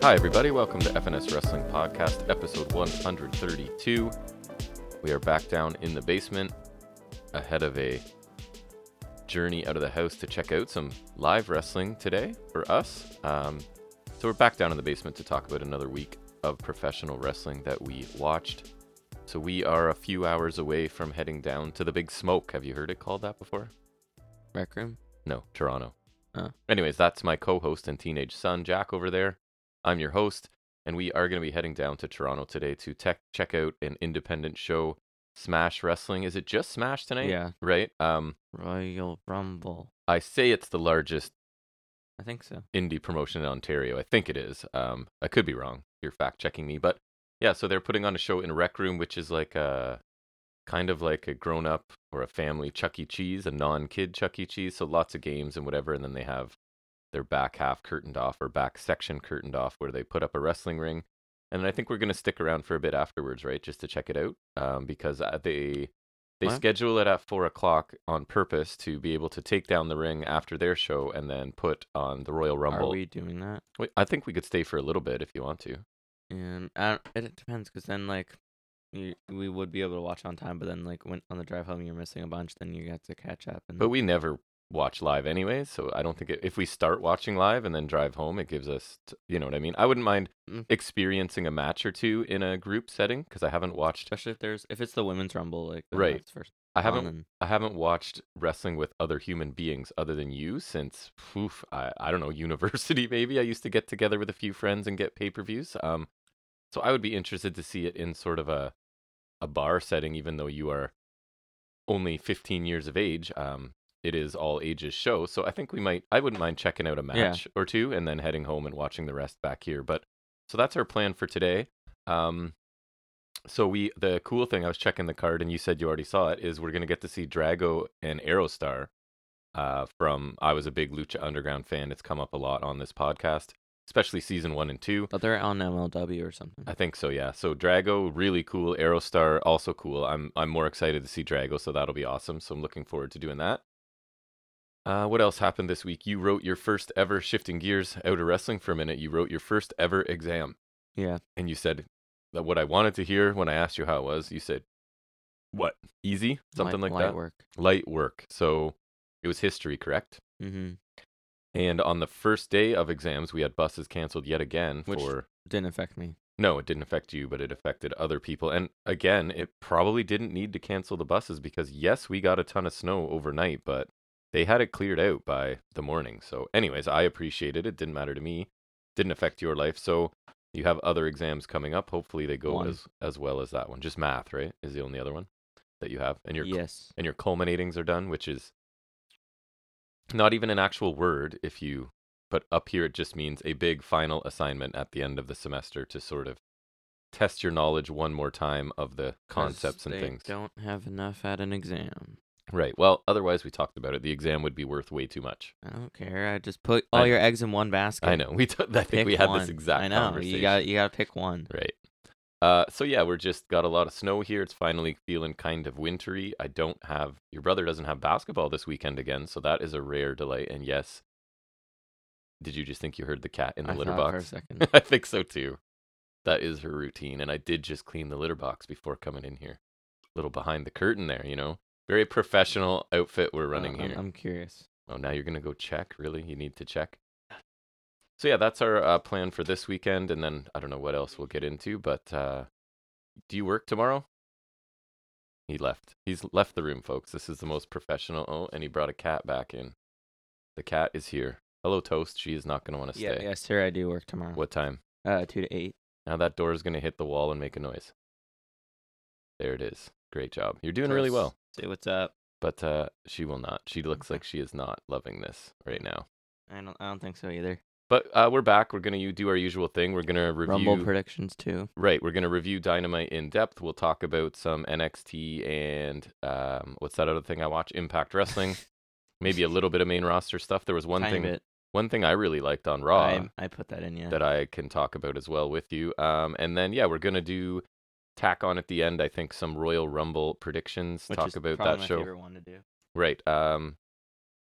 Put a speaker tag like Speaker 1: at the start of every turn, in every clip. Speaker 1: Hi, everybody. Welcome to FNS Wrestling Podcast, episode 132. We are back down in the basement ahead of a journey out of the house to check out some live wrestling today for us. Um, so, we're back down in the basement to talk about another week of professional wrestling that we watched. So, we are a few hours away from heading down to the Big Smoke. Have you heard it called that before?
Speaker 2: Rec room?
Speaker 1: No, Toronto.
Speaker 2: Oh.
Speaker 1: Anyways, that's my co host and teenage son, Jack, over there. I'm your host, and we are going to be heading down to Toronto today to tech- check out an independent show, Smash Wrestling. Is it just Smash tonight?
Speaker 2: Yeah.
Speaker 1: Right? Um,
Speaker 2: Royal Rumble.
Speaker 1: I say it's the largest
Speaker 2: I think so.
Speaker 1: indie promotion in Ontario. I think it is. Um, I could be wrong. You're fact checking me, but yeah. So they're putting on a show in Rec Room, which is like a kind of like a grown up or a family Chuck E. Cheese, a non kid Chuck E. Cheese. So lots of games and whatever, and then they have their back half curtained off or back section curtained off where they put up a wrestling ring. And I think we're gonna stick around for a bit afterwards, right, just to check it out, um, because uh, they they
Speaker 2: What?
Speaker 1: schedule it at four o'clock on purpose to be able to take down the ring after their show and then put on the Royal Rumble.
Speaker 2: Are we doing that?
Speaker 1: Wait, I think we could stay for a little bit if you want to.
Speaker 2: And I don't, it depends, because then like you, we would be able to watch on time, but then like when on the drive home you're missing a bunch, then you have to catch up. And
Speaker 1: But we never watch live anyways, so I don't think it, if we start watching live and then drive home, it gives us, t- you know what I mean? I wouldn't mind
Speaker 2: Mm.
Speaker 1: experiencing a match or two in a group setting because I haven't watched
Speaker 2: especially if there's if it's the women's rumble, like then
Speaker 1: Right.
Speaker 2: that's First,
Speaker 1: I
Speaker 2: on,
Speaker 1: haven't
Speaker 2: and-
Speaker 1: I haven't watched wrestling with other human beings other than you since poof, I, I don't know, university maybe. I used to get together with a few friends and get pay-per-views. Um so I would be interested to see it in sort of a a bar setting even though you are only 15 years of age. Um it is all ages show, so I think we might I wouldn't mind checking out a
Speaker 2: Yeah.
Speaker 1: match or two and then heading home and watching the rest back here, but so that's our plan for today. Um so we the cool thing I was checking the card and you said you already saw it is we're gonna get to see Drago and Aerostar. Uh, from I was a big Lucha Underground fan. It's come up a lot on this podcast, especially season one and two.
Speaker 2: but they're on MLW or something.
Speaker 1: I think so, yeah. So Drago, really cool. Aerostar, also cool. I'm I'm more excited to see Drago, so that'll be awesome. So I'm looking forward to doing that. Uh, what else happened this week? You wrote your first ever shifting gears out of wrestling for a minute. You wrote your first ever exam
Speaker 2: yeah,
Speaker 1: and you said that what I wanted to hear when I asked you how it was, you said, "What easy?" Something
Speaker 2: light,
Speaker 1: like
Speaker 2: light
Speaker 1: that.
Speaker 2: work.
Speaker 1: Light work. So it was history, correct?
Speaker 2: Mm-hmm.
Speaker 1: And on the first day of exams, we had buses canceled yet again
Speaker 2: Which-
Speaker 1: for.
Speaker 2: Didn't affect me.
Speaker 1: No, it didn't affect you, but it affected other people. And again, it probably didn't need to cancel the buses because yes, we got a ton of snow overnight, but they had it cleared out by the morning. So, anyways, I appreciated it. Didn't matter to me. Didn't affect your life. So, you have other exams coming up. Hopefully, they go
Speaker 2: One.
Speaker 1: as as well as that one. Just math, right? Is the only other one that you have, and your
Speaker 2: yes.
Speaker 1: and your culminatings are done, which is not even an actual word if you but up here it just means a big final assignment at the end of the semester to sort of test your knowledge one more time of the
Speaker 2: 'cause
Speaker 1: concepts and
Speaker 2: they
Speaker 1: things.
Speaker 2: Don't have enough at an exam.
Speaker 1: Right. Well, otherwise we talked about it. The exam would be worth way too much.
Speaker 2: I don't care. I just put all
Speaker 1: I-
Speaker 2: your eggs in one basket.
Speaker 1: I know. We t- I think we
Speaker 2: Pick
Speaker 1: had
Speaker 2: one.
Speaker 1: this exact
Speaker 2: I know.
Speaker 1: conversation.
Speaker 2: You got you got to pick one.
Speaker 1: Right. Uh, so yeah, we're just got a lot of snow here. It's finally feeling kind of wintry. I don't have your brother doesn't have basketball this weekend again, so that is a rare delight. And yes, did you just think you heard the cat in the
Speaker 2: I
Speaker 1: litter
Speaker 2: thought
Speaker 1: box?
Speaker 2: for a second.
Speaker 1: I think so too. That is her routine, and I did just clean the litter box before coming in here. Little behind the curtain there, you know. Very professional outfit we're running
Speaker 2: Uh, I'm-
Speaker 1: here.
Speaker 2: I'm curious.
Speaker 1: Oh, now you're gonna go check? Really? You need to check? So yeah, that's our uh, plan for this weekend, and then I don't know what else we'll get into. But uh, do you work tomorrow? He left. He's left the room, folks. This is the most professional. Oh, and he brought a cat back in. The cat is here. Hello, Toast. She is not gonna want to
Speaker 2: Yeah,
Speaker 1: stay.
Speaker 2: yes, sir. I do work tomorrow.
Speaker 1: What time?
Speaker 2: Uh, two to eight.
Speaker 1: Now that door is gonna hit the wall and make a noise. There it is. Great job. You're doing really
Speaker 2: Just
Speaker 1: well.
Speaker 2: Say what's up.
Speaker 1: But uh, she will not. She looks
Speaker 2: Okay.
Speaker 1: like she is not loving this right now.
Speaker 2: I don't. I don't think so either.
Speaker 1: But uh, we're back. We're gonna u- do our usual thing. We're gonna review.
Speaker 2: Rumble predictions too.
Speaker 1: right. We're gonna review Dynamite in depth. We'll talk about some NXT and um, what's that other thing I watch? Impact Wrestling. Maybe a little bit of main roster stuff. There was one
Speaker 2: Tiny
Speaker 1: thing.
Speaker 2: bit.
Speaker 1: One thing I really liked on Raw
Speaker 2: I, I put that in. Yeah.
Speaker 1: that I can talk about as well with you. Um, and then yeah, we're gonna do tack on at the end. I think some Royal Rumble predictions.
Speaker 2: Which
Speaker 1: talk
Speaker 2: is
Speaker 1: about
Speaker 2: probably
Speaker 1: that
Speaker 2: my
Speaker 1: show.
Speaker 2: Favorite one to do.
Speaker 1: Right. Um,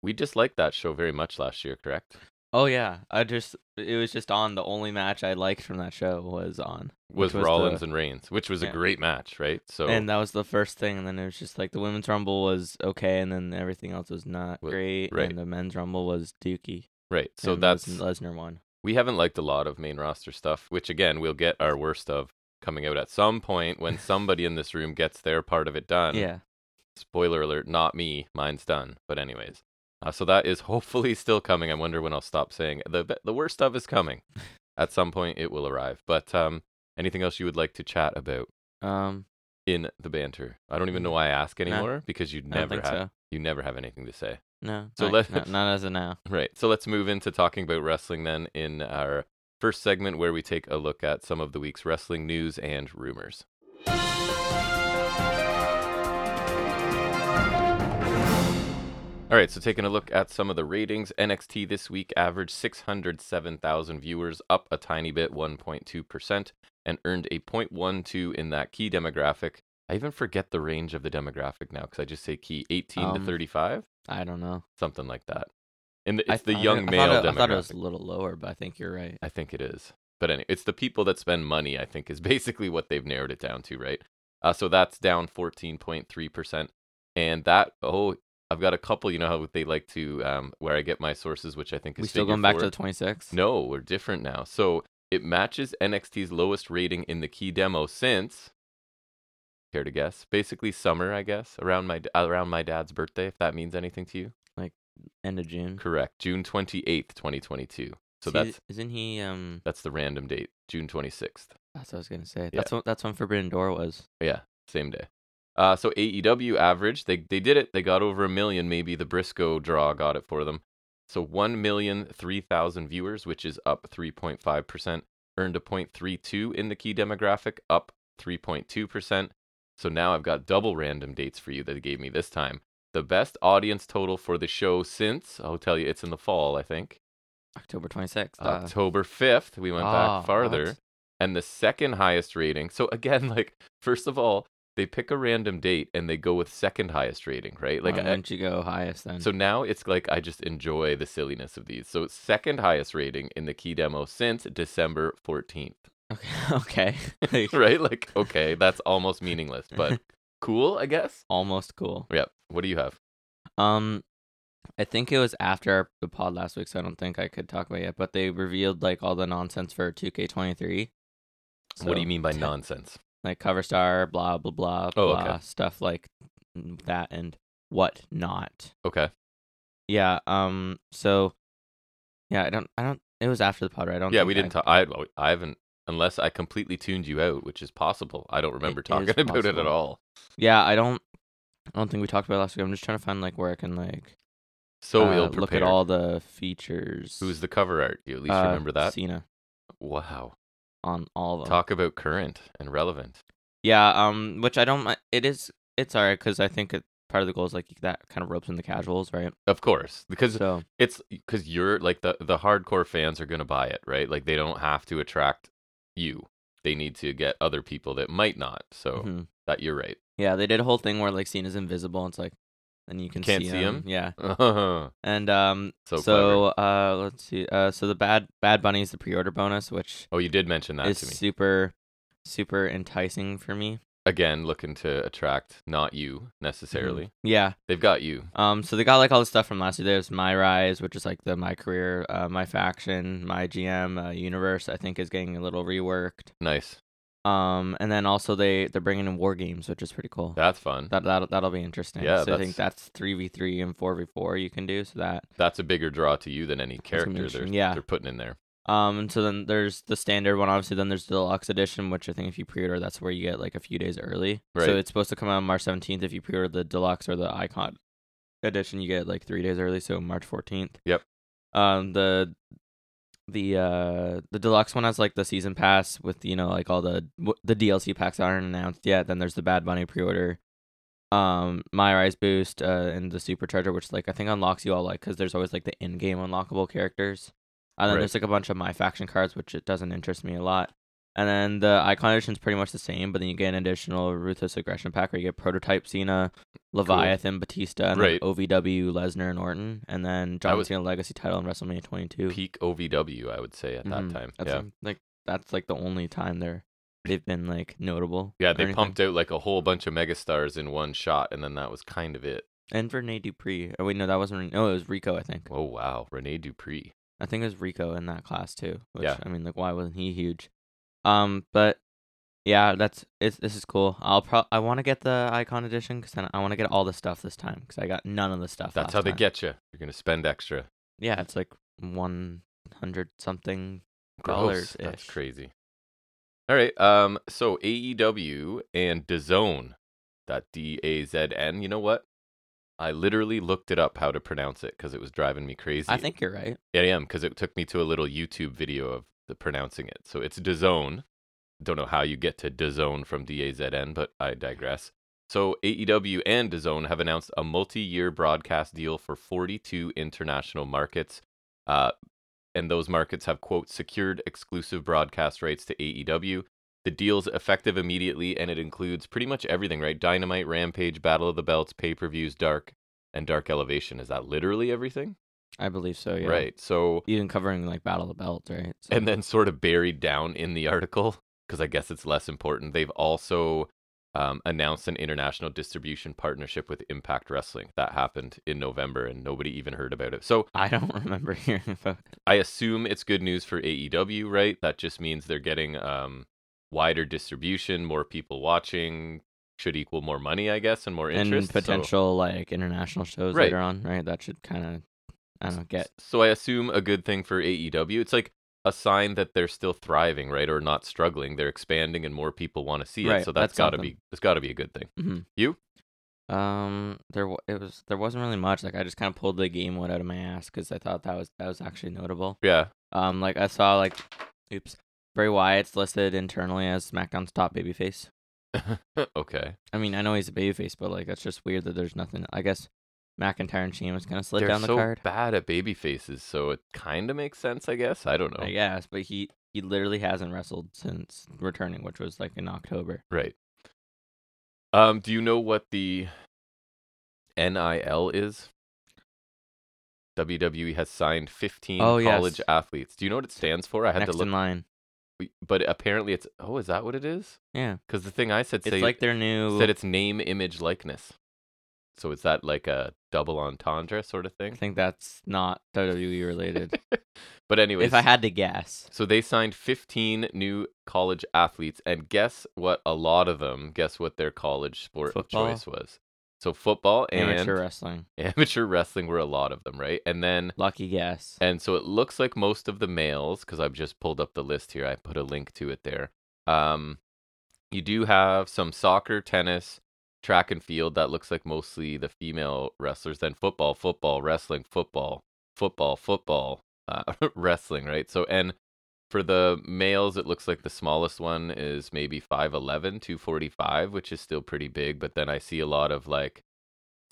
Speaker 1: we just liked that show very much last year, correct?
Speaker 2: Oh yeah, I just it was just on. The only match I liked from that show was on
Speaker 1: was,
Speaker 2: which the-
Speaker 1: Rollins and Reigns, which was a
Speaker 2: Yeah.
Speaker 1: great match, right? So
Speaker 2: and that was the first thing. And then it was just like the women's rumble was okay, and then everything else was not
Speaker 1: Wa-
Speaker 2: great.
Speaker 1: right.
Speaker 2: And the men's rumble was dookie.
Speaker 1: right, so
Speaker 2: and
Speaker 1: that's
Speaker 2: Les- Lesnar won.
Speaker 1: we haven't liked a lot of main roster stuff, which again we'll get our worst of coming out at some point when somebody in this room gets their part of it done.
Speaker 2: Yeah,
Speaker 1: Spoiler alert, not me. Mine's done. But anyways, uh, so that is hopefully still coming. I wonder when I'll stop saying the be- the worst stuff is coming. at some point, it will arrive. But um, anything else you would like to chat about
Speaker 2: um,
Speaker 1: in the banter? I don't even know why I ask anymore because you
Speaker 2: Mm, I don't
Speaker 1: never
Speaker 2: think
Speaker 1: have
Speaker 2: so.
Speaker 1: you never have anything to say.
Speaker 2: No,
Speaker 1: So
Speaker 2: not,
Speaker 1: let-
Speaker 2: not, not as of now.
Speaker 1: Right. So let's move into talking about wrestling then in our first segment where we take a look at some of the week's wrestling news and rumors. All right, so taking a look at some of the ratings, NXT this week averaged 607,000 viewers, up a tiny bit, 1.2%, and earned a 0.12 in that key demographic. I even forget the range of the demographic now because I just say key 18 to
Speaker 2: Um,
Speaker 1: 35
Speaker 2: I don't know.
Speaker 1: something like that. And the,
Speaker 2: I
Speaker 1: it's the
Speaker 2: thought it-
Speaker 1: young
Speaker 2: I
Speaker 1: male
Speaker 2: thought it,
Speaker 1: demographic.
Speaker 2: I thought it was a little lower, but I think you're right.
Speaker 1: I think it is. But anyway, it's the people that spend money, I think, is basically what they've narrowed it down to, right? Uh, so that's down 14.3%. And that, oh, I've got a couple, you know how they like to, um, where I get my sources, which I think is
Speaker 2: We still
Speaker 1: figure
Speaker 2: going back
Speaker 1: four.
Speaker 2: to the 26?
Speaker 1: No, we're different now. So it matches NXT's lowest rating in the key demo since. Care to guess? Basically, summer, I guess, around my around my dad's birthday, if that means anything to you.
Speaker 2: end of June.
Speaker 1: Correct. June 28th, 2022. So
Speaker 2: See,
Speaker 1: that's
Speaker 2: isn't he? Um,
Speaker 1: that's the random date, June 26th.
Speaker 2: that's what I was gonna say. That's what that's when Forbidden Door was.
Speaker 1: Yeah, same day. Uh, so AEW average, they they did it. They got over a million. Maybe the Briscoe draw got it for them. So one million three thousand viewers, which is up 3.5 percent. Earned a 0.32 in the key demographic, up 3.2 percent. So now I've got double random dates for you that they gave me this time. The best audience total for the show since I'll tell you, it's in the fall, I think.
Speaker 2: October 26th. uh,
Speaker 1: October 5th, we went
Speaker 2: ah,
Speaker 1: back
Speaker 2: what?
Speaker 1: farther. And the second highest rating. So again, like first of all, they pick a random date and they go with second highest rating, right? Like
Speaker 2: why
Speaker 1: I,
Speaker 2: don't you go highest then?
Speaker 1: so now it's like I just enjoy the silliness of these. So second highest rating in the key demo since December 14th.
Speaker 2: okay, okay, Like,
Speaker 1: Right? Like okay, that's almost meaningless, but cool, I guess.
Speaker 2: almost cool.
Speaker 1: Yep. What do you have?
Speaker 2: Um, I think it was after our- the pod last week, so I don't think I could talk about it. But they revealed like all the nonsense for 2K23.
Speaker 1: what do you
Speaker 2: So,
Speaker 1: mean by
Speaker 2: te-
Speaker 1: nonsense?
Speaker 2: Like cover star, blah blah blah
Speaker 1: Oh,
Speaker 2: blah
Speaker 1: okay.
Speaker 2: stuff like that and what not.
Speaker 1: Okay.
Speaker 2: Yeah. Um. So, yeah. I don't. I don't. It was after the pod, right? I don't.
Speaker 1: Yeah,
Speaker 2: think
Speaker 1: we didn't
Speaker 2: I,
Speaker 1: talk I well, I haven't unless I completely tuned you out, which is possible. I don't remember
Speaker 2: is
Speaker 1: talking about it at
Speaker 2: possible.
Speaker 1: all.
Speaker 2: Yeah, I don't. I don't think we talked about it last week. I'm just trying to find like where I can like
Speaker 1: So
Speaker 2: uh,
Speaker 1: ill
Speaker 2: look at
Speaker 1: prepared.
Speaker 2: all the features.
Speaker 1: Who's the cover art? You at least
Speaker 2: uh,
Speaker 1: remember that.
Speaker 2: Cena
Speaker 1: Wow.
Speaker 2: on all of them.
Speaker 1: Talk about current and relevant.
Speaker 2: Yeah, um, which I don't. mi- It is. It's alright because I think it, part of the goal is like that kind of ropes in the casuals, right?
Speaker 1: Of course, because
Speaker 2: So
Speaker 1: it's because you're like the the hardcore fans are gonna buy it, right? Like they don't have to attract you. They need to get other people that might not. So
Speaker 2: mhm.
Speaker 1: that you're right.
Speaker 2: yeah, they did a whole thing where like Cena's invisible. And it's like, and you can
Speaker 1: can't see him?
Speaker 2: Yeah,
Speaker 1: so
Speaker 2: and um,
Speaker 1: clever.
Speaker 2: so, uh, let's see. Uh, so the bad Bad Bunny is the pre-order bonus, which
Speaker 1: Oh, you did mention that
Speaker 2: is
Speaker 1: to me.
Speaker 2: super, super enticing for me. Mm-hmm.
Speaker 1: Again, looking to attract not you necessarily.
Speaker 2: Yeah,
Speaker 1: They've got you.
Speaker 2: Um, so they got like all the stuff from last year. There's My Rise, which is like the My Career, uh, My Faction, My GM, uh, Universe. I think is getting a little reworked.
Speaker 1: Nice.
Speaker 2: Um, and then also they they're bringing in War Games, which is pretty cool.
Speaker 1: That's fun.
Speaker 2: That that'll, that'll be interesting.
Speaker 1: Yeah,
Speaker 2: so I think that's three v three and four v four you can do. So that
Speaker 1: That's a bigger draw to you than any
Speaker 2: gonna be
Speaker 1: character they're,
Speaker 2: interesting, yeah.
Speaker 1: they're putting in there.
Speaker 2: um, and so then there's the standard one. Obviously, then there's the deluxe edition, which I think if you pre-order, that's where you get like a few days early.
Speaker 1: Right.
Speaker 2: So it's supposed to come out on March seventeenth. If you pre-order the deluxe or the icon edition, you get like three days early. So March fourteenth.
Speaker 1: Yep.
Speaker 2: Um, the the uh the deluxe one has like the season pass with you know like all the w- the DLC packs that aren't announced yet. Then there's the Bad Bunny pre-order, um, My Rise boost, uh, and the supercharger, which like I think unlocks you all like because there's always like the in-game unlockable characters. And then
Speaker 1: Right.
Speaker 2: there's like a bunch of my faction cards, which it doesn't interest me a lot. And then the Icon Edition's pretty much the same, but then you get an additional Ruthless Aggression Pack where you get Prototype Cena, Leviathan, Batista, and then
Speaker 1: Right.
Speaker 2: OVW, Lesnar, and Orton, and then John
Speaker 1: was-
Speaker 2: Cena Legacy title in WrestleMania 22.
Speaker 1: Peak OVW, I would say at
Speaker 2: Mhm.
Speaker 1: that time.
Speaker 2: That's
Speaker 1: yeah,
Speaker 2: um, like that's like the only time they're they've been like notable.
Speaker 1: yeah.
Speaker 2: or
Speaker 1: They
Speaker 2: anything.
Speaker 1: pumped out like a whole bunch of megastars in one shot, and then that was kind of it.
Speaker 2: and Rene Dupree. Oh wait, no, that wasn't. Ren- No, it was Rico. I think.
Speaker 1: Oh wow, Rene Dupree.
Speaker 2: I think it was Rico in that class too. Which,
Speaker 1: Yeah.
Speaker 2: I mean, like, why wasn't he huge? Um, but yeah, that's it's this is cool. I'll pro I want to get the Icon edition because then I want to get all the stuff this time because I got none of the stuff.
Speaker 1: That's
Speaker 2: last
Speaker 1: how they
Speaker 2: time.
Speaker 1: get you. You're gonna spend extra.
Speaker 2: Yeah, it's like one hundred something
Speaker 1: Gross.
Speaker 2: dollars.
Speaker 1: That's crazy. All right. Um. So AEW and DAZN. That D A Z N. You know what? I literally looked it up how to pronounce it because it was driving me crazy.
Speaker 2: I think you're right.
Speaker 1: Yeah, I am because it took me to a little YouTube video of the pronouncing it. So it's DAZN. Don't know how you get to DAZN from D A Z N, but I digress. So AEW and DAZN have announced a multi-year broadcast deal for 42 international markets, uh, and those markets have quote secured exclusive broadcast rights to AEW. The deal's effective immediately, and it includes pretty much everything, right? Dynamite, Rampage, Battle of the Belts, pay-per-views, Dark, and Dark Elevation. Is that literally everything?
Speaker 2: I believe so. Yeah.
Speaker 1: Right. So
Speaker 2: Even covering like Battle of the Belt, right? So-
Speaker 1: and then sort of buried down in the article because I guess it's less important. They've also um, announced an international distribution partnership with Impact Wrestling that happened in November, and nobody even heard about it. So
Speaker 2: I don't remember hearing about it.
Speaker 1: I assume it's good news for AEW, right? That just means they're getting um, wider distribution, more people watching, should equal more money, I guess, and more interest.
Speaker 2: and
Speaker 1: So-
Speaker 2: potential like international shows
Speaker 1: Right.
Speaker 2: later on, right? That should kind of I don't know, get
Speaker 1: So I assume a good thing for AEW. It's like a sign that they're still thriving, right, or not struggling. They're expanding, and more people want to see it.
Speaker 2: Right,
Speaker 1: So
Speaker 2: that's
Speaker 1: that's got to
Speaker 2: something.
Speaker 1: be that's got to be a good thing.
Speaker 2: Um, there wa it was there wasn't really much. Like I just kind of pulled the game one out of my ass because I thought that was that was actually notable.
Speaker 1: Yeah,
Speaker 2: Um, like I saw like, oops, Bray Wyatt's listed internally as SmackDown's top babyface.
Speaker 1: okay.
Speaker 2: I mean, I know he's a babyface, but like that's just weird that there's nothing. I guess McIntyre and Sheamus kind of slid
Speaker 1: they're
Speaker 2: down the
Speaker 1: so
Speaker 2: card.
Speaker 1: bad at baby faces, so it kind of makes sense, I guess. I don't know.
Speaker 2: I guess, but he he literally hasn't wrestled since returning, which was like in October.
Speaker 1: Right. Um, do you know what the NIL is? WWE has signed 15
Speaker 2: Oh, yes.
Speaker 1: college athletes. Do you know what it stands for? I had
Speaker 2: Next
Speaker 1: to look,
Speaker 2: in line.
Speaker 1: but apparently it's oh, is that what it is?
Speaker 2: Yeah,
Speaker 1: Because the thing I said
Speaker 2: it's
Speaker 1: say,
Speaker 2: like their new.
Speaker 1: said it's name, image, likeness. So is that like a double entendre sort of
Speaker 2: I
Speaker 1: thing?
Speaker 2: think that's not WWE related.
Speaker 1: but anyways,
Speaker 2: if I had to guess,
Speaker 1: so they signed 15 new college athletes, and guess what? A lot of them guess what their college sport
Speaker 2: Football.
Speaker 1: of choice was. So football and
Speaker 2: amateur wrestling.
Speaker 1: amateur wrestling were a lot of them, right? And then
Speaker 2: Lucky guess.
Speaker 1: And so it looks like most of the males, because I've just pulled up the list here. I put a link to it there. Um, you do have some soccer, tennis, track and field. That looks like mostly the female wrestlers. Then football, football, wrestling, football, football, football, uh, wrestling, right? So, and for the males, it looks like the smallest one is maybe 5'11, 245, which is still pretty big. But then I see a lot of like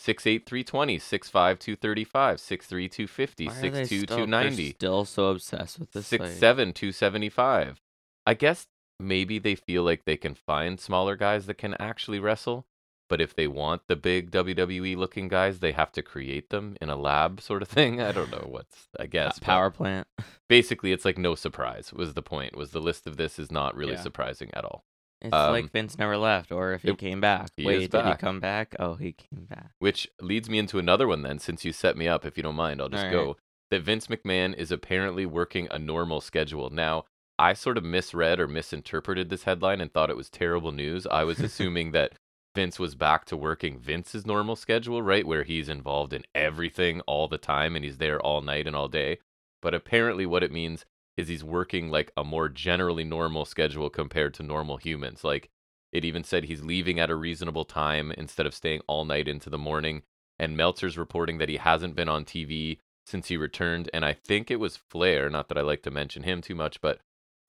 Speaker 1: 6'8, 320, 6'5, 235, 6'3, 250,
Speaker 2: Why are they
Speaker 1: 6'2,
Speaker 2: still- they're
Speaker 1: 290,
Speaker 2: Still so obsessed with this.
Speaker 1: 6'7,
Speaker 2: like-
Speaker 1: 275. I guess maybe they feel like they can find smaller guys that can actually wrestle. But if they want the big WWE looking guys, they have to create them in a lab sort of thing. I don't know what's, I
Speaker 2: uh,
Speaker 1: guess. but-
Speaker 2: power plant.
Speaker 1: basically it's like no surprise was the point was the list of this is not really
Speaker 2: Yeah.
Speaker 1: surprising at all
Speaker 2: It's
Speaker 1: Um,
Speaker 2: like Vince never left, or if he
Speaker 1: it-
Speaker 2: came back.
Speaker 1: he is
Speaker 2: Wait, did he
Speaker 1: back.
Speaker 2: come back? Oh, he came back.
Speaker 1: which leads me into another one then since you set me up if you don't mind i'll just
Speaker 2: All right.
Speaker 1: go that vince mcmahon is apparently working a normal schedule now i sort of misread or misinterpreted this headline and thought it was terrible news i was assuming that vince was back to working vince's normal schedule right where he's involved in everything all the time and he's there all night and all day but apparently what it means is he's working like a more generally normal schedule compared to normal humans like It even said he's leaving at a reasonable time instead of staying all night into the morning. And Meltzer's reporting that he hasn't been on TV since he returned. And I think it was Flair, not that I like to mention him too much, but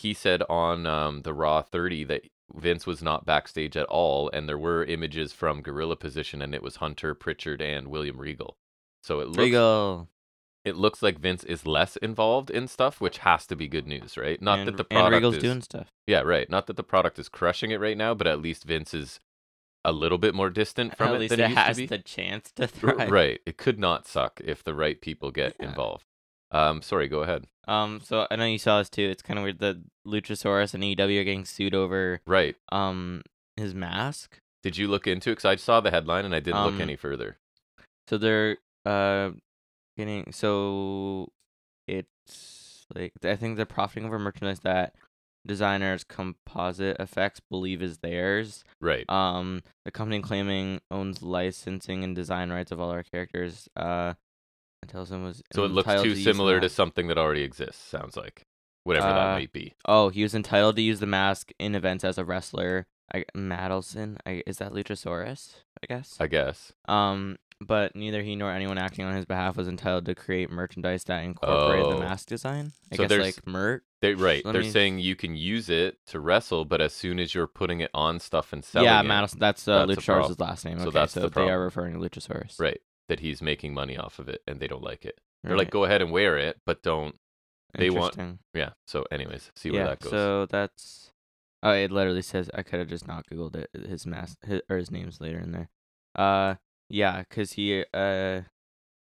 Speaker 1: he said on um, the Raw 30 that Vince was not backstage at all. And there were images from Gorilla Position, and it was Hunter, Pritchard, and William Regal. So it looks
Speaker 2: Regal.
Speaker 1: it looks like Vince is less involved in stuff, which has to be good news, right? Not
Speaker 2: and,
Speaker 1: that the
Speaker 2: and
Speaker 1: product
Speaker 2: Regal's
Speaker 1: is
Speaker 2: doing stuff.
Speaker 1: yeah, right. Not that the product is crushing it right now, but at least Vince is a little bit more distant from
Speaker 2: At
Speaker 1: it
Speaker 2: least
Speaker 1: than
Speaker 2: it
Speaker 1: he used
Speaker 2: has
Speaker 1: to be.
Speaker 2: the chance to
Speaker 1: R-
Speaker 2: thrive.
Speaker 1: Right. It could not suck if the right people get
Speaker 2: Yeah.
Speaker 1: involved. Um, sorry, go ahead.
Speaker 2: Um, so I know you saw this too. It's kind of weird that Luchasaurus and EW are getting sued over
Speaker 1: Right.
Speaker 2: um his mask.
Speaker 1: Did you look into it? Because I saw the headline and I didn't
Speaker 2: Um,
Speaker 1: look any further.
Speaker 2: So they're uh getting so it's like I think they're profiting over merchandise that designers composite effects believe is theirs.
Speaker 1: Right.
Speaker 2: Um, the company claiming owns licensing and design rights of all our characters. Uh, until someone was
Speaker 1: so it looks
Speaker 2: entitled
Speaker 1: too
Speaker 2: use
Speaker 1: similar
Speaker 2: ma-
Speaker 1: to something that already exists, sounds like. Whatever
Speaker 2: Uh,
Speaker 1: that might be.
Speaker 2: Oh, he was entitled to use the mask in events as a wrestler. I, Madelson, I, is that Luchasaurus? I guess.
Speaker 1: I guess.
Speaker 2: Um, but neither he nor anyone acting on his behalf was entitled to create merchandise that incorporated the
Speaker 1: Oh.
Speaker 2: mask design. I
Speaker 1: So
Speaker 2: guess
Speaker 1: there's-
Speaker 2: like merch.
Speaker 1: They right.
Speaker 2: Let
Speaker 1: They're
Speaker 2: me-
Speaker 1: saying you can use it to wrestle, but as soon as you're putting it on stuff and selling
Speaker 2: Yeah,
Speaker 1: it,
Speaker 2: Madelson. That's uh,
Speaker 1: that's the
Speaker 2: Luchasaurus' last name.
Speaker 1: So
Speaker 2: okay,
Speaker 1: that's
Speaker 2: so
Speaker 1: the
Speaker 2: they are
Speaker 1: problem.
Speaker 2: referring to Luchasaurus.
Speaker 1: right, that he's making money off of it and they don't like it. They're
Speaker 2: Right.
Speaker 1: like, go ahead and wear it, but don't. they want-
Speaker 2: Interesting.
Speaker 1: Yeah. So, anyways, see where
Speaker 2: yeah.
Speaker 1: that goes.
Speaker 2: So that's. Oh, it literally says I could have just not googled it. His mask his, or his name's later in there. Uh, yeah, cause he uh,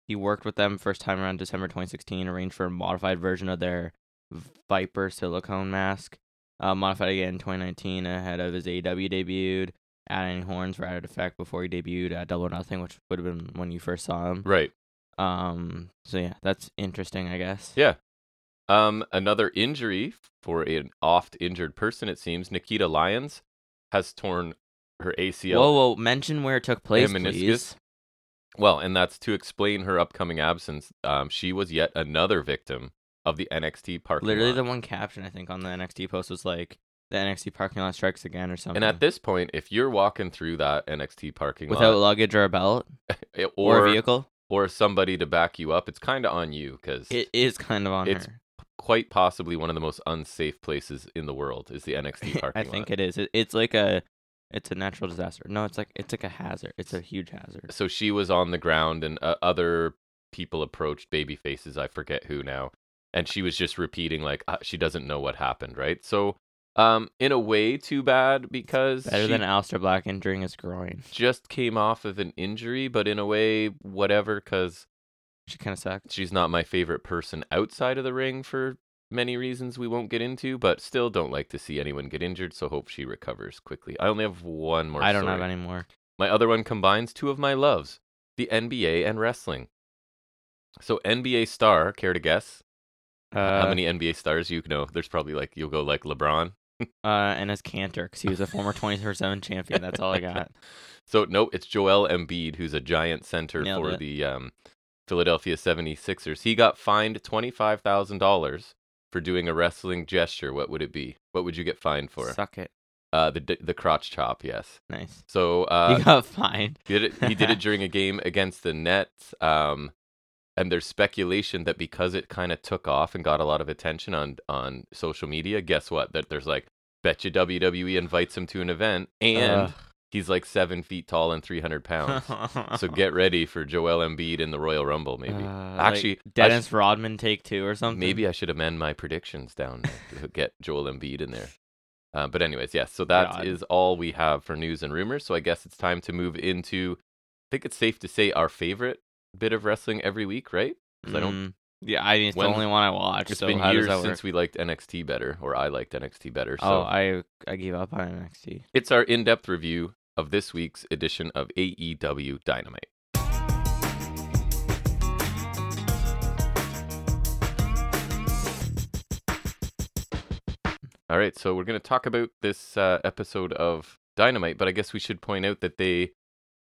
Speaker 2: he worked with them first time around December 2016. Arranged for a modified version of their Viper silicone mask. Uh, modified again in 2019 ahead of his AEW debuted. Adding horns for added effect before he debuted at Double or Nothing, which would have been when you first saw him.
Speaker 1: right.
Speaker 2: Um. So yeah, that's interesting. I guess.
Speaker 1: Yeah. Um, another injury for an oft injured person, it seems. Nikita Lyons has torn her ACL.
Speaker 2: Whoa, whoa! Mention where it took place,
Speaker 1: meniscus.
Speaker 2: please.
Speaker 1: Well, and that's to explain her upcoming absence. Um, she was yet another victim of the NXT parking
Speaker 2: Literally,
Speaker 1: lot.
Speaker 2: the one caption I think on the NXT post was like, "The NXT parking lot strikes again" or something.
Speaker 1: and at this point, if you're walking through that NXT parking
Speaker 2: without
Speaker 1: lot
Speaker 2: luggage or a belt
Speaker 1: eh,
Speaker 2: or,
Speaker 1: or
Speaker 2: a vehicle,
Speaker 1: or somebody to back you up, it's kind of on you because
Speaker 2: it is kind of on
Speaker 1: It's
Speaker 2: her.
Speaker 1: quite possibly one of the most unsafe places in the world is the NXT parking
Speaker 2: I
Speaker 1: lot.
Speaker 2: think it is. It, it's like a, it's a natural disaster. No, it's like it's like a hazard. It's a huge hazard.
Speaker 1: so she was on the ground and uh, other people approached baby faces i forget who now and she was just repeating like uh, she doesn't know what happened right so um in a way too bad because
Speaker 2: Better
Speaker 1: she
Speaker 2: than Alistair Black injuring his groin.
Speaker 1: just came off of an injury but in a way whatever because
Speaker 2: She kind of sucked.
Speaker 1: she's not my favorite person outside of the ring for many reasons we won't get into but still don't like to see anyone get injured so hope she recovers quickly i only have one more
Speaker 2: I don't
Speaker 1: story.
Speaker 2: have any more.
Speaker 1: My other one combines two of my loves, the NBA and wrestling. So NBA star, care to guess
Speaker 2: Uh,
Speaker 1: how many NBA stars you know? There's probably like you'll go like LeBron.
Speaker 2: Uh, and as Cantor, because he was a former 24/7 champion. That's all I got.
Speaker 1: So no, it's Joel Embiid who's a giant center
Speaker 2: Nailed
Speaker 1: for
Speaker 2: it.
Speaker 1: the um, Philadelphia 76ers. He got fined $25,000 for doing a wrestling gesture. What would it be? What would you get fined for?
Speaker 2: Suck it.
Speaker 1: Uh, the d- the crotch chop, yes.
Speaker 2: Nice.
Speaker 1: So uh,
Speaker 2: you got fined.
Speaker 1: He did it, he did it during a game against the Nets. Um, and there's speculation that because it kind of took off and got a lot of attention on, on social media, guess what? That there's like, bet you WWE invites him to an event, and
Speaker 2: Ugh.
Speaker 1: he's like seven feet tall and 300 pounds. so get ready for Joel Embiid in the Royal Rumble, maybe.
Speaker 2: Uh, like
Speaker 1: Actually, I
Speaker 2: Dennis Rodman take two or something.
Speaker 1: Maybe I should amend my predictions down to get Joel Embiid in there. Uh, but anyways, yes. So that
Speaker 2: God.
Speaker 1: is all we have for news and rumors. So I guess it's time to move into. I think it's safe to say our favorite bit of wrestling every week, right? 'Cause I don't.
Speaker 2: Mm. Yeah, I mean, it's
Speaker 1: When-
Speaker 2: the only one I watch.
Speaker 1: It's
Speaker 2: so
Speaker 1: been
Speaker 2: how
Speaker 1: years
Speaker 2: does that
Speaker 1: since
Speaker 2: work?
Speaker 1: we liked NXT better, or I liked NXT better. So
Speaker 2: Oh, I I gave up on NXT.
Speaker 1: it's our in-depth review of this week's edition of AEW Dynamite. All right, so we're going to talk about this uh, episode of Dynamite, but I guess we should point out that they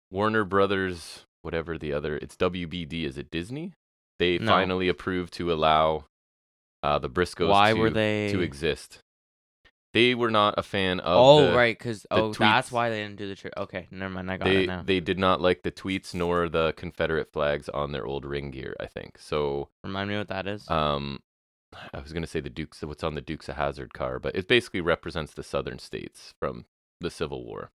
Speaker 1: Warner Brothers, whatever the other, it's WBD. Is it Disney? They
Speaker 2: No.
Speaker 1: finally approved to allow uh, the Briscoes.
Speaker 2: Why
Speaker 1: to,
Speaker 2: were they?
Speaker 1: to exist? They were not a fan of.
Speaker 2: oh
Speaker 1: the-
Speaker 2: right, because oh that's
Speaker 1: tweets.
Speaker 2: why they didn't do the trick. Okay, never mind. I got
Speaker 1: they
Speaker 2: it now.
Speaker 1: they did not like the tweets nor the Confederate flags on their old ring gear. I think so.
Speaker 2: Remind me what that is.
Speaker 1: Um, I was gonna say the Dukes, what's on the Dukes of Hazard car, but it basically represents the Southern states from the Civil War.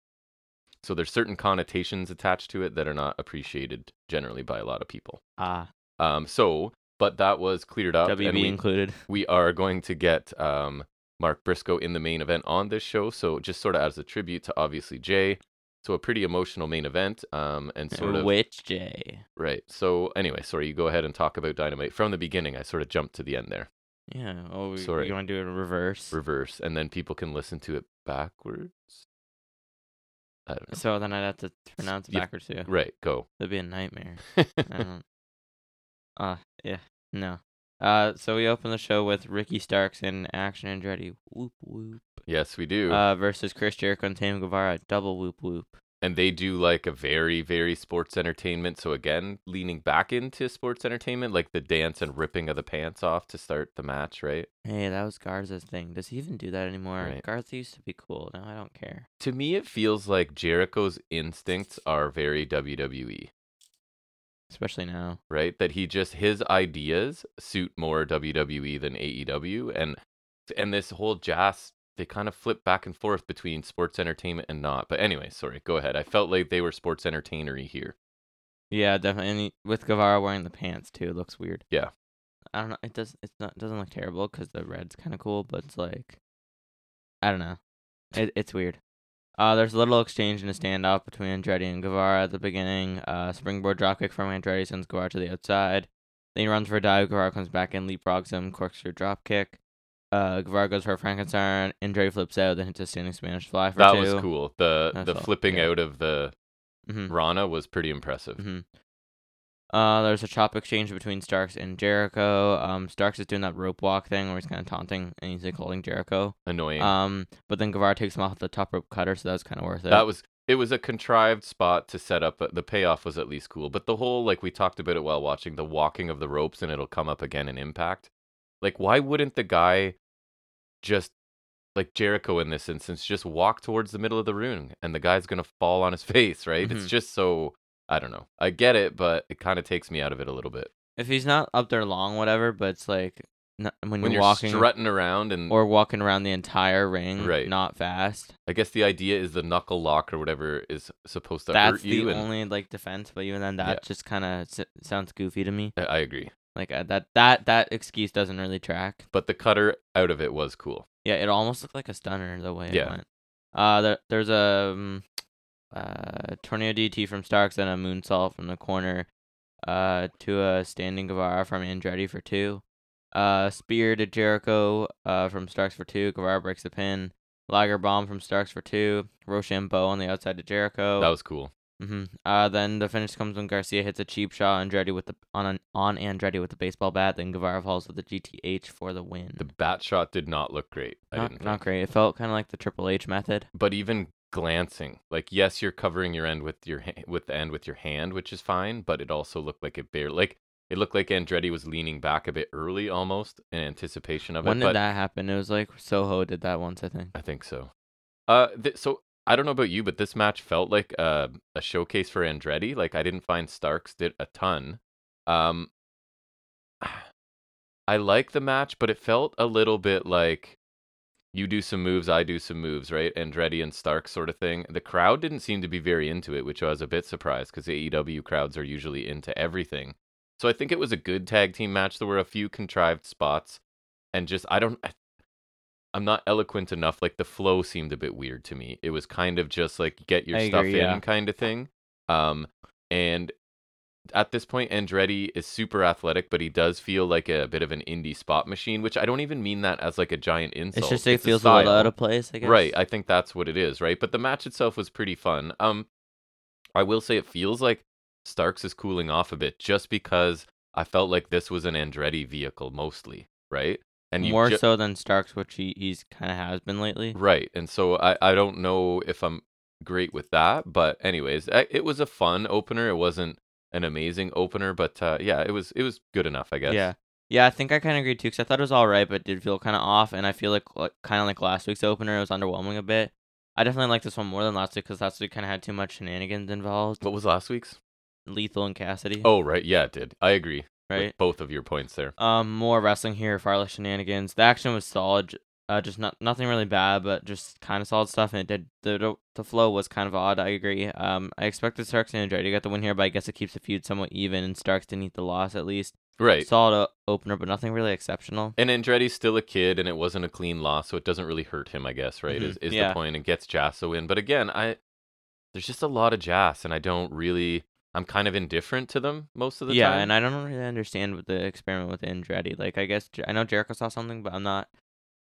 Speaker 1: So there's certain connotations attached to it that are not appreciated generally by a lot of people.
Speaker 2: Ah,
Speaker 1: Um, so but that was cleared up.
Speaker 2: WB
Speaker 1: and we,
Speaker 2: included.
Speaker 1: we are going to get um, Mark Briscoe in the main event on this show. So just sort of as a tribute to obviously Jay. So a pretty emotional main event, um, and sort of
Speaker 2: Which Jay?
Speaker 1: right. So anyway, sorry, you go ahead and talk about Dynamite from the beginning. I sort of jumped to the end there,
Speaker 2: Yeah. Oh, we,
Speaker 1: Sorry.
Speaker 2: you want to do it in reverse?
Speaker 1: reverse, and then people can listen to it backwards. I don't know.
Speaker 2: so then I'd have to pronounce it
Speaker 1: Yeah.
Speaker 2: backwards too.
Speaker 1: Right, go.
Speaker 2: That'd be a nightmare. I don't. Uh, Uh-huh. yeah. No. Uh, so we open the show with Ricky Starks and Action Andretti. Whoop whoop.
Speaker 1: yes, we do.
Speaker 2: Uh, versus Chris Jericho and Tame Guevara. Double whoop whoop.
Speaker 1: and they do like a very very sports entertainment so again leaning back into sports entertainment like the dance and ripping of the pants off to start the match right
Speaker 2: Hey, that was Garza's thing. Does he even do that anymore?
Speaker 1: Right.
Speaker 2: Garza used to be cool. Now I don't care.
Speaker 1: to me it feels like jericho's instincts are very wwe
Speaker 2: Especially now.
Speaker 1: right that he just his ideas suit more wwe than aew and and this whole jazz they kind of flip back and forth between sports entertainment and not but anyway sorry go ahead i felt like they were sports entertainery here
Speaker 2: Yeah, definitely. And he- with Guevara wearing the pants too, it looks weird.
Speaker 1: Yeah.
Speaker 2: I don't know. It does. It's not. It doesn't look terrible because the red's kind of cool, but it's like, I don't know. It, it's weird. Uh, there's a little exchange and a standoff between Andretti and Guevara at the beginning. Uh, springboard dropkick from Andretti sends Guevara to the outside. Then he runs for a dive. Guevara comes back and leapfrogs him. Corkscrew dropkick. Uh, Guevara goes for a Frankenstein. Andretti flips out, then hits a standing Spanish fly for
Speaker 1: that
Speaker 2: two.
Speaker 1: was cool the
Speaker 2: That's
Speaker 1: the
Speaker 2: all,
Speaker 1: flipping
Speaker 2: yeah.
Speaker 1: out of the
Speaker 2: hmm
Speaker 1: rana was pretty impressive
Speaker 2: hmm Uh, there's a chop exchange between Starks and Jericho. Um, Starks is doing that rope walk thing where he's kind of taunting and he's like holding Jericho.
Speaker 1: annoying
Speaker 2: Um, but then Guevara takes him off with the top rope cutter, so that was kind of worth it.
Speaker 1: That was it was a contrived spot to set up. but The payoff was at least cool, but the whole like we talked about it while watching the walking of the ropes, and it'll come up again in Impact. Like, why wouldn't the guy just like Jericho in this instance just walk towards the middle of the ring, and the guy's gonna fall on his face, right? It's
Speaker 2: Mhm.
Speaker 1: just so I don't know. I get it, but it kind of takes me out of it a little bit
Speaker 2: if he's not up there long, whatever. But it's like n-
Speaker 1: when
Speaker 2: when, you're
Speaker 1: you're
Speaker 2: walking
Speaker 1: strutting around and
Speaker 2: or walking around the entire ring,
Speaker 1: Right.
Speaker 2: Not fast.
Speaker 1: I guess the idea is the knuckle lock or whatever is supposed to
Speaker 2: That's
Speaker 1: hurt you.
Speaker 2: the
Speaker 1: and
Speaker 2: only like defense. But even then, that
Speaker 1: Yeah.
Speaker 2: just kind of s- sounds goofy to me.
Speaker 1: I I agree,
Speaker 2: Like uh, that that that excuse doesn't really track.
Speaker 1: but the cutter out of it was cool.
Speaker 2: Yeah, it almost looked like a stunner the way it
Speaker 1: Yeah.
Speaker 2: went. Uh, there, there's a um, uh, tornado DT from Starks and a moonsault from the corner uh, to a standing Guevara from Andretti for two. Uh, spear to Jericho uh, from Starks for two. Guevara breaks the pin. Lager bomb from Starks for two. Rochambeau on the outside to Jericho.
Speaker 1: That was cool.
Speaker 2: hmm Uh, then the finish comes when Garcia hits a cheap shot on Andretti with the on an, on Andretti with the baseball bat. Then Guevara falls with the GTH for the win.
Speaker 1: The bat shot did not look great. I
Speaker 2: Hmm. Not,
Speaker 1: didn't
Speaker 2: not
Speaker 1: think.
Speaker 2: great. It felt kind of like the Triple H method.
Speaker 1: But even glancing, like yes, you're covering your end with your ha- with the end with your hand, which is fine. But it also looked like it bare like it looked like Andretti was leaning back a bit early, almost in anticipation of
Speaker 2: When
Speaker 1: it.
Speaker 2: did
Speaker 1: but
Speaker 2: that happen? It was like Soho did that once, I think.
Speaker 1: I think so. Uh, th- so I don't know about you, but this match felt like uh, a showcase for Andretti. Like I didn't find Starks did a ton. Um, I like the match, but it felt a little bit like you do some moves, I do some moves, right? Andretti and Starks sort of thing. The crowd didn't seem to be very into it, which I was a bit surprised because AEW crowds are usually into everything. So I think it was a good tag team match. There were a few contrived spots, and just I don't. I'm not eloquent enough. Like the flow seemed a bit weird to me. It was kind of just like get your
Speaker 2: I
Speaker 1: stuff
Speaker 2: agree,
Speaker 1: in
Speaker 2: yeah.
Speaker 1: kind of thing. Um, and at this point, Andretti is super athletic, but he does feel like a bit of an indie spot machine, which I don't even mean that as like a giant insult.
Speaker 2: It's just it feels a,
Speaker 1: style.
Speaker 2: little out of place, I guess.
Speaker 1: Right. I think that's what it is, right? But the match itself was pretty fun. Um I will say it feels like Starks is cooling off a bit just because I felt like this was an Andretti vehicle mostly, right? you
Speaker 2: more
Speaker 1: ju-
Speaker 2: so than Starks, which he he's kind of has been lately.
Speaker 1: Right. And so I, I don't know if I'm great with that. But anyways, I, it was a fun opener. It wasn't an amazing opener, but uh, yeah, it was it was good enough, I guess.
Speaker 2: Yeah. Yeah, I think I kind of agree too, because I thought it was all right, but it did feel kind of off. And I feel like, like kind of like last week's opener, it was underwhelming a bit. I definitely like this one more than last week because last week kind of had too much shenanigans involved.
Speaker 1: What was last week's?
Speaker 2: Lethal and Cassidy,
Speaker 1: Oh, right. Yeah, it did. I agree
Speaker 2: right?
Speaker 1: with both of your points there.
Speaker 2: Um, more wrestling here, far less shenanigans. The action was solid, j- uh, just not nothing really bad, but just kind of solid stuff. And it did the- the the flow was kind of odd. I agree. Um, I expected Starks and Andrade to get the win here, but I guess it keeps the feud somewhat even, and Starks didn't eat the loss at least.
Speaker 1: Right.
Speaker 2: Solid o- opener, but nothing really exceptional.
Speaker 1: and Andretti's still a kid, and it wasn't a clean loss, so it doesn't really hurt him, I guess. Right? Is
Speaker 2: Mhm.
Speaker 1: is
Speaker 2: Yeah.
Speaker 1: the point? And gets Jasso in, but again, I there's just a lot of Jass, and I don't really. I'm kind of indifferent to them most of the
Speaker 2: yeah,
Speaker 1: time.
Speaker 2: and I don't really understand what the experiment with Andretti. Like, I guess Jer- I know Jericho saw something, but I'm not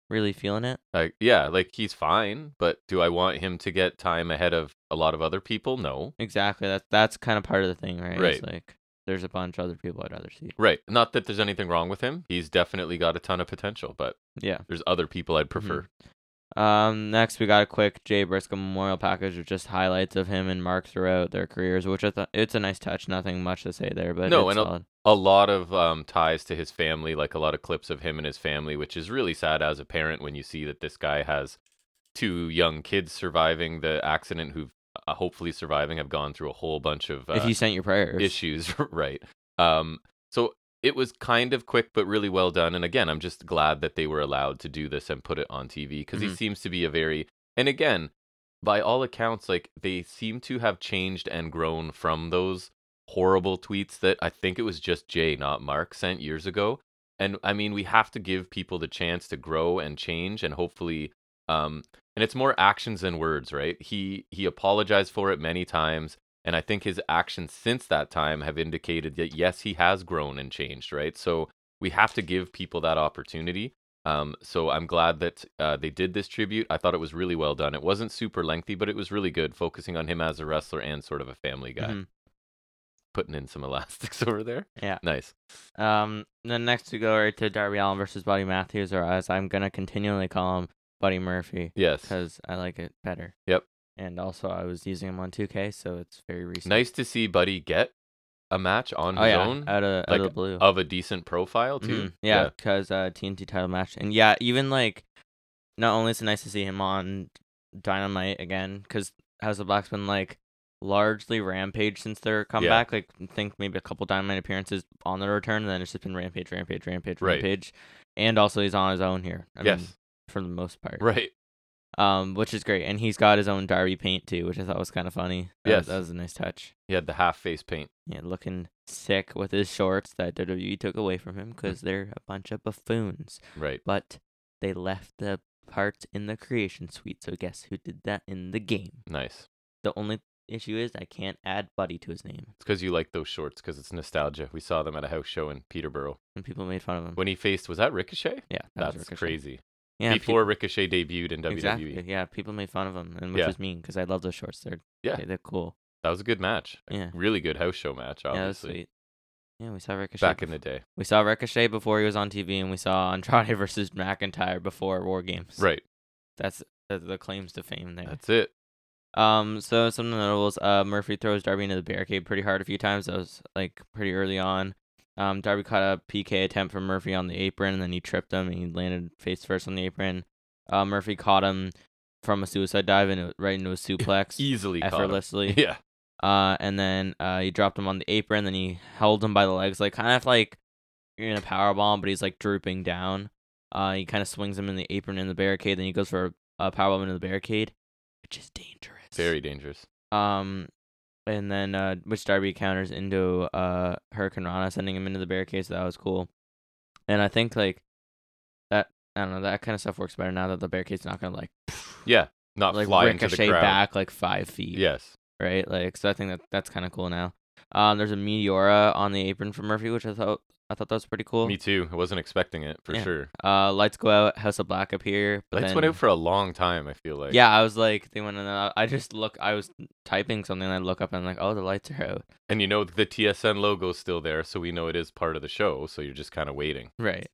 Speaker 2: really feeling it.
Speaker 1: Like, yeah, like he's fine, but do I want him to get time ahead of a lot of other people? No.
Speaker 2: Exactly. That's that's kind of part of the thing, right? It's
Speaker 1: Right.
Speaker 2: like there's a bunch of other people I'd rather see.
Speaker 1: Right. Not that there's anything wrong with him. He's definitely got a ton of potential, but
Speaker 2: Yeah.
Speaker 1: there's other people I'd
Speaker 2: Mm-hmm.
Speaker 1: prefer.
Speaker 2: Um. Next, we got a quick Jay Briscoe memorial package with just highlights of him and Mark throughout their careers, which I thought it's a nice touch. Nothing much to say there, but
Speaker 1: No,
Speaker 2: it's
Speaker 1: and I'll-
Speaker 2: solid.
Speaker 1: A lot of um, ties to his family, like a lot of clips of him and his family, which is really sad as a parent when you see that this guy has two young kids surviving the accident who've uh, hopefully surviving have gone through a whole bunch of uh,
Speaker 2: if you sent your prayers,
Speaker 1: issues, right? Um, so it was kind of quick, but really well done. And again, I'm just glad that they were allowed to do this and put it on TV because he
Speaker 2: Mhm.
Speaker 1: seems to be a very, and again, by all accounts, like they seem to have changed and grown from those horrible tweets that I think it was just Jay, not Mark, sent years ago. And I mean, we have to give people the chance to grow and change, and hopefully, um, and it's more actions than words, right? He he apologized for it many times. And I think his actions since that time have indicated that yes, he has grown and changed, right? So we have to give people that opportunity. Um, so I'm glad that uh, they did this tribute. I thought it was really well done. It wasn't super lengthy, but it was really good, focusing on him as a wrestler and sort of a family guy.
Speaker 2: Mhm.
Speaker 1: Putting in some elastics over there.
Speaker 2: Yeah.
Speaker 1: Nice.
Speaker 2: Um. Then next we go right to Darby Allen versus Buddy Matthews, or as I'm gonna continually call him Buddy Murphy
Speaker 1: Yes.
Speaker 2: because I like it better.
Speaker 1: Yep.
Speaker 2: And also, I was using him on 2K, so it's very recent.
Speaker 1: Nice to see Buddy get a match on
Speaker 2: Oh
Speaker 1: his
Speaker 2: yeah,
Speaker 1: own
Speaker 2: out of, out
Speaker 1: like,
Speaker 2: of the blue.
Speaker 1: of a decent profile, too.
Speaker 2: Mhm, Yeah, because uh, TNT title match, and yeah, even like, not only is it nice to see him on Dynamite again, because House of Black's been like largely Rampage since their comeback. Like, I think maybe a couple Dynamite appearances on their return, and then it's just been Rampage, Rampage, Rampage,
Speaker 1: Right.
Speaker 2: Rampage, and also he's on his own here. I
Speaker 1: yes.
Speaker 2: mean, for the most part,
Speaker 1: right.
Speaker 2: um, which is great, and he's got his own Darby paint too, which I thought was kind of funny. That was-
Speaker 1: Yes.
Speaker 2: that was a nice touch.
Speaker 1: He had the half face paint.
Speaker 2: Yeah, looking sick with his shorts that WWE took away from him because
Speaker 1: Mm.
Speaker 2: they're a bunch of buffoons
Speaker 1: Right.
Speaker 2: but they left the parts in the creation suite. So guess who did that in the game?
Speaker 1: Nice.
Speaker 2: The only issue is I can't add Buddy to his name,
Speaker 1: It's because you like those shorts because it's nostalgia. We saw them at a house show in Peterborough
Speaker 2: and people made fun of him.
Speaker 1: when he faced. Was that Ricochet?
Speaker 2: yeah, Mm-hmm. that was
Speaker 1: That's
Speaker 2: Ricochet.
Speaker 1: crazy.
Speaker 2: Yeah, peop-
Speaker 1: Before Ricochet debuted in E. WWE,
Speaker 2: exactly. Yeah, people made fun of him, and which
Speaker 1: Yeah.
Speaker 2: was mean because I love those shorts. They're
Speaker 1: Yeah.
Speaker 2: they- they're cool.
Speaker 1: that was a good match. A
Speaker 2: Yeah.
Speaker 1: really good house show match.
Speaker 2: Yeah, that's
Speaker 1: Obviously,
Speaker 2: sweet. Yeah, we saw Ricochet.
Speaker 1: back in the
Speaker 2: bef-
Speaker 1: day.
Speaker 2: we saw Ricochet before he was on TV, and we saw Andrade versus McIntyre before War Games.
Speaker 1: Right.
Speaker 2: That's the, the claims to fame there.
Speaker 1: That's it.
Speaker 2: Um, so some of the notables, uh, Murphy throws Darby into the barricade pretty hard a few times. That was like pretty early on. Um, Darby caught a PK attempt from Murphy on the apron, and then he tripped him and he landed face first on the apron. Uh, Murphy caught him from a suicide dive and right into a suplex
Speaker 1: Easily caught him.
Speaker 2: effortlessly.
Speaker 1: Yeah.
Speaker 2: Uh, and then uh, he dropped him on the apron, then he held him by the legs, like kind of like you're in a power bomb, but he's like drooping down. Uh, he kind of swings him in the apron in the barricade, then he goes for a, a power bomb into the barricade, which is dangerous.
Speaker 1: Very dangerous.
Speaker 2: Um, and then uh, which Darby counters into uh Hurricane Rana, sending him into the barricade. So that was cool. And I think like that I don't know that kind of stuff works better now that the barricade's not gonna like
Speaker 1: Yeah. Not
Speaker 2: like
Speaker 1: fly into the
Speaker 2: ricochet
Speaker 1: crowd.
Speaker 2: back like five feet.
Speaker 1: Yes.
Speaker 2: Right. Like so I think that that's kind of cool now. Um, there's a meteora on the apron for Murphy, which I thought I thought that was pretty cool.
Speaker 1: Me too. I wasn't expecting it for
Speaker 2: Yeah.
Speaker 1: sure.
Speaker 2: Uh, lights go out. House of Black appear. but
Speaker 1: Lights
Speaker 2: then-
Speaker 1: went out for a long time. I feel like.
Speaker 2: yeah, I was like, they went in and out. I just look. I was typing something. and I look up and I'm like, oh, the lights are out.
Speaker 1: And you know the TSN logo's still there, so we know it is part of the show. So you're just kind of waiting.
Speaker 2: Right.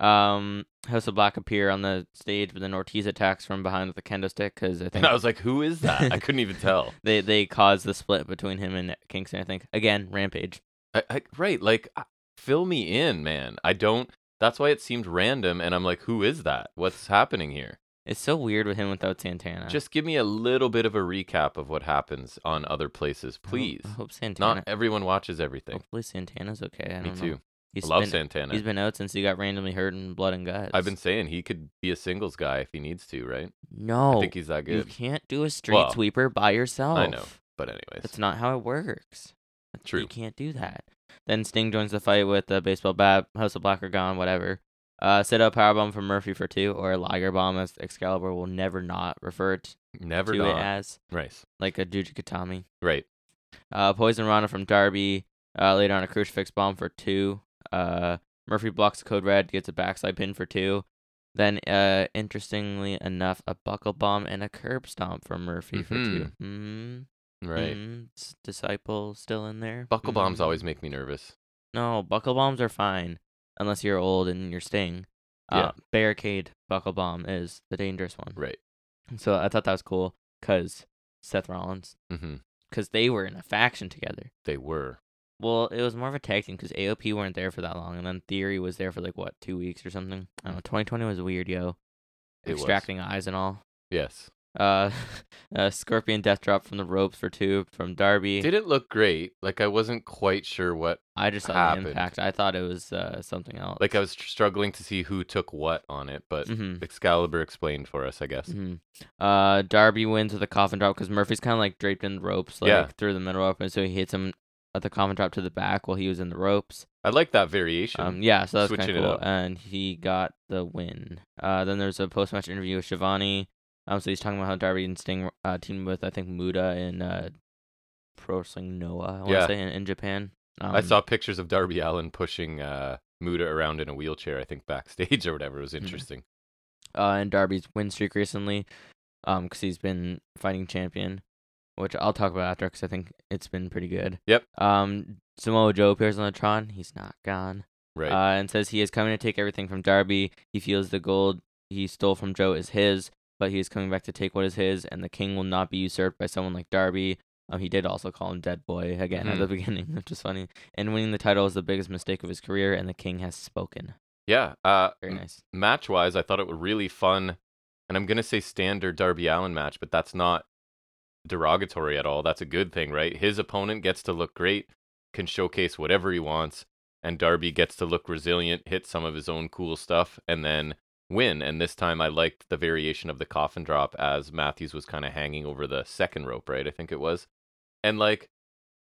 Speaker 2: Um, House of Black appear on the stage, but then Ortiz attacks from behind with the kendo stick because I think
Speaker 1: And I was like, "Who is that?" I couldn't even tell.
Speaker 2: they they caused the split between him and Kingston. I think again, Rampage.
Speaker 1: I, I, right, like I- fill me in, man. I don't. That's why it seemed random, and I'm like, who is that? What's happening here?
Speaker 2: It's so weird with him without Santana.
Speaker 1: Just give me a little bit of a recap of what happens on other places,
Speaker 2: I hope-
Speaker 1: please.
Speaker 2: I hope Santana.
Speaker 1: Not everyone watches everything.
Speaker 2: hopefully Santana's okay. I
Speaker 1: me
Speaker 2: don't
Speaker 1: too.
Speaker 2: Know. He's
Speaker 1: I love
Speaker 2: been, He's
Speaker 1: Santana.
Speaker 2: been out since he got randomly hurt in blood and guts.
Speaker 1: I've been saying he could be a singles guy if he needs to, right? I
Speaker 2: no.
Speaker 1: think he's that
Speaker 2: you
Speaker 1: good.
Speaker 2: can't do a street
Speaker 1: Well,
Speaker 2: sweeper by yourself.
Speaker 1: I know, but anyways,
Speaker 2: That's not how it works. That's- You
Speaker 1: True.
Speaker 2: can't do that. Then Sting joins the fight with a baseball bat, House of Black are gone, whatever. Uh, sit up powerbomb from Murphy for two, or a Liger bomb as Excalibur will never not refer t-
Speaker 1: Never
Speaker 2: to
Speaker 1: not.
Speaker 2: it as,
Speaker 1: Right.
Speaker 2: like a Jujikatami.
Speaker 1: Right.
Speaker 2: Uh, Poison Rana from Darby. Uh, later on, a crucifix bomb for two. Uh, Murphy blocks Code Red, gets a backslide pin for two. Then, uh, interestingly enough, a buckle bomb and a curb stomp from Murphy for two.
Speaker 1: Mm-hmm.
Speaker 2: Mm,
Speaker 1: Right.
Speaker 2: mm, s- disciple still in there.
Speaker 1: Buckle bombs
Speaker 2: Mm.
Speaker 1: always make me nervous.
Speaker 2: No, buckle bombs are fine unless you're old and you're Sting. Uh, Barricade buckle bomb is the dangerous one.
Speaker 1: Right.
Speaker 2: So I thought that was cool because Seth Rollins,
Speaker 1: hmm
Speaker 2: because they were in a faction together.
Speaker 1: They were.
Speaker 2: Well, it was more of a tag team because AOP weren't there for that long, and then Theory was there for like what two weeks or something. I don't know. Twenty twenty was weird, yo.
Speaker 1: It was.
Speaker 2: Extracting eyes and all.
Speaker 1: Yes.
Speaker 2: Uh, uh, Scorpion death drop from the ropes for two from Darby.
Speaker 1: Didn't look great. Like I wasn't quite sure what.
Speaker 2: I just saw
Speaker 1: happened?
Speaker 2: the impact. I thought it was uh, something else.
Speaker 1: Like I was tr- struggling to see who took what on it, but
Speaker 2: Mhm,
Speaker 1: Excalibur explained for us, I guess.
Speaker 2: mhm. Uh, Darby wins with a coffin drop because Murphy's kind of like draped in the ropes, like
Speaker 1: Yeah.
Speaker 2: through the middle rope, and so he hits him at the coffin drop to the back while he was in the ropes.
Speaker 1: I like that variation.
Speaker 2: Um, yeah, so that's kind
Speaker 1: Switching
Speaker 2: of
Speaker 1: it
Speaker 2: cool.
Speaker 1: up.
Speaker 2: And he got the win. Uh, then there's a post match interview with Shivani. Um, so he's talking about how Darby and Sting uh, teamed with I think Muda and uh, Pro Wrestling Noah. I want to
Speaker 1: Yeah.
Speaker 2: say in, in Japan. Um,
Speaker 1: I saw pictures of Darby Allen pushing uh, Muda around in a wheelchair. I think backstage or whatever. It was
Speaker 2: Mm-hmm.
Speaker 1: interesting.
Speaker 2: uh, in Darby's win streak recently, um, because he's been fighting champion, which I'll talk about after because I think it's been pretty good.
Speaker 1: Yep.
Speaker 2: Um, Samoa Joe appears on the Tron. He's not gone.
Speaker 1: Right.
Speaker 2: uh, and says he is coming to take everything from Darby. He feels the gold he stole from Joe is his, but he is coming back to take what is his, and the king will not be usurped by someone like Darby. Um, he did also call him Dead Boy again at
Speaker 1: Mhm.
Speaker 2: the beginning, which is funny. And winning the title is the biggest mistake of his career, and the king has spoken.
Speaker 1: yeah. Uh,
Speaker 2: Very nice.
Speaker 1: match wise, I thought it was really fun. And I'm gonna say standard Darby Allen match, but that's not derogatory at all. That's a good thing, right? His opponent gets to look great, can showcase whatever he wants, and Darby gets to look resilient, hit some of his own cool stuff, and then win. And this time I liked the variation of the coffin drop as Matthews was kind of hanging over the second rope, right? I think it was. And like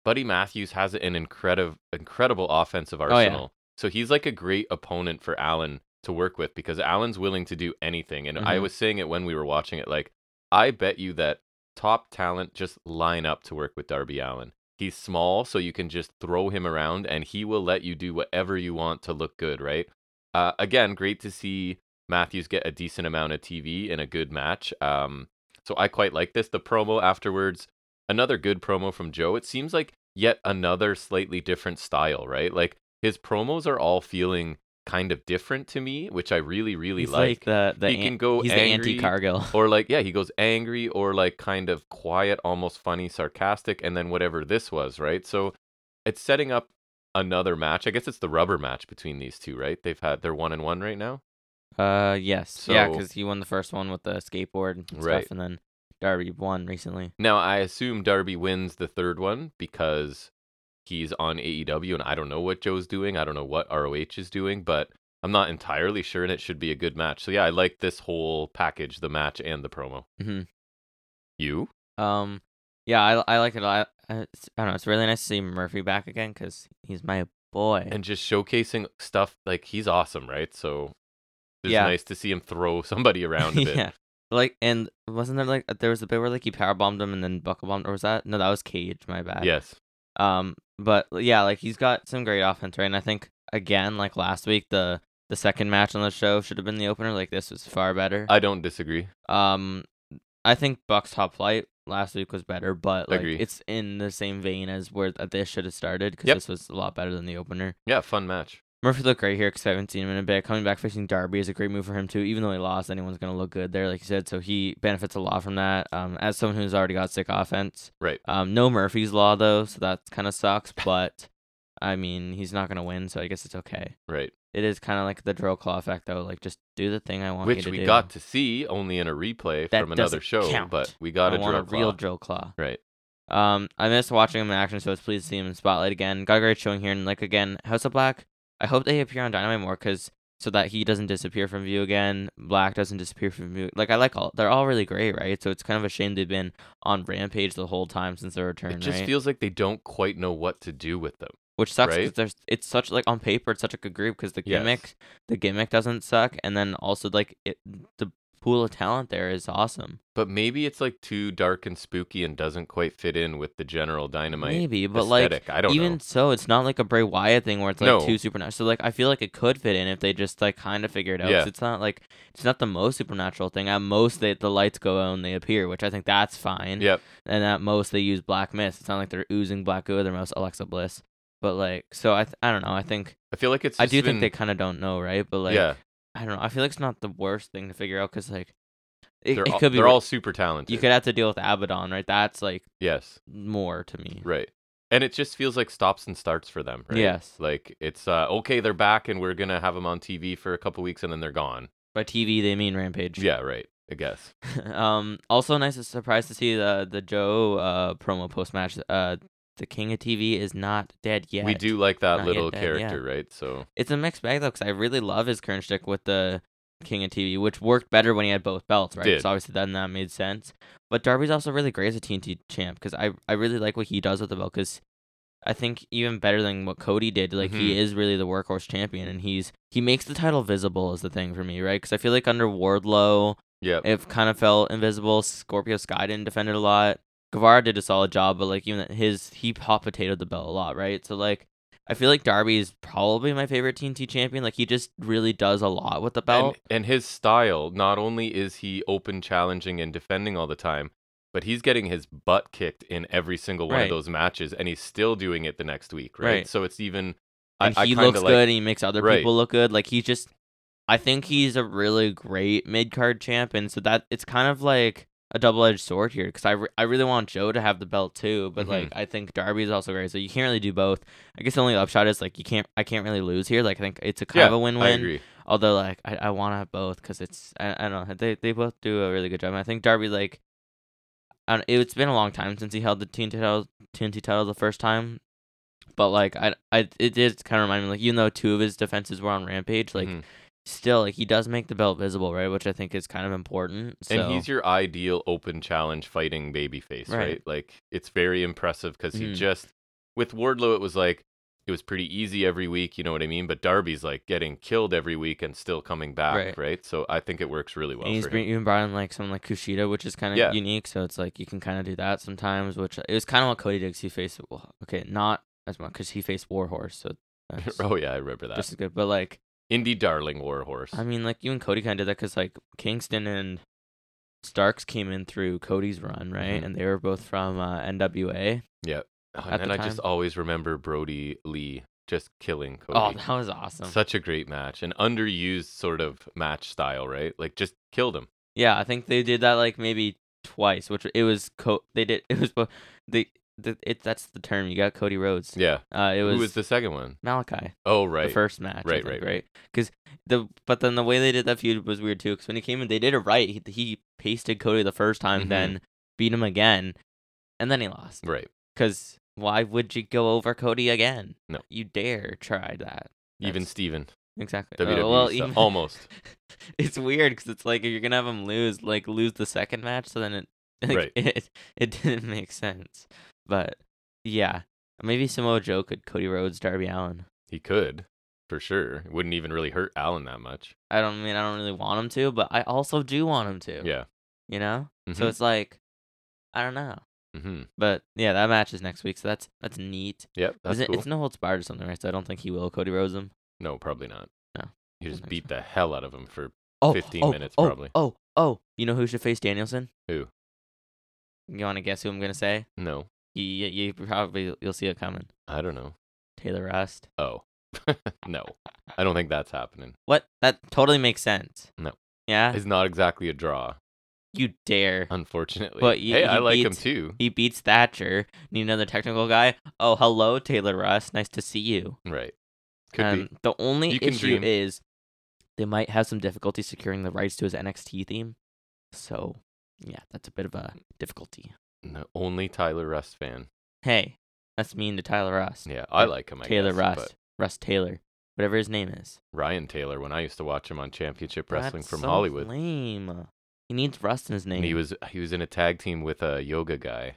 Speaker 1: Buddy Matthews has an incredible incredible offensive
Speaker 2: yeah.
Speaker 1: arsenal. So he's like a great opponent for Allen to work with because Allen's willing to do anything. And I
Speaker 2: Mhm.
Speaker 1: was saying it when we were watching it like, I bet you that top talent just line up to work with Darby Allen. He's small, so you can just throw him around and he will let you do whatever you want to look good, right? Uh, again, great to see Matthews get a decent amount of TV in a good match. Um, so I quite like this. The promo afterwards, another good promo from Joe. It seems like yet another slightly different style, right? Like his promos are all feeling kind of different to me, which I really, really
Speaker 2: He's like the the
Speaker 1: he can go
Speaker 2: he's the
Speaker 1: angry
Speaker 2: anti Cargill.
Speaker 1: or like yeah he goes angry or like kind of quiet almost funny sarcastic and then whatever this was right so it's setting up another match i guess it's the rubber match between these two right they've had they're one and one right now
Speaker 2: Uh, yes, Yeah, 'cause
Speaker 1: So-
Speaker 2: because he won the first one with the skateboard and
Speaker 1: Right.
Speaker 2: stuff, and then Darby won recently.
Speaker 1: now i assume darby wins the third one because he's on aew and i don't know what joe's doing i don't know what roh is doing but i'm not entirely sure and it should be a good match so yeah i like this whole package the match and the promo
Speaker 2: Mhm.
Speaker 1: you
Speaker 2: Um, yeah, I I like it. a lot. I, it's- I don't know. It's really nice to see Murphy back again because he's my boy.
Speaker 1: and just showcasing stuff like he's awesome, right? So it's
Speaker 2: Yeah.
Speaker 1: nice to see him throw somebody around a bit.
Speaker 2: yeah, like and wasn't there like there was a bit where like he power bombed him and then buckle bombed or was that no that was Cage my bad
Speaker 1: Yes.
Speaker 2: um but yeah like he's got some great offense right and I think again like last week the the second match on the show should have been the opener like this was far better
Speaker 1: I don't disagree.
Speaker 2: um I think Bucks top flight last week was better but like
Speaker 1: Agree.
Speaker 2: it's in the same vein as where th- this should have started because
Speaker 1: Yep.
Speaker 2: this was a lot better than the opener
Speaker 1: Yeah, fun match.
Speaker 2: Murphy looked great here because I haven't seen him in a bit. Coming back facing Darby is a great move for him too. Even though he lost, anyone's gonna look good there, like you said. So he benefits a lot from that. Um, as someone who's already got sick offense,
Speaker 1: Right.
Speaker 2: Um, no Murphy's law though, so that kind of sucks. But I mean, he's not gonna win, so I guess it's okay.
Speaker 1: Right.
Speaker 2: It is kind of like the drill claw effect though. Like just do the thing I want you
Speaker 1: Which
Speaker 2: to
Speaker 1: we
Speaker 2: do.
Speaker 1: got to see only in a replay
Speaker 2: That
Speaker 1: from another
Speaker 2: doesn't
Speaker 1: show,
Speaker 2: count.
Speaker 1: but we
Speaker 2: I
Speaker 1: got a
Speaker 2: want
Speaker 1: draw.
Speaker 2: a real drill claw.
Speaker 1: Right.
Speaker 2: Um, I missed watching him in action, so I was pleased to see him in spotlight again. Got a great showing here, and like again, House of Black. I hope they appear on Dynamite more, cause so that he doesn't disappear from view again. Black doesn't disappear from view. Like I like all, they're all really great, right? So it's kind of a shame they've been on Rampage the whole time since their return,
Speaker 1: It just
Speaker 2: right?
Speaker 1: feels like they don't quite know what to do with them.
Speaker 2: which sucks. 'cause
Speaker 1: Right?
Speaker 2: there's it's such like on paper it's such a good group because the
Speaker 1: Yes.
Speaker 2: gimmick the gimmick doesn't suck, and then also like it, the pool of talent there is awesome.
Speaker 1: But maybe it's like too dark and spooky and doesn't quite fit in with the general dynamite
Speaker 2: Maybe, but like
Speaker 1: aesthetic. I don't
Speaker 2: even
Speaker 1: know.
Speaker 2: so, it's not like a Bray Wyatt thing where it's like
Speaker 1: No.
Speaker 2: too supernatural. So like I feel like it could fit in if they just like kind of figure it out. 'cause
Speaker 1: Yeah.
Speaker 2: It's not like it's not the most supernatural thing. At most, they the lights go out and they appear, which I think that's fine.
Speaker 1: Yep.
Speaker 2: And at most, they use black mist. It's not like they're oozing black goo. They're most Alexa Bliss. But like, so I th- I don't know. I think
Speaker 1: I feel like it's.
Speaker 2: I
Speaker 1: just
Speaker 2: do
Speaker 1: been,
Speaker 2: think they kind of don't know, right? But like,
Speaker 1: yeah,
Speaker 2: I don't know. I feel like it's not the worst thing to figure out because like it,
Speaker 1: they're,
Speaker 2: it
Speaker 1: all,
Speaker 2: could be
Speaker 1: they're
Speaker 2: re-
Speaker 1: all super talented.
Speaker 2: you could have to deal with Abaddon, right? That's like
Speaker 1: yes,
Speaker 2: more to me.
Speaker 1: right, and it just feels like stops and starts for them. Right?
Speaker 2: Yes.
Speaker 1: like it's uh, okay. They're back, and we're gonna have them on TV for a couple weeks, and then they're gone.
Speaker 2: By TV, they mean Rampage.
Speaker 1: Yeah, right. I guess.
Speaker 2: um. Also, nice surprise to see the the Joe uh promo post match. Uh, the King of TV is not dead yet.
Speaker 1: We do like that
Speaker 2: Not yet
Speaker 1: little
Speaker 2: dead,
Speaker 1: character, right? So
Speaker 2: It's a mixed bag though, because I really love his current stick with the King of TV, which worked better when he had both belts, right?
Speaker 1: Did.
Speaker 2: So obviously then that made sense. But Darby's also really great as a TNT champ because I I really like what he does with the belt because I think even better than what Cody did. Like
Speaker 1: Mm-hmm.
Speaker 2: he is really the workhorse champion, and he's he makes the title visible is the thing for me, right? Because I feel like under Wardlow,
Speaker 1: yeah,
Speaker 2: it kind of felt invisible. Scorpio Sky didn't defend it a lot. Guevara did a solid job, but like even his he hot potatoed the belt a lot, right? So like I feel like Darby is probably my favorite TNT champion. Like he just really does a lot with the
Speaker 1: and,
Speaker 2: belt.
Speaker 1: and his style. Not only is he open, challenging, and defending all the time, but he's getting his butt kicked in every single one
Speaker 2: Right.
Speaker 1: of those matches, and he's still doing it the next week, right?
Speaker 2: Right.
Speaker 1: So it's even. I-
Speaker 2: And,
Speaker 1: I,
Speaker 2: he
Speaker 1: kinda
Speaker 2: looks
Speaker 1: like,
Speaker 2: good. And he makes other
Speaker 1: Right.
Speaker 2: people look good. Like he's just I think he's a really great mid card champion. So that it's kind of like a double edged sword here because I, re- I really want Joe to have the belt too, but
Speaker 1: Mhm.
Speaker 2: like I think Darby's also great. So you can't really do both. I guess the only upshot is like you can't I can't really lose here. Like I think it's a kind of
Speaker 1: Yeah,
Speaker 2: a win
Speaker 1: I
Speaker 2: win.
Speaker 1: agree.
Speaker 2: Although like I, I want to have both because it's I, I don't know they they both do a really good job. And I think Darby like I don't, it's been a long time since he held the TNT title TNT title the first time, but like I I it did kind of remind me like even though two of his defenses were on Rampage like
Speaker 1: Mhm.
Speaker 2: still like he does make the belt visible right which I think is kind of important. So.
Speaker 1: And he's your ideal open challenge fighting babyface,
Speaker 2: Right.
Speaker 1: right? Like it's very impressive because he
Speaker 2: Mhm.
Speaker 1: just with Wardlow, it was like it was pretty easy every week, you know what I mean? But Darby's like getting killed every week and still coming back,
Speaker 2: Right.
Speaker 1: right? So I think it works really well
Speaker 2: and he's
Speaker 1: for him.
Speaker 2: bring, even brought in like someone like Kushida, which is kind of
Speaker 1: Yeah.
Speaker 2: unique. So it's like you can kind of do that sometimes, which it was kind of what Cody did. 'cause he faced well, okay, not as much because he faced Warhorse, so that's
Speaker 1: oh yeah, I remember that.
Speaker 2: just as good. But like,
Speaker 1: Indie darling warhorse.
Speaker 2: I mean, like you and Cody kind of did that because like Kingston and Starks came in through Cody's run, right?
Speaker 1: Mhm.
Speaker 2: And they were both from uh, NWA.
Speaker 1: Oh,
Speaker 2: at
Speaker 1: and then
Speaker 2: the
Speaker 1: I just
Speaker 2: time-
Speaker 1: always remember Brody Lee just killing Cody.
Speaker 2: Oh, that was awesome.
Speaker 1: Such a great match. An underused sort of match style, right? Like just killed him.
Speaker 2: Yeah, I think they did that like maybe twice, which it was co- they did it was both they. The, it, that's the term you got Cody Rhodes.
Speaker 1: Yeah.
Speaker 2: Uh, it was,
Speaker 1: Who was the second one?
Speaker 2: Malachi.
Speaker 1: Oh right.
Speaker 2: the first match.
Speaker 1: Right,
Speaker 2: I think,
Speaker 1: right,
Speaker 2: right. Because the but then the way they did that feud was weird too. Because when he came in, they did it right. He, he pasted Cody the first time,
Speaker 1: Mhm.
Speaker 2: then beat him again, and then he lost.
Speaker 1: Right.
Speaker 2: Because why would you go over Cody again?
Speaker 1: No.
Speaker 2: you dare try that.
Speaker 1: Even
Speaker 2: That's-
Speaker 1: Steven.
Speaker 2: Exactly. Uh,
Speaker 1: WWE
Speaker 2: well,
Speaker 1: style.
Speaker 2: even-
Speaker 1: E almost.
Speaker 2: it's weird because it's like if you're gonna have him lose, like lose the second match, so then it like,
Speaker 1: Right.
Speaker 2: it it didn't make sense. But yeah, maybe Samoa Joe could Cody Rhodes, Darby Allen.
Speaker 1: He could, for sure. It wouldn't even really hurt Allen that much.
Speaker 2: I don't mean I don't really want him to, but I also do want him to.
Speaker 1: Yeah.
Speaker 2: You know? So
Speaker 1: Mhm.
Speaker 2: it's like I don't know.
Speaker 1: hmm
Speaker 2: But yeah, that match is next week, so that's that's neat.
Speaker 1: Yep. That's
Speaker 2: Is it-
Speaker 1: cool.
Speaker 2: It's no holds barred or something, right? So I don't think he will Cody Rhodes him.
Speaker 1: No, probably not.
Speaker 2: No,
Speaker 1: You
Speaker 2: don't
Speaker 1: just
Speaker 2: think
Speaker 1: beat
Speaker 2: Oh, so.
Speaker 1: the hell out of him for.
Speaker 2: Oh,
Speaker 1: 15
Speaker 2: oh,
Speaker 1: minutes,
Speaker 2: oh,
Speaker 1: probably.
Speaker 2: Oh, oh, you know who should face Danielson?
Speaker 1: Who?
Speaker 2: You want to guess who I'm gonna say?
Speaker 1: No,
Speaker 2: You, you, you probably you'll see it coming.
Speaker 1: I don't know.
Speaker 2: Taylor Rust.
Speaker 1: Oh, no. I don't think that's happening.
Speaker 2: What? That totally makes sense.
Speaker 1: No.
Speaker 2: Yeah.
Speaker 1: It's not exactly a draw,
Speaker 2: You dare?
Speaker 1: Uh. unfortunately.
Speaker 2: But y-
Speaker 1: hey,
Speaker 2: he
Speaker 1: I like him
Speaker 2: beats-
Speaker 1: too.
Speaker 2: He beats Thatcher. Need another technical guy? Oh, hello, Taylor Rust. Nice to see you.
Speaker 1: Right. Could
Speaker 2: um,
Speaker 1: be.
Speaker 2: The only
Speaker 1: You can
Speaker 2: issue
Speaker 1: dream.
Speaker 2: is they might have some difficulty securing the rights to his NXT theme. So, yeah, that's a bit of a difficulty.
Speaker 1: No, only Tyler Rust fan.
Speaker 2: Hey, that's mean to Tyler Rust.
Speaker 1: Yeah, I
Speaker 2: Yep.
Speaker 1: like him. I
Speaker 2: Taylor
Speaker 1: guess,
Speaker 2: Rust.
Speaker 1: but
Speaker 2: Rust Taylor. Whatever his name is.
Speaker 1: Ryan Taylor, when I used to watch him on Championship Wrestling
Speaker 2: That's
Speaker 1: from
Speaker 2: so
Speaker 1: Hollywood,
Speaker 2: Lame. He needs Rust in his name.
Speaker 1: and he was he was in a tag team with a yoga guy.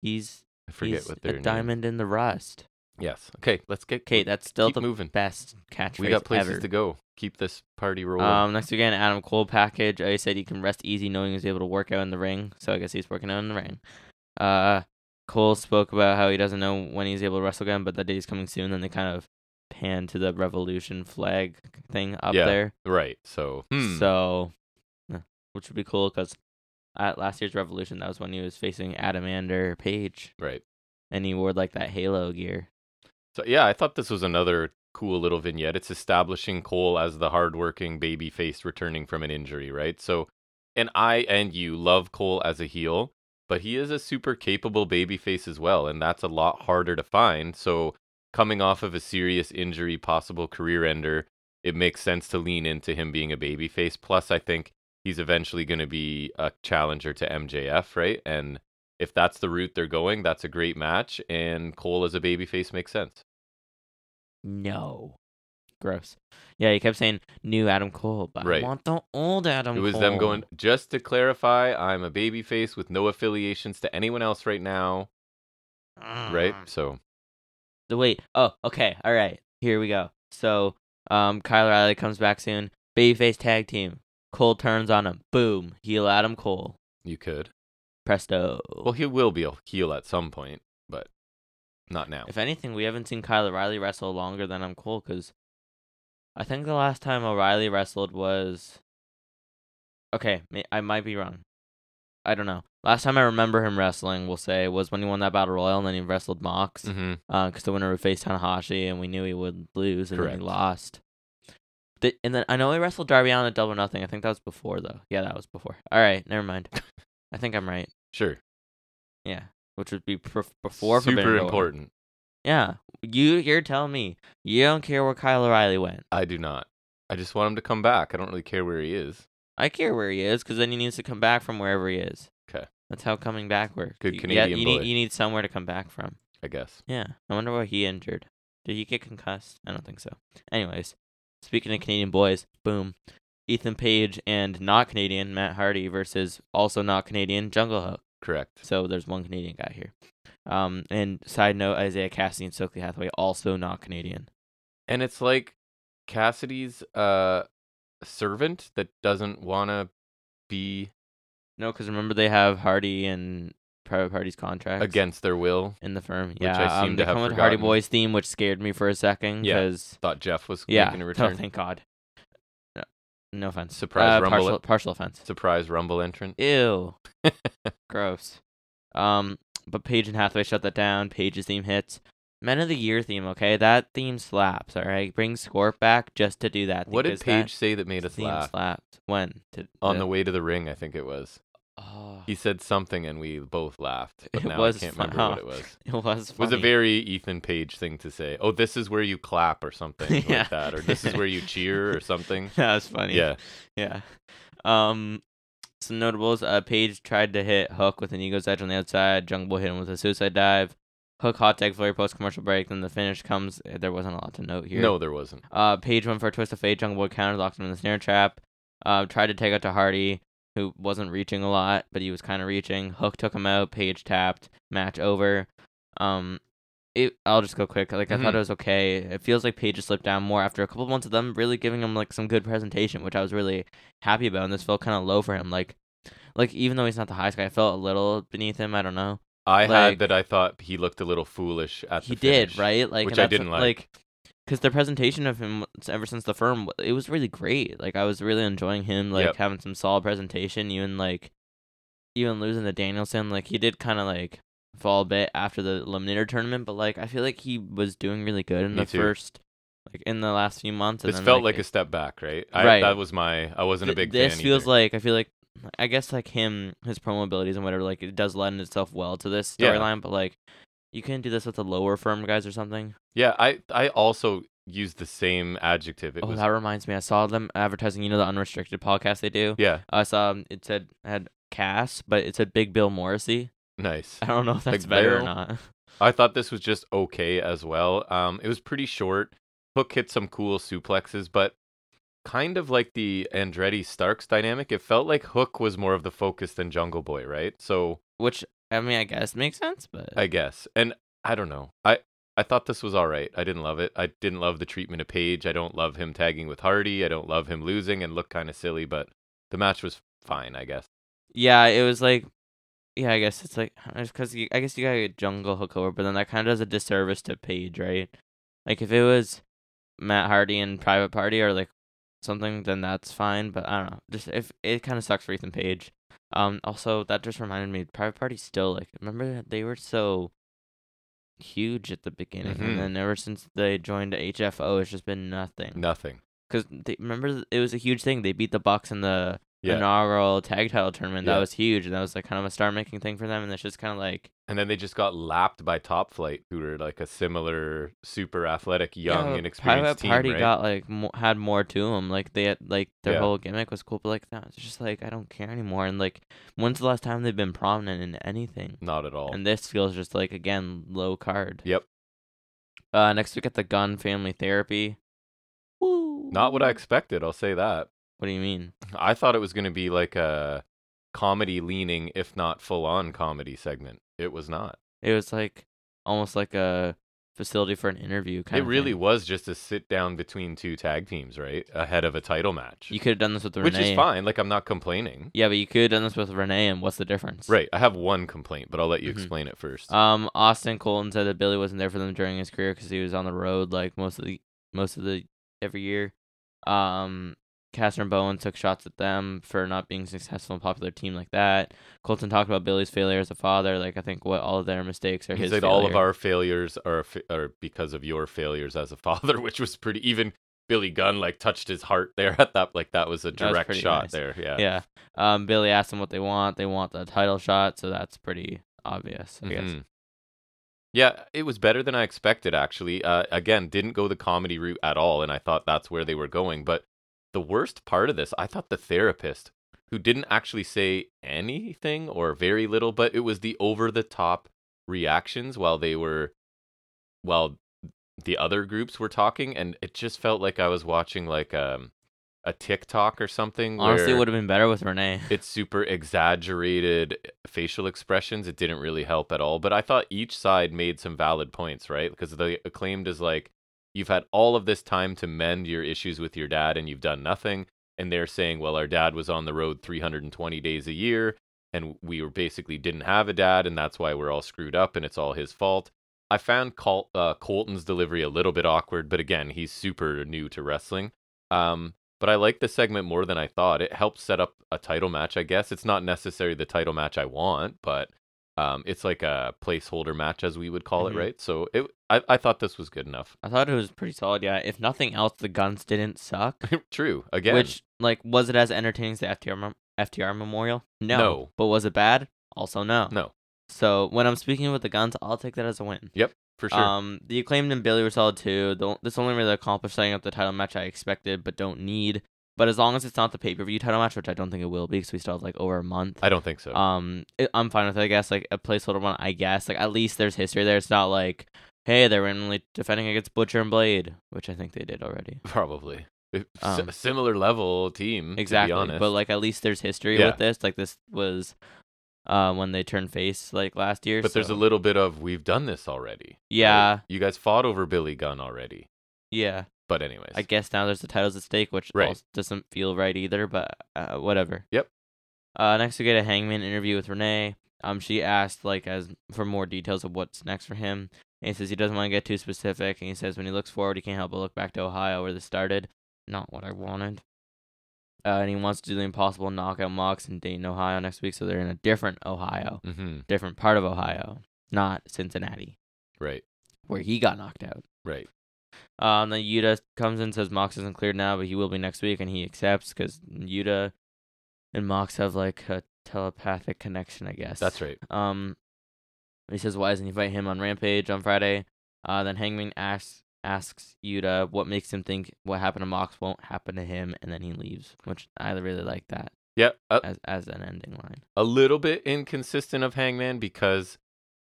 Speaker 2: he's
Speaker 1: I forget
Speaker 2: he's
Speaker 1: what
Speaker 2: a
Speaker 1: their name.
Speaker 2: diamond in the rust.
Speaker 1: Yes. Okay, let's get
Speaker 2: Okay, that's still
Speaker 1: keep
Speaker 2: the
Speaker 1: moving.
Speaker 2: best catchphrase
Speaker 1: We got places
Speaker 2: ever.
Speaker 1: to go. Keep this party rolling.
Speaker 2: Um, next again, Adam Cole package. I said he can rest easy knowing he's able to work out in the ring. So I guess he's working out in the ring. Uh, Cole spoke about how he doesn't know when he's able to wrestle again, but that day's coming soon. And they kind of pan to the Revolution flag thing up
Speaker 1: Yeah.
Speaker 2: there.
Speaker 1: right. So, hmm,
Speaker 2: So, eh, which would be cool because at last year's Revolution, that was when he was facing Adamander Page,
Speaker 1: right.
Speaker 2: and he wore like that Halo gear.
Speaker 1: So yeah, I thought this was another cool little vignette. It's establishing Cole as the hardworking baby face returning from an injury, right? So and I and you love Cole as a heel, but he is a super capable baby face as well, and that's a lot harder to find. So coming off of a serious injury, possible career ender, it makes sense to lean into him being a baby face. Plus, I think he's eventually going to be a challenger to MJF, right? And if that's the route they're going, that's a great match. And Cole as a babyface makes sense.
Speaker 2: No. Gross. Yeah, he kept saying new Adam Cole, but
Speaker 1: Right.
Speaker 2: I want the old Adam
Speaker 1: It
Speaker 2: Cole.
Speaker 1: was them going, just to clarify, I'm a babyface with no affiliations to anyone else right now, right?
Speaker 2: Ugh.
Speaker 1: So,
Speaker 2: The Mm. wait. Oh, okay. All right. Here we go. So, um, Kyle Riley comes back soon. Babyface tag team. Cole turns on him. Boom. Heel Adam Cole.
Speaker 1: you could.
Speaker 2: Presto.
Speaker 1: Well, he will be a heel at some point, but not now.
Speaker 2: If anything, we haven't seen Kyle O'Reilly wrestle longer than I'm cool because I think the last time O'Reilly wrestled was. Okay, may- I might be wrong. I don't know. Last time I remember him wrestling, we'll say, was when he won that Battle Royal and then he wrestled Mox because
Speaker 1: Mhm.
Speaker 2: the winner would face Tanahashi and we knew he would lose and then
Speaker 1: Correct.
Speaker 2: he lost. Th- and then I know he wrestled Darby Allin at Double or Nothing. I think that was before, though. Yeah, that was before. All right, never mind. I think I'm right.
Speaker 1: Sure.
Speaker 2: Yeah, which would be pref- before Forbidden
Speaker 1: Super
Speaker 2: Door.
Speaker 1: important.
Speaker 2: Yeah, you you're telling me you don't care where Kyle O'Reilly went.
Speaker 1: I do not. I just want him to come back. I don't really care where he is.
Speaker 2: I care where he is because then he needs to come back from wherever he is.
Speaker 1: 'Kay.
Speaker 2: that's how coming back works.
Speaker 1: Good
Speaker 2: You-
Speaker 1: Canadian
Speaker 2: you
Speaker 1: boy.
Speaker 2: need you need somewhere to come back from.
Speaker 1: I guess.
Speaker 2: Yeah, I wonder why he injured. Did he get concussed? I don't think so. Anyways, speaking of Canadian boys, boom, Ethan Page and not Canadian Matt Hardy versus also not Canadian Jungle Hook.
Speaker 1: Correct.
Speaker 2: So there's one Canadian guy here. Um, and side note, Isaiah Cassidy and Stokely Hathaway also not Canadian.
Speaker 1: And it's like Cassidy's uh, servant that doesn't want to be
Speaker 2: No, because remember they have Hardy and Private Party's contract
Speaker 1: against their will.
Speaker 2: in the firm.
Speaker 1: I
Speaker 2: yeah,
Speaker 1: seem to
Speaker 2: um, they
Speaker 1: have
Speaker 2: come with Hardy
Speaker 1: forgotten.
Speaker 2: Boys theme, which scared me for a second.
Speaker 1: Yeah.
Speaker 2: because
Speaker 1: Thought Jeff was
Speaker 2: yeah,
Speaker 1: making a
Speaker 2: no,
Speaker 1: return.
Speaker 2: thank God. No, no offense.
Speaker 1: Surprise
Speaker 2: Uh,
Speaker 1: Rumble
Speaker 2: partial,
Speaker 1: it.
Speaker 2: partial offense.
Speaker 1: Surprise Rumble entrant.
Speaker 2: Ew, gross. Um, but Paige and Hathaway shut that down. Paige's theme hits. Men of the Year theme, okay? That theme slaps, all right? Bring Scorp back just to do that.
Speaker 1: What did
Speaker 2: because that
Speaker 1: Paige say that made us
Speaker 2: theme
Speaker 1: laugh?
Speaker 2: slapped. When? To,
Speaker 1: On the way to the ring, I think it was.
Speaker 2: Oh,
Speaker 1: He said something and we both laughed. But
Speaker 2: It
Speaker 1: now
Speaker 2: was
Speaker 1: I can't
Speaker 2: fun-
Speaker 1: remember what
Speaker 2: huh.
Speaker 1: it was.
Speaker 2: it was
Speaker 1: It was a
Speaker 2: funny.
Speaker 1: very Ethan Page thing to say. Oh, this is where you clap or something
Speaker 2: Yeah.
Speaker 1: like that. Or this is where you cheer or something.
Speaker 2: that was funny.
Speaker 1: Yeah.
Speaker 2: Yeah. Um some notables, uh Page tried to hit Hook with an ego's edge on the outside, Jungle Boy hit him with a suicide dive. Hook hot tag flurry post commercial break, then the finish comes. Uh, There wasn't a lot to note here.
Speaker 1: No, there wasn't.
Speaker 2: Uh Page went for a twist of fate, Jungle Boy counter locked him in the snare trap. Uh tried to take out to Hardy, who wasn't reaching a lot, but he was kinda reaching. Hook took him out, Page tapped, match over. Um it, I'll just go quick. Like I thought it was okay. It feels like Page has slipped down more after a couple of months of them really giving him like some good presentation, which I was really happy about. And this felt kind of low for him. Like, like even though he's not the highest guy, I felt a little beneath him. I don't know.
Speaker 1: I
Speaker 2: Like-
Speaker 1: had that I thought he looked a little foolish at the
Speaker 2: he did
Speaker 1: finish.
Speaker 2: right, like
Speaker 1: which I
Speaker 2: that's-
Speaker 1: didn't like.
Speaker 2: because the presentation of him s- ever since the firm, it was really great. Like I was really enjoying him, like
Speaker 1: Yep.
Speaker 2: having some solid presentation. Even like, even losing to Danielson, like he did kind of like fall a bit after the eliminator tournament, but like I feel like he was doing really good in
Speaker 1: Me
Speaker 2: the
Speaker 1: too.
Speaker 2: first, like in the last few months. And
Speaker 1: This
Speaker 2: then,
Speaker 1: felt like,
Speaker 2: it-
Speaker 1: a step back, right? I,
Speaker 2: Right.
Speaker 1: That was my. I wasn't a
Speaker 2: Th-
Speaker 1: big
Speaker 2: this
Speaker 1: fan.
Speaker 2: feels
Speaker 1: either.
Speaker 2: like I feel like I guess like him his promo abilities and whatever like it does lend itself well to this
Speaker 1: Yeah.
Speaker 2: storyline, but like you couldn't do this with the lower firm guys or something.
Speaker 1: Yeah, I I also used the same adjective. It
Speaker 2: oh,
Speaker 1: was
Speaker 2: that reminds me, I saw them advertising. You know the unrestricted podcast they do.
Speaker 1: yeah,
Speaker 2: I saw um, it said had Cass, but it said Big Bill Morrissey.
Speaker 1: nice.
Speaker 2: I don't know if that's
Speaker 1: Big
Speaker 2: better or
Speaker 1: Bill?
Speaker 2: not.
Speaker 1: I thought this was just okay as well. Um, it was pretty short. Hook hit some cool suplexes, but kind of like the Andretti Starks dynamic, it felt like Hook was more of the focus than Jungle Boy, right? So
Speaker 2: Which I mean, I guess makes sense, but
Speaker 1: I guess, and I don't know. I I thought this was all right. I didn't love it. I didn't love the treatment of Paige. I don't love him tagging with Hardy. I don't love him losing and look kind of silly, but the match was fine, I guess.
Speaker 2: Yeah, it was like, yeah, I guess it's like it's because I guess you got a jungle hook over, but then that kind of does a disservice to Paige, right? Like if it was Matt Hardy and Private Party or like something, then that's fine. But I don't know. Just if it kind of sucks for Ethan Page. Um. Also, that just reminded me. Private Party still like remember they were so huge at the beginning,
Speaker 1: Mhm.
Speaker 2: and then ever since they joined HFO, it's just been nothing.
Speaker 1: Nothing.
Speaker 2: Because remember th- it was a huge thing. They beat the Bucks in the
Speaker 1: Yeah.
Speaker 2: inaugural tag title tournament.
Speaker 1: Yeah.
Speaker 2: That was huge, and that was like kind of a star making thing for them. And it's just kind of like
Speaker 1: And then they just got lapped by Top Flight, who were like a similar, super athletic, young,
Speaker 2: yeah,
Speaker 1: inexperienced
Speaker 2: Private
Speaker 1: team.
Speaker 2: Party
Speaker 1: right?
Speaker 2: got like mo- had more to them. Like they had like their
Speaker 1: Yeah.
Speaker 2: whole gimmick was cool, but like that was just like I don't care anymore. And like when's the last time they've been prominent in anything?
Speaker 1: Not at all.
Speaker 2: And this feels just like again low card.
Speaker 1: Yep.
Speaker 2: Uh, next we got the Gun Family Therapy. Woo.
Speaker 1: Not what I expected, I'll say that.
Speaker 2: What do you mean?
Speaker 1: I thought it was going to be like a comedy leaning, if not full on comedy segment. It was not.
Speaker 2: It was like almost like a facility for an interview kind
Speaker 1: it
Speaker 2: of.
Speaker 1: really
Speaker 2: thing.
Speaker 1: was just a sit down between two tag teams, right? Ahead of a title match.
Speaker 2: You could have done this with Renee.
Speaker 1: which is fine. Like, I'm not complaining.
Speaker 2: Yeah, but you could have done this with Renee, and what's the difference?
Speaker 1: Right. I have one complaint, but I'll let you
Speaker 2: Mhm.
Speaker 1: explain it first.
Speaker 2: Um, Austin Colton said that Billy wasn't there for them during his career because he was on the road like most of the most of the every year. Um, Caster and Bowen took shots at them for not being successful in a popular team like that. Colton talked about Billy's failure as a father. Like I think what all of their mistakes are
Speaker 1: he
Speaker 2: his.
Speaker 1: said all of
Speaker 2: failure."
Speaker 1: our failures are, fa- are because of your failures as a father, which was pretty. Even Billy Gunn like touched his heart there at that. Like that was a
Speaker 2: That was
Speaker 1: direct
Speaker 2: pretty
Speaker 1: shot
Speaker 2: nice.
Speaker 1: there. Yeah.
Speaker 2: Yeah. Um, Billy asked them what they want. They want the title shot, so that's pretty obvious. I guess.
Speaker 1: Mhm. Yeah, it was better than I expected, actually. Uh, again, didn't go the comedy route at all, and I thought that's where they were going. But the worst part of this, I thought the therapist, who didn't actually say anything or very little, but it was the over the top reactions while they were, while the other groups were talking, and it just felt like I was watching like um, a TikTok or something.
Speaker 2: Honestly,
Speaker 1: where-
Speaker 2: it would have been better with Renee.
Speaker 1: it's super exaggerated facial expressions. It didn't really help at all. But I thought each side made some valid points, right? Because the acclaimed is like, you've had all of this time to mend your issues with your dad and you've done nothing. And they're saying, well, our dad was on the road 320 days a year and we were basically didn't have a dad and that's why we're all screwed up and it's all his fault. I found Col- uh, Colton's delivery a little bit awkward, but again, he's super new to wrestling. Um, but I like this segment more than I thought. It helps set up a title match, I guess. It's not necessarily the title match I want, but um, it's like a placeholder match, as we would call
Speaker 2: Mhm.
Speaker 1: it, right? So it, I, I thought this was good enough.
Speaker 2: I thought it was pretty solid. Yeah. If nothing else, the guns didn't suck.
Speaker 1: True. Again,
Speaker 2: Which like was it as entertaining as the FTR mem- FTR Memorial? No.
Speaker 1: No.
Speaker 2: But was it bad? Also no.
Speaker 1: no,
Speaker 2: So when I'm speaking with the guns, I'll take that as a win.
Speaker 1: for sure.
Speaker 2: Um, the acclaimed and Billy were solid too. The, o- this only really accomplished setting up the title match I expected but don't need. But as long as it's not the pay per view title match, which I don't think it will be, because we still have like over a month.
Speaker 1: I don't think so.
Speaker 2: Um, it, I'm fine with it. I guess like a placeholder one. I guess like at least there's history there. It's not like hey they're randomly defending against Butcher and Blade, which I think they did already.
Speaker 1: Probably. If- s-
Speaker 2: um,
Speaker 1: similar level team,
Speaker 2: Exactly.
Speaker 1: to be honest.
Speaker 2: But like at least there's history
Speaker 1: Yeah.
Speaker 2: with this. Like this was uh when they turned face like last year.
Speaker 1: But there's a
Speaker 2: so-
Speaker 1: little bit of we've done this already. right?
Speaker 2: Yeah.
Speaker 1: You guys fought over Billy Gunn already.
Speaker 2: Yeah.
Speaker 1: But anyways.
Speaker 2: I guess now there's the titles at stake, which
Speaker 1: Right.
Speaker 2: also doesn't feel right either, but uh, whatever.
Speaker 1: Yep.
Speaker 2: Uh, next we get a Hangman interview with Renee. Um, she asked like as for more details of what's next for him. And he says he doesn't want to get too specific, and he says when he looks forward, he can't help but look back to Ohio where this started. Not what I wanted. Uh, and he wants to do the impossible knockout mocks in Dayton, Ohio next week, so they're in a different Ohio,
Speaker 1: hmm
Speaker 2: different part of Ohio, not Cincinnati,
Speaker 1: Right.
Speaker 2: where he got knocked out.
Speaker 1: Right.
Speaker 2: Um, then Yuta comes in and says Mox isn't cleared now, but he will be next week, and he accepts because Yuta and Mox have like a telepathic connection, I guess.
Speaker 1: That's right.
Speaker 2: Um, he says, "Why doesn't he fight him on Rampage on Friday?" Uh, then Hangman asks asks Yuta what makes him think what happened to Mox won't happen to him, and then he leaves, which I really like that
Speaker 1: Yeah. uh,
Speaker 2: as as an ending line.
Speaker 1: a little bit inconsistent of Hangman because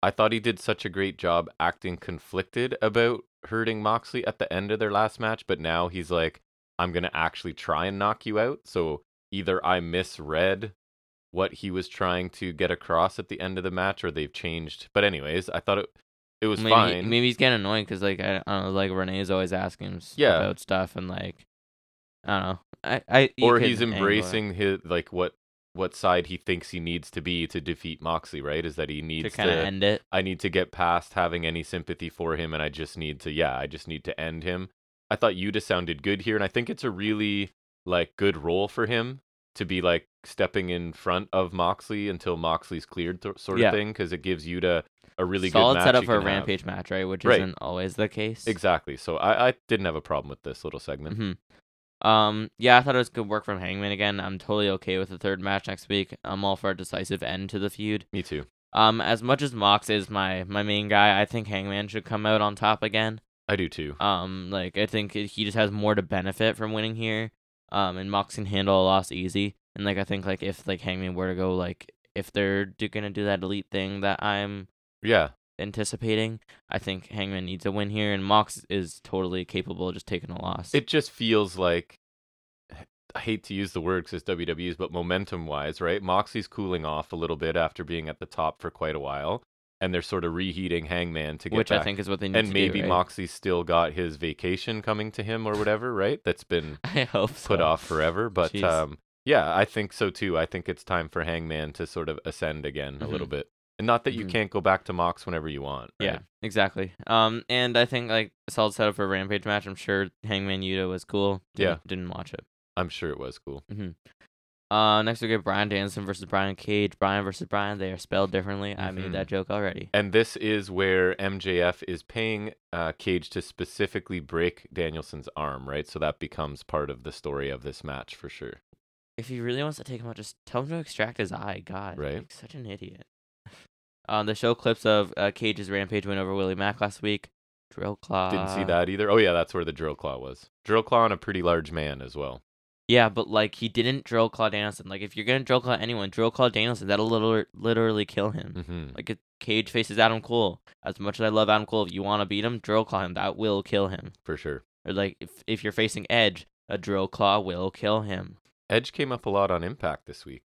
Speaker 1: I thought he did such a great job acting conflicted about hurting Moxley at the end of their last match, but now he's like, I'm going to actually try and knock you out. So either I misread what he was trying to get across at the end of the match or they've changed. But, anyways, I thought it. it was
Speaker 2: maybe,
Speaker 1: fine.
Speaker 2: Maybe he's getting annoyed because like I, I don't know, like Renee's always asking him s-
Speaker 1: Yeah.
Speaker 2: about stuff and like I don't know. I, I you
Speaker 1: or
Speaker 2: could
Speaker 1: he's
Speaker 2: angle it.
Speaker 1: embracing his like what what side he thinks he needs to be to defeat Moxley, right? Is that he needs
Speaker 2: to kind of end it.
Speaker 1: I need to get past having any sympathy for him and I just need to yeah, I just need to end him. I thought Yuta sounded good here and I think it's a really like good role for him to be like stepping in front of Moxley until Moxley's cleared th- sort
Speaker 2: Yeah.
Speaker 1: of thing cuz it gives Yuta a really
Speaker 2: solid
Speaker 1: good match
Speaker 2: setup
Speaker 1: you
Speaker 2: for a
Speaker 1: can have.
Speaker 2: rampage match, right? Which
Speaker 1: Right.
Speaker 2: isn't always the case.
Speaker 1: Exactly. So I, I didn't have a problem with this little segment.
Speaker 2: hmm Um, yeah, I thought it was good work from Hangman again. I'm totally okay with the third match next week. I'm all for a decisive end to the feud.
Speaker 1: Me too.
Speaker 2: Um, as much as Mox is my my main guy, I think Hangman should come out on top again.
Speaker 1: I do too.
Speaker 2: Um, like I think it- he just has more to benefit from winning here. Um, and Mox can handle a loss easy. And like I think like if like Hangman were to go like if they're do- gonna do that elite thing that I'm
Speaker 1: Yeah.
Speaker 2: anticipating, I think Hangman needs a win here, and Mox is totally capable of just taking a loss.
Speaker 1: It just feels like I hate to use the word because it's WWE's, but momentum wise, right? Moxie's cooling off a little bit after being at the top for quite a while, and they're sort of reheating Hangman to get
Speaker 2: which I
Speaker 1: back.
Speaker 2: think is what they need
Speaker 1: and
Speaker 2: to
Speaker 1: maybe
Speaker 2: do. right?
Speaker 1: Moxie's still got his vacation coming to him or whatever, right? That's been
Speaker 2: I hope
Speaker 1: put
Speaker 2: so.
Speaker 1: off forever. But
Speaker 2: Jeez.
Speaker 1: um, yeah, I think so too. I think it's time for Hangman to sort of ascend again a little bit, and not that you
Speaker 2: Mhm.
Speaker 1: can't go back to Mox whenever you want.
Speaker 2: Mm-hmm. Yeah,
Speaker 1: right?
Speaker 2: exactly. Um, and I think like solid setup for a rampage match. I'm sure Hangman Yuta was cool.
Speaker 1: Yeah.
Speaker 2: Didn't- didn't watch it.
Speaker 1: I'm sure it was cool.
Speaker 2: Uh, next we get Brian Danielson versus Brian Cage. Brian versus Brian. They are spelled differently. I
Speaker 1: Mhm.
Speaker 2: made that joke already.
Speaker 1: And this is where MJF is paying uh, Cage to specifically break Danielson's arm, right? So that becomes part of the story of this match for sure.
Speaker 2: If he really wants to take him out, just tell him to extract his eye. God,
Speaker 1: Right.
Speaker 2: like, such an idiot. Um, the show clips of uh, Cage's rampage win over Willie Mack last week. Drill claw.
Speaker 1: Didn't see that either. Oh, yeah, that's where the drill claw was. Drill claw on a pretty large man as well.
Speaker 2: Yeah, but like he didn't drill claw Danielson. Like if you're gonna drill claw anyone, drill claw Danielson. That'll literally, literally kill him.
Speaker 1: hmm
Speaker 2: Like if Cage faces Adam Cole. As much as I love Adam Cole, if you want to beat him, drill claw him. That will kill him.
Speaker 1: For sure.
Speaker 2: Or like if if you're facing Edge, a drill claw will kill him.
Speaker 1: Edge came up a lot on Impact this week.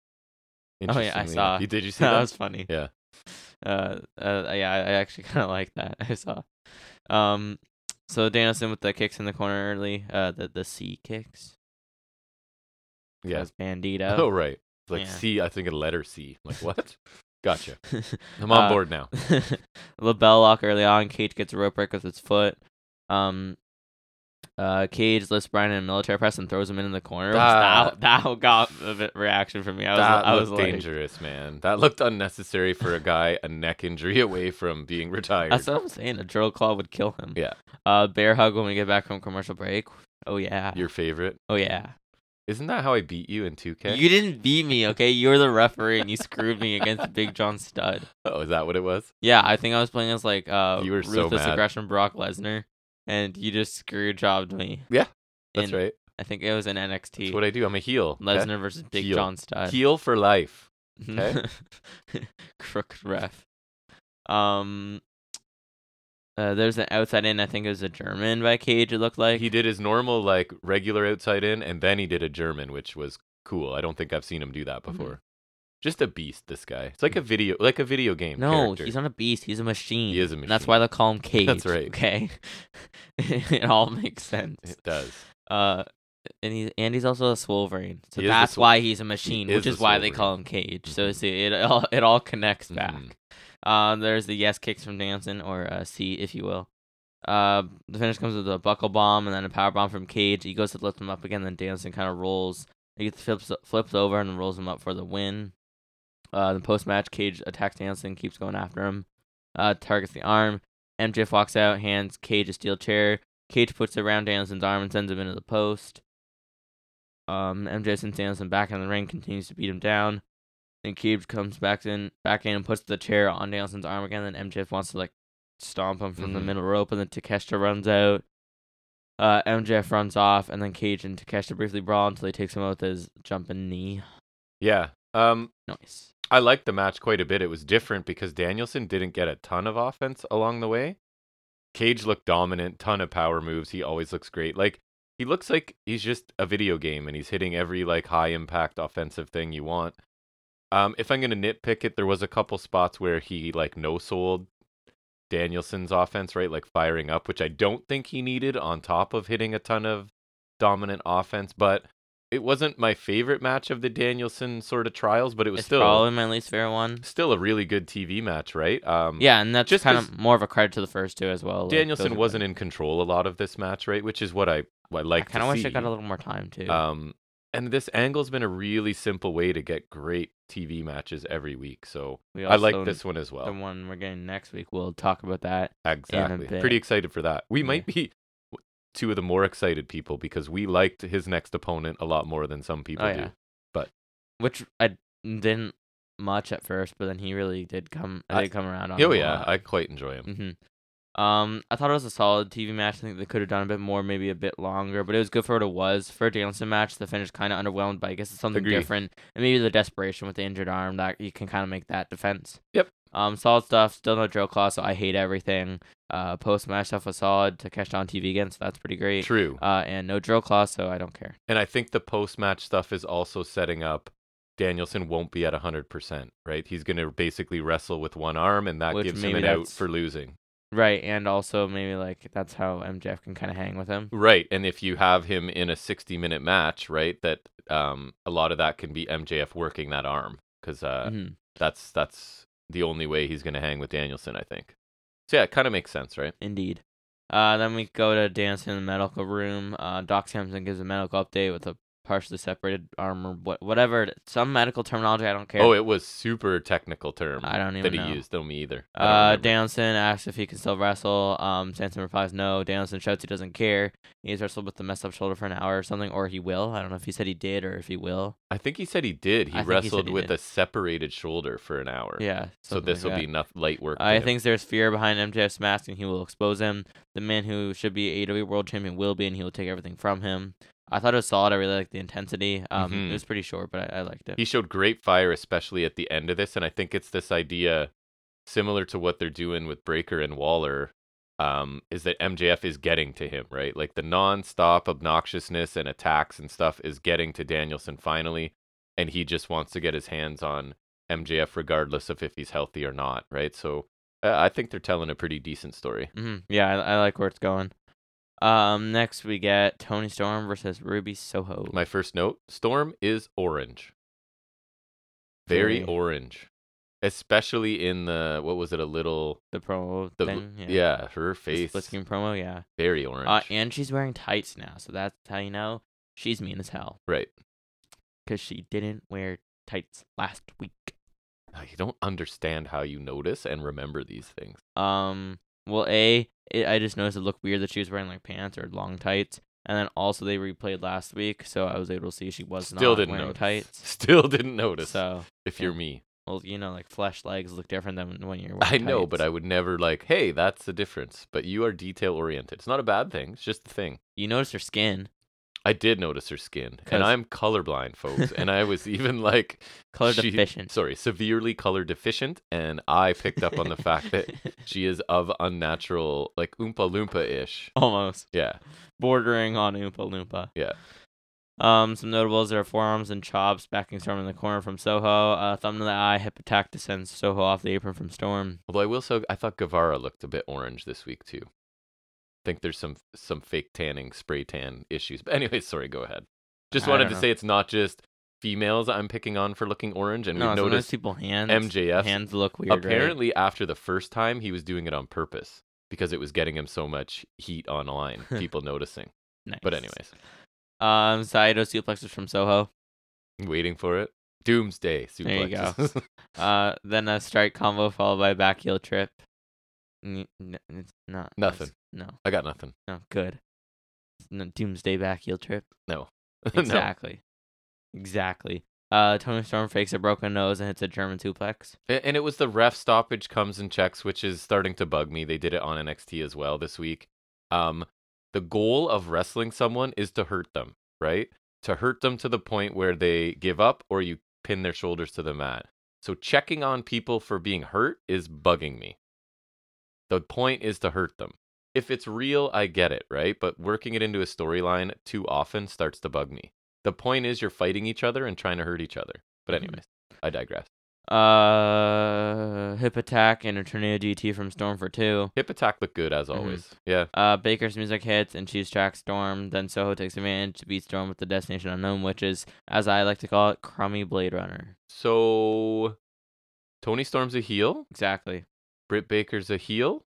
Speaker 2: Oh, yeah, I
Speaker 1: Interestingly
Speaker 2: saw.
Speaker 1: enough. You, did you see
Speaker 2: that
Speaker 1: that?
Speaker 2: was funny.
Speaker 1: Yeah.
Speaker 2: Uh, uh yeah, I I actually kind of like that. I saw. Um, so Danielson with the kicks in the corner early. Uh, the the C kicks.
Speaker 1: yeah.
Speaker 2: As Bandito.
Speaker 1: Oh, right. It's Like
Speaker 2: Yeah.
Speaker 1: C, I think a letter C. Like, what? gotcha. I'm on
Speaker 2: Uh,
Speaker 1: board now.
Speaker 2: LaBelle lock early on. Cage gets a rope break with his foot. Um, uh, Cage lifts Brian in a military press and throws him in the corner. which That, that, got a bit reaction from me. I was,
Speaker 1: that
Speaker 2: I was
Speaker 1: looked
Speaker 2: like,
Speaker 1: dangerous, man. That looked unnecessary for a guy a neck injury away from being retired.
Speaker 2: That's what I'm saying. A drill claw would kill him.
Speaker 1: Yeah.
Speaker 2: Uh, bear hug when we get back from commercial break. Oh yeah.
Speaker 1: Your favorite?
Speaker 2: oh yeah.
Speaker 1: Isn't that how I beat you in 2K?
Speaker 2: You didn't beat me, okay? You were the referee and you screwed me against Big John Studd.
Speaker 1: oh, is that what it was?
Speaker 2: Yeah, I think I was playing as like uh
Speaker 1: You were so
Speaker 2: ruthless
Speaker 1: mad.
Speaker 2: aggression Brock Lesnar, and you just screw jobbed me.
Speaker 1: Yeah, That's
Speaker 2: In-
Speaker 1: right.
Speaker 2: I think it was in
Speaker 1: That's
Speaker 2: NXT.
Speaker 1: what I do. I'm a heel. okay?
Speaker 2: Lesnar versus Big
Speaker 1: Heel.
Speaker 2: John Studd.
Speaker 1: Heel for life. okay.
Speaker 2: Crook ref. Um. Uh, there's an outside in. I think it was a German by Cage. It looked like
Speaker 1: He did his normal, like, regular outside in, and then he did a German, which was cool. I don't think I've seen him do
Speaker 2: Mm-hmm.
Speaker 1: that before. Just a beast, this guy. It's like a video, like a video game.
Speaker 2: Mm. No,
Speaker 1: character.
Speaker 2: he's not a beast. He's a machine.
Speaker 1: He is a
Speaker 2: And that's why they call him Cage.
Speaker 1: That's right.
Speaker 2: Okay, it all makes sense.
Speaker 1: It does.
Speaker 2: Uh, and he's and he's also a Swolverine, so
Speaker 1: He is a
Speaker 2: that's
Speaker 1: Swol-
Speaker 2: why he's a machine,
Speaker 1: is
Speaker 2: which
Speaker 1: a Mm-hmm.
Speaker 2: is why they call him Cage. So see, it all it all connects back.
Speaker 1: Mhm.
Speaker 2: Uh, there's the yes kicks from Danson, or uh, C, if you will. Uh, the finish comes with a buckle bomb and then a power bomb from Cage. He goes to lift him up again, then Danson kind of rolls. He flips flips over and rolls him up for the win. Uh, the post match, Cage attacks Danson, keeps going after him. Uh, targets the arm. MJF walks out, hands Cage a steel chair. Cage puts it around Danson's arm and sends him into the post. Um, MJF sends Danson back in the ring, continues to beat him down. And Cage comes back in, back in and puts the chair on Danielson's arm again. Then MJF wants to like stomp him from the
Speaker 1: Mhm.
Speaker 2: middle rope, and then Takeshita runs out. Uh, MJF runs off, and then Cage and Takeshita briefly brawl until he takes him out with his jumping knee.
Speaker 1: Yeah. Um,
Speaker 2: Nice.
Speaker 1: I liked the match quite a bit. It was different because Danielson didn't get a ton of offense along the way. Cage looked dominant, ton of power moves. He always looks great. Like he looks like he's just a video game and he's hitting every like high impact offensive thing you want. Um, if I'm gonna nitpick it, there was a couple spots where he like no sold Danielson's offense, right? Like firing up, which I don't think he needed on top of hitting a ton of dominant offense, but it wasn't my favorite match of the Danielson sort of trials, but it was
Speaker 2: it's
Speaker 1: still
Speaker 2: probably my least favorite one.
Speaker 1: still a really good TV match, right? Um
Speaker 2: Yeah, and that's
Speaker 1: just
Speaker 2: kind
Speaker 1: 'cause
Speaker 2: of more of a credit to the first two as well. like, those
Speaker 1: Danielson
Speaker 2: are
Speaker 1: wasn't in control a lot of this match, right? Which is what I what I
Speaker 2: good. I
Speaker 1: like
Speaker 2: kind of
Speaker 1: to
Speaker 2: wish
Speaker 1: see.
Speaker 2: I got a little more time too.
Speaker 1: Um, and this angle's been a really simple way to get great TV matches every week. So
Speaker 2: we
Speaker 1: I like
Speaker 2: also-
Speaker 1: this one as well.
Speaker 2: The one we're getting next week, we'll talk about that.
Speaker 1: exactly.
Speaker 2: bit.
Speaker 1: Pretty excited for that. We
Speaker 2: Yeah.
Speaker 1: might be w- two of the more excited people because we liked his next opponent a lot more than some people
Speaker 2: oh
Speaker 1: do.
Speaker 2: yeah,
Speaker 1: but-
Speaker 2: which I didn't much at first, but then he really did come. I,
Speaker 1: I-
Speaker 2: did come around on.
Speaker 1: Oh yeah, I quite enjoy him.
Speaker 2: Mm-hmm. Um, I thought it was a solid TV match. I think they could have done a bit more, maybe a bit longer, but it was good for what it was. For a Danielson match, the finish kind of underwhelmed, but I guess it's something
Speaker 1: Agree.
Speaker 2: different. And maybe the desperation with the injured arm that you can kind of make that defense.
Speaker 1: Yep.
Speaker 2: Um, solid stuff. Still no drill claw, so I hate everything. Uh, post match stuff was solid. To catch on TV again, so that's pretty great.
Speaker 1: True.
Speaker 2: Uh, and no drill claw, so I don't care.
Speaker 1: And I think the post match stuff is also setting up Danielson won't be at 100%, right? He's going to basically wrestle with one arm, and that
Speaker 2: Which
Speaker 1: gives him
Speaker 2: maybe
Speaker 1: an out
Speaker 2: that's-
Speaker 1: for losing.
Speaker 2: Right, and also maybe like that's how MJF can kind of hang with him.
Speaker 1: Right. And if you have him in a 60 minute match, right, that um, a lot of that can be MJF working that arm because uh,
Speaker 2: Mhm.
Speaker 1: that's, that's the only way he's going to hang with Danielson, I think. So yeah, it kind of makes sense, right?
Speaker 2: Indeed. Uh, then we go to dance in the medical room. Uh, Doc Samson gives a medical update with a partially separated arm or what, whatever. it- Some medical terminology, I don't care.
Speaker 1: Oh, it was super technical term
Speaker 2: I don't even
Speaker 1: that he
Speaker 2: know.
Speaker 1: used. Don't me either. I don't
Speaker 2: Uh,
Speaker 1: remember.
Speaker 2: Danielson asks if he can still wrestle. Um, Samson replies no. Danielson shouts he doesn't care. He's wrestled with the messed up shoulder for an hour or something, or he will. I don't know if he said he did or if he will.
Speaker 1: I think he said he did. He
Speaker 2: I think he said
Speaker 1: wrestled
Speaker 2: he
Speaker 1: with
Speaker 2: did.
Speaker 1: a separated shoulder for an hour.
Speaker 2: Yeah.
Speaker 1: So
Speaker 2: something like
Speaker 1: this will
Speaker 2: that.
Speaker 1: be enough light work. for
Speaker 2: I
Speaker 1: him.
Speaker 2: think there's fear behind MJF's mask, and he will expose him. The man who should be AEW World Champion will be, and he will take everything from him. I thought it was solid. I really liked the intensity. Um,
Speaker 1: Mhm.
Speaker 2: It was pretty short, but I, I liked it.
Speaker 1: he showed great fire, especially at the end of this. And I think it's this idea similar to what they're doing with Breaker and Waller. Um, is that MJF is getting to him, right? Like the nonstop obnoxiousness and attacks and stuff is getting to Danielson finally, and he just wants to get his hands on MJF regardless of if he's healthy or not, right? So uh, I think they're telling a pretty decent story.
Speaker 2: hmm Yeah, I, I like where it's going. Um, next we get Tony Storm versus Ruby Soho.
Speaker 1: My first note Storm is orange. Very,
Speaker 2: Very.
Speaker 1: orange. Especially in the, what was it, a little,
Speaker 2: the promo
Speaker 1: the,
Speaker 2: thing.
Speaker 1: yeah. her
Speaker 2: the
Speaker 1: face.
Speaker 2: Split screen promo. Yeah.
Speaker 1: Very orange.
Speaker 2: Uh, and she's wearing tights now, so that's how you know she's mean as hell
Speaker 1: right.
Speaker 2: because she didn't wear tights last week.
Speaker 1: I don't understand how you notice and remember these things.
Speaker 2: Um, well, a it, I just noticed it looked weird that she was wearing like pants or long tights, and then also they replayed last week, so I was able to see she was
Speaker 1: Still
Speaker 2: not
Speaker 1: didn't
Speaker 2: wearing
Speaker 1: notice.
Speaker 2: tights.
Speaker 1: Still didn't notice.
Speaker 2: So,
Speaker 1: if
Speaker 2: yeah.
Speaker 1: you're me,
Speaker 2: well, you know, like flesh legs look different than when you're.
Speaker 1: I
Speaker 2: Wearing
Speaker 1: know, but I
Speaker 2: tights.
Speaker 1: would never like, hey, that's the difference. But you are detail oriented. It's not a bad thing. It's just a thing.
Speaker 2: you notice her skin
Speaker 1: I did notice her skin,
Speaker 2: Because-
Speaker 1: and I'm colorblind, folks. and I was even like,
Speaker 2: color
Speaker 1: She-
Speaker 2: deficient.
Speaker 1: sorry, severely color deficient, and I picked up on the fact that she is of unnatural, like Oompa Loompa ish.
Speaker 2: almost
Speaker 1: Yeah,
Speaker 2: bordering on Oompa Loompa.
Speaker 1: Yeah.
Speaker 2: Um, some notables are forearms and chops backing Storm in the corner from Soho. Uh, thumb to the eye, hip attack to send Soho off the apron from Storm.
Speaker 1: although I will say I thought Guevara looked a bit orange this week too. think there's some some fake tanning, spray tan issues. But anyway, sorry, go ahead. Just
Speaker 2: I
Speaker 1: wanted
Speaker 2: don't
Speaker 1: to
Speaker 2: know.
Speaker 1: say it's not just females I'm picking on for looking orange, and
Speaker 2: no,
Speaker 1: we've
Speaker 2: sometimes
Speaker 1: noticed
Speaker 2: people hands
Speaker 1: MJF 's
Speaker 2: hands look weird. right?
Speaker 1: apparently after the first time he was doing it on purpose because it was getting him so much heat online, people noticing.
Speaker 2: Nice.
Speaker 1: But anyways.
Speaker 2: Um, Saito suplexes from Soho.
Speaker 1: waiting for it. Doomsday
Speaker 2: There you go.
Speaker 1: suplex.
Speaker 2: Uh, then a strike combo followed by a back heel trip. N- n- it's not it's-
Speaker 1: Nothing.
Speaker 2: no,
Speaker 1: I got nothing.
Speaker 2: no, good. It's No, doomsday back heel trip.
Speaker 1: No.
Speaker 2: Exactly. Exactly. Uh, Tony Storm fakes a broken nose and hits a German suplex.
Speaker 1: A- And it was the ref stoppage comes and checks, which is starting to bug me. They did it on NXT as well this week. Um, the goal of wrestling someone is to hurt them, right? To hurt them to the point where they give up or you pin their shoulders to the mat. So checking on people for being hurt is bugging me. The point is to hurt them. If it's real, I get it, right? But working it into a storyline too often starts to bug me. The point is you're fighting each other and trying to hurt each other. But
Speaker 2: Mhm.
Speaker 1: anyways, I digress.
Speaker 2: Uh, Hip Attack and Eternia GT from Storm for two.
Speaker 1: Hip Attack looked good as
Speaker 2: Mhm.
Speaker 1: always. Yeah,
Speaker 2: Uh, Baker's music hits and she's track Storm. Then Soho takes advantage to beat Storm with the Destination Unknown, which is, as I like to call it, crummy Blade Runner.
Speaker 1: so Tony Storm's a heel.
Speaker 2: Exactly.
Speaker 1: Britt Baker's a heel.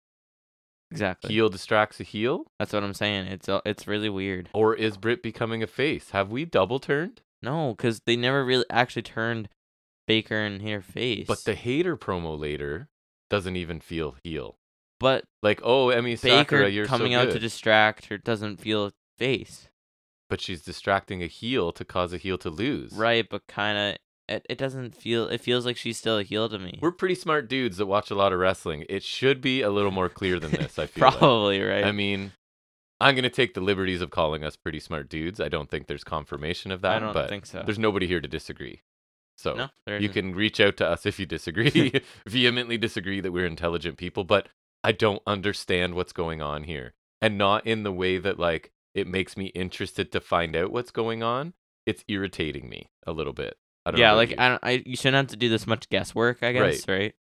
Speaker 2: Exactly.
Speaker 1: Heel distracts a heel.
Speaker 2: That's what I'm saying. It's uh, it's really weird.
Speaker 1: Or is Britt becoming a face? Have we double turned?
Speaker 2: No, because they never really actually turned Baker in her face.
Speaker 1: But the hater promo later doesn't even feel heel.
Speaker 2: but
Speaker 1: Like, oh, Emmy
Speaker 2: Baker
Speaker 1: Sakura, you're
Speaker 2: coming
Speaker 1: so
Speaker 2: out
Speaker 1: good.
Speaker 2: to distract her doesn't feel face
Speaker 1: but she's distracting a heel to cause a heel to lose.
Speaker 2: right, but kind of it, it doesn't feel. It feels like she's still a heel to me.
Speaker 1: We're pretty smart dudes that watch a lot of wrestling. It should be a little more clear than this, I feel. like.
Speaker 2: probably right.
Speaker 1: I mean, I'm going to take the liberties of calling us pretty smart dudes. I don't think there's confirmation of that,
Speaker 2: I don't
Speaker 1: but
Speaker 2: think so.
Speaker 1: there's nobody here to disagree. So
Speaker 2: no, there
Speaker 1: you
Speaker 2: isn't.
Speaker 1: can reach out to us if you disagree, vehemently disagree that we're intelligent people, but I don't understand what's going on here. And not in the way that, like, it makes me interested to find out what's going on. It's irritating me a little bit. I don't know
Speaker 2: yeah,
Speaker 1: about
Speaker 2: like
Speaker 1: you.
Speaker 2: I, don't, I, you shouldn't have to do this much guesswork. I
Speaker 1: Right.
Speaker 2: guess, right?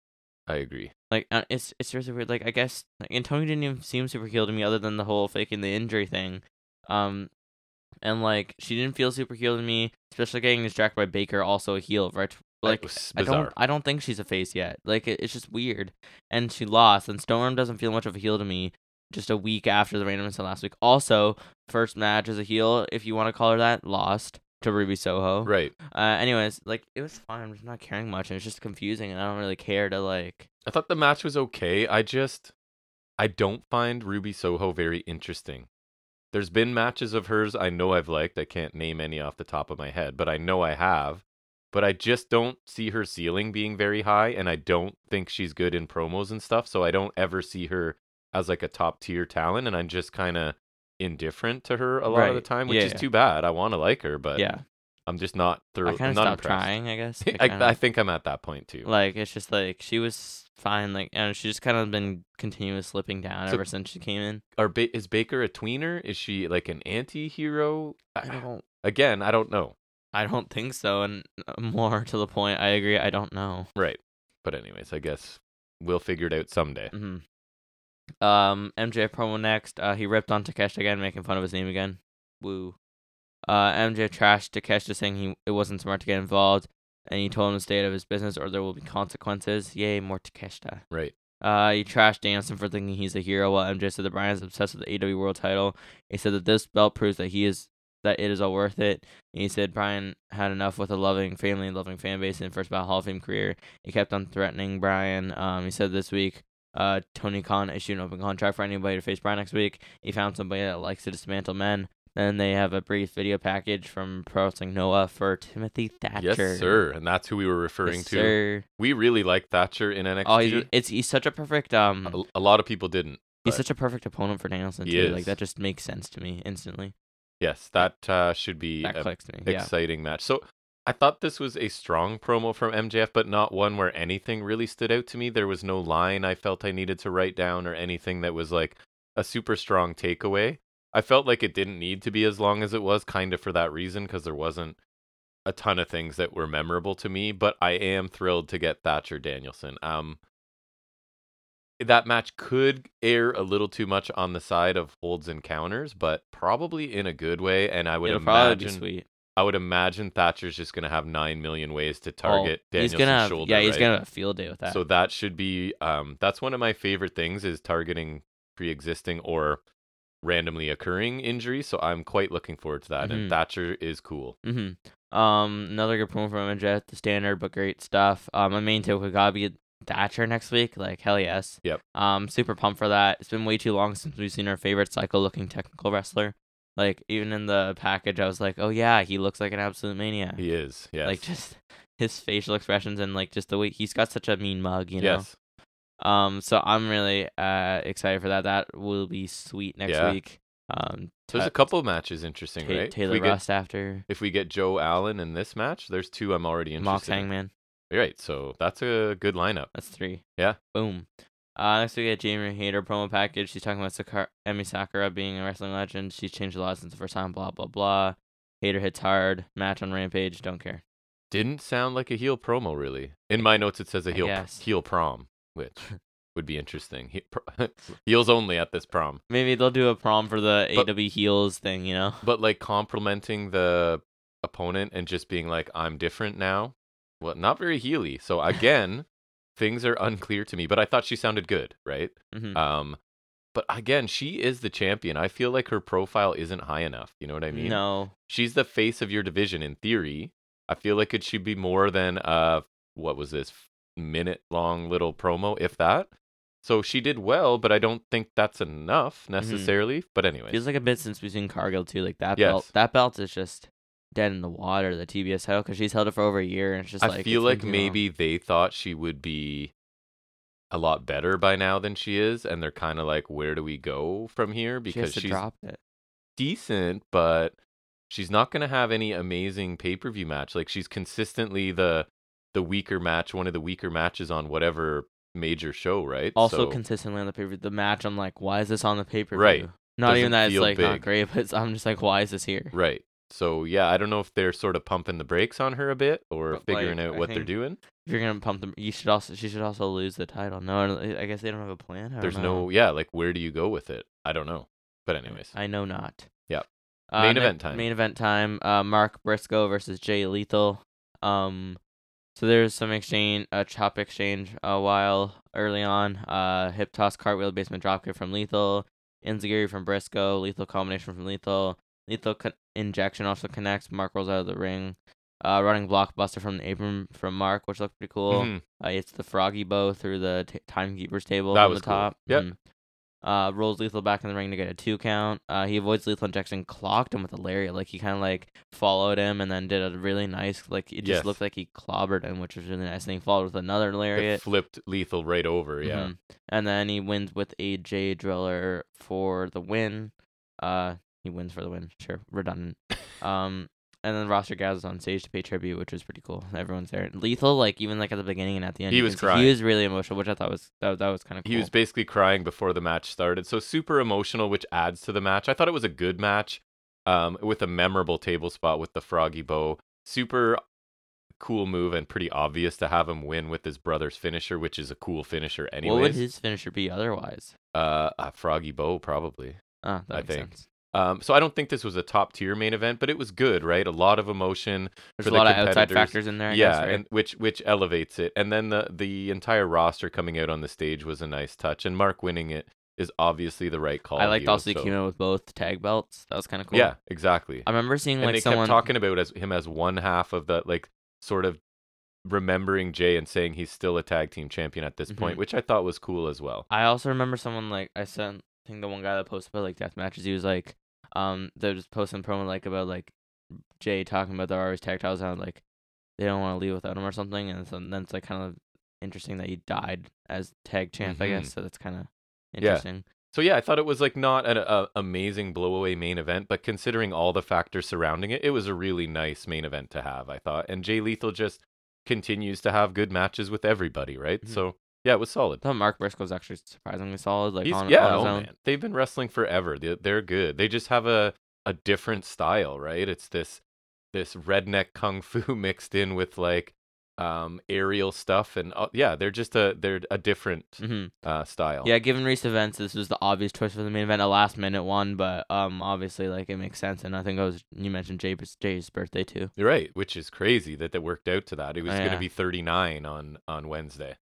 Speaker 1: I agree.
Speaker 2: Like uh, it's it's really weird. Like I guess like Antonio didn't even seem super heel to me, other than the whole faking the injury thing. Um, and like she didn't feel super heel to me, especially getting distracted by Baker, also a heel, right? Like
Speaker 1: it was
Speaker 2: I
Speaker 1: bizarre.
Speaker 2: don't I don't think she's a face yet. Like it, it's just weird. And she lost, and Storm doesn't feel much of a heel to me. Just a week after the Rain of last week. Also, first match as a heel, if you want to call her that, lost to Ruby Soho.
Speaker 1: Right.
Speaker 2: Uh, anyways, like it was fine. I'm just not caring much. It was just confusing, and I don't really care to like.
Speaker 1: I thought the match was okay. I just I don't find Ruby Soho very interesting. There's been matches of hers I know I've liked. I can't name any off the top of my head, but I know I have. But I just don't see her ceiling being very high and I don't think she's good in promos and stuff, so I don't ever see her as like a top tier talent and I'm just kind of indifferent to her a lot of the
Speaker 2: Right.
Speaker 1: time, which
Speaker 2: Yeah,
Speaker 1: is
Speaker 2: yeah.
Speaker 1: too bad. I want to like her, but
Speaker 2: yeah,
Speaker 1: I'm just not
Speaker 2: I
Speaker 1: through
Speaker 2: kind of
Speaker 1: not
Speaker 2: stopped
Speaker 1: impressed.
Speaker 2: trying. I guess.
Speaker 1: I,
Speaker 2: kinda-
Speaker 1: I think I'm at that point too.
Speaker 2: like it's just like she was fine. Like and she's just kind of been continuous slipping down
Speaker 1: So-
Speaker 2: ever since she came in.
Speaker 1: are ba- is Baker a tweener? Is she like an anti-hero?
Speaker 2: I don't.
Speaker 1: Again, I don't know.
Speaker 2: I don't think so. And uh, more to the point, I agree. I don't know.
Speaker 1: Right. But anyways, I guess we'll figure it out someday.
Speaker 2: hmm Um, MJF promo next. Uh, he ripped on Takesh again, making fun of his name again. Woo. Uh, MJF trashed Takesh, just saying he it wasn't smart to get involved, and he told him to stay out of his business or there will be consequences. Yay, more Takeshita.
Speaker 1: Right.
Speaker 2: Uh, he trashed Danielson for thinking he's a hero, while MJF said that Brian is obsessed with the AW World Title. He said that this belt proves that he is that it is all worth it. And he said Brian had enough with a loving family and loving fan base in his first battle Hall of Fame career. He kept on threatening Brian. Um, he said this week, uh, Tony Khan issued an open contract for anybody to face Brian next week. He found somebody that likes to dismantle men. Then they have a brief video package from Pro Wrestling Noah for Timothy Thatcher.
Speaker 1: Yes, sir. And that's who we were referring
Speaker 2: Yes,
Speaker 1: to.
Speaker 2: sir.
Speaker 1: We really like Thatcher in NXT.
Speaker 2: Oh, he's, it's he's such a perfect um.
Speaker 1: a, a lot of people didn't.
Speaker 2: He's
Speaker 1: but-
Speaker 2: such a perfect opponent for Danielson
Speaker 1: He
Speaker 2: too.
Speaker 1: is.
Speaker 2: Like that just makes sense to me instantly.
Speaker 1: Yes, that uh, should be
Speaker 2: That
Speaker 1: a
Speaker 2: clicks to me. Yeah.
Speaker 1: exciting match. So I thought this was a strong promo from MJF, but not one where anything really stood out to me. There was no line I felt I needed to write down or anything that was like a super strong takeaway. I felt like it didn't need to be as long as it was, kind of for that reason, because there wasn't a ton of things that were memorable to me. But I am thrilled to get Thatcher Danielson. Um, that match could err a little too much on the side of holds and counters, but probably in a good way. And I would
Speaker 2: It'll probably be
Speaker 1: imagine
Speaker 2: sweet.
Speaker 1: I would imagine Thatcher's just going to have nine million ways to target
Speaker 2: oh,
Speaker 1: Danielson's
Speaker 2: he's gonna have,
Speaker 1: shoulder.
Speaker 2: Yeah, he's
Speaker 1: right?
Speaker 2: gonna have a field day with that.
Speaker 1: So that should be um, that's one of my favorite things is targeting pre-existing or randomly occurring injuries. So I'm quite looking forward to that.
Speaker 2: Mhm.
Speaker 1: And Thatcher is cool.
Speaker 2: mm-hmm. Um, another good promo from MJF, the standard but great stuff. Um, my main take would gotta be Thatcher next week. Like hell yes.
Speaker 1: Yep.
Speaker 2: Um, super pumped for that. It's been way too long since we've seen our favorite psycho looking technical wrestler. Like even in the package, I was like, oh yeah, he looks like an absolute maniac.
Speaker 1: He is. Yes.
Speaker 2: Like just his facial expressions and like just the way he's got such a mean mug, you know.
Speaker 1: yes.
Speaker 2: Um, so I'm really uh excited for that. That will be sweet next
Speaker 1: Yeah.
Speaker 2: week. Um,
Speaker 1: So there's a
Speaker 2: Ta-
Speaker 1: couple matches interesting,
Speaker 2: Ta-
Speaker 1: right?
Speaker 2: Taylor
Speaker 1: if we
Speaker 2: Rust
Speaker 1: Get,
Speaker 2: after
Speaker 1: if we get Joe Allen in this match, there's two I'm already interested.
Speaker 2: Mox
Speaker 1: in.
Speaker 2: Hangman.
Speaker 1: Right. So that's a good lineup.
Speaker 2: That's three.
Speaker 1: Yeah.
Speaker 2: Boom. Uh, next we get Jamie Hayter promo package. She's talking about Sakar- Emmy Sakura being a wrestling legend. She's changed a lot since the first time. Blah blah blah. Hater hits hard. Match on Rampage. Don't care.
Speaker 1: Didn't sound like a heel promo, really. In my notes, it says a
Speaker 2: I
Speaker 1: heel
Speaker 2: guess.
Speaker 1: heel prom, which would be interesting. He- pro- Heels only at this prom,
Speaker 2: Maybe they'll do a prom for the
Speaker 1: But-
Speaker 2: AW heels thing, you know?
Speaker 1: but like complimenting the opponent and just being like, "I'm different now." Well, not very heely. So again, things are unclear to me. But I thought she sounded good, right?
Speaker 2: Mhm.
Speaker 1: Um, but again, she is the champion. I feel like her profile isn't high enough. You know what I mean?
Speaker 2: no.
Speaker 1: she's the face of your division in theory. I feel like it should be more than uh what was this minute long little promo, if that. So she did well, but I don't think that's enough necessarily. But anyway,
Speaker 2: Mm-hmm. Feels like a bit since we've seen Cargill too. Like that
Speaker 1: Yes.
Speaker 2: belt, that belt is just dead in the water. The TBS title because she's held it for over a year, and it's just
Speaker 1: I
Speaker 2: like
Speaker 1: feel
Speaker 2: it's been
Speaker 1: like
Speaker 2: too long.
Speaker 1: maybe they thought she would be a lot better by now than she is, and they're kind of like, where do we go from here?
Speaker 2: she has
Speaker 1: Because
Speaker 2: to
Speaker 1: she's eh,
Speaker 2: drop it.
Speaker 1: decent, but she's not going to have any amazing pay per view match. Like she's consistently the the weaker match, one of the weaker matches on whatever major show, right?
Speaker 2: Also
Speaker 1: So,
Speaker 2: consistently on the pay per the match. I'm like, why is this on the pay per view?
Speaker 1: Right.
Speaker 2: Not
Speaker 1: Doesn't
Speaker 2: even that it's
Speaker 1: feel
Speaker 2: like not
Speaker 1: big.
Speaker 2: great, but it's, I'm just like, why is this here?
Speaker 1: right. So yeah, I don't know if they're sort of pumping the brakes on her a bit or
Speaker 2: But,
Speaker 1: figuring
Speaker 2: like,
Speaker 1: out
Speaker 2: I
Speaker 1: what they're
Speaker 2: think
Speaker 1: doing.
Speaker 2: If you're gonna pump them, you should also she should also lose the title. No, I don't- I guess they don't have a plan. I don't
Speaker 1: There's
Speaker 2: know.
Speaker 1: no yeah, like where do you go with it? I don't know. But anyways,
Speaker 2: I know not.
Speaker 1: Yep.
Speaker 2: Uh,
Speaker 1: Main
Speaker 2: ne-
Speaker 1: event time.
Speaker 2: Main event time. Uh, Mark Briscoe versus Jay Lethal. Um, so there's some exchange, a chop exchange a while early on. Uh, hip toss, cartwheel, basement dropkick from Lethal. Enziguri from Briscoe. Lethal combination from Lethal. Lethal con- injection also connects. Mark rolls out of the ring. Uh, running blockbuster from the apron from Mark, which looked pretty cool.
Speaker 1: Mhm.
Speaker 2: Uh, it's the froggy bow through the t- timekeeper's table
Speaker 1: That
Speaker 2: on
Speaker 1: was
Speaker 2: the
Speaker 1: cool.
Speaker 2: top.
Speaker 1: Yep.
Speaker 2: Mhm. Uh, rolls Lethal back in the ring to get a two count. Uh, he avoids Lethal injection, clocked him with a lariat. Like he kind of like followed him and then did a really nice like it just
Speaker 1: Yes.
Speaker 2: looked like he clobbered him, which was really nice. And he followed with another
Speaker 1: It
Speaker 2: lariat.
Speaker 1: flipped lethal right over, yeah.
Speaker 2: Mhm. And then he wins with a J driller for the win. Uh, he wins for the win. Sure, redundant. um, and then roster guys on stage to pay tribute, which was pretty cool. Everyone's there. Lethal, like even like at the beginning and at the end,
Speaker 1: He
Speaker 2: you
Speaker 1: was
Speaker 2: can see
Speaker 1: crying.
Speaker 2: He was really emotional, which I thought was that, that was kind of cool.
Speaker 1: He was basically crying before the match started. So super emotional, which adds to the match. I thought it was a good match um, with a memorable table spot with the froggy bow. Super cool move and pretty obvious to have him win with his brother's finisher, which is a cool finisher anyways.
Speaker 2: What would his finisher be otherwise?
Speaker 1: uh, a froggy bow probably.
Speaker 2: Ah, that
Speaker 1: I
Speaker 2: makes
Speaker 1: think.
Speaker 2: sense.
Speaker 1: Um, so I don't think this was a top tier main event, but it was good, right? A lot of emotion.
Speaker 2: There's
Speaker 1: For
Speaker 2: a
Speaker 1: the
Speaker 2: lot of outside
Speaker 1: competitors-
Speaker 2: factors in there. I
Speaker 1: yeah,
Speaker 2: guess, right?
Speaker 1: and which which elevates it. And then the the entire roster coming out on the stage was a nice touch. And Mark winning it is obviously the right call.
Speaker 2: I liked
Speaker 1: you,
Speaker 2: also he
Speaker 1: so-
Speaker 2: came out with both tag belts. That was kind of cool.
Speaker 1: Yeah, exactly.
Speaker 2: I remember seeing
Speaker 1: and
Speaker 2: like
Speaker 1: they
Speaker 2: someone
Speaker 1: kept talking about as him as one half of the like sort of remembering Jay and saying he's still a tag team champion at this point,
Speaker 2: Mhm.
Speaker 1: which I thought was cool as well.
Speaker 2: I also remember someone like I sent I think the one guy that posted about like death matches, he was like um they're just posting promo like about like Jay talking about their always tag titles and like they don't want to leave without him or something and so then it's like kind of interesting that he died as tag champ, I
Speaker 1: Mhm.
Speaker 2: guess. So that's kinda
Speaker 1: Yeah.
Speaker 2: interesting.
Speaker 1: So yeah, I thought it was like not an a, amazing blowaway main event, but considering all the factors surrounding it, it was a really nice main event to have, I thought. And Jay Lethal just continues to have good matches with everybody, right?
Speaker 2: Mhm.
Speaker 1: So yeah, it was solid.
Speaker 2: I thought Mark Briscoe's actually surprisingly solid, like
Speaker 1: He's-
Speaker 2: on,
Speaker 1: yeah,
Speaker 2: on his
Speaker 1: oh,
Speaker 2: own.
Speaker 1: man. they've been wrestling forever. They're, they're good. They just have a a different style, right? It's this this redneck kung fu mixed in with like um aerial stuff, and uh, yeah, they're just a they're a different
Speaker 2: hmm
Speaker 1: uh, style.
Speaker 2: Yeah, given recent events, this was the obvious choice for the main event, a last minute one, but um obviously like it makes sense and I think I was you mentioned Jay, Jay's birthday too.
Speaker 1: You're right, which is crazy that that worked out to that. He was going
Speaker 2: Oh, Yeah.
Speaker 1: to be 39 on on Wednesday.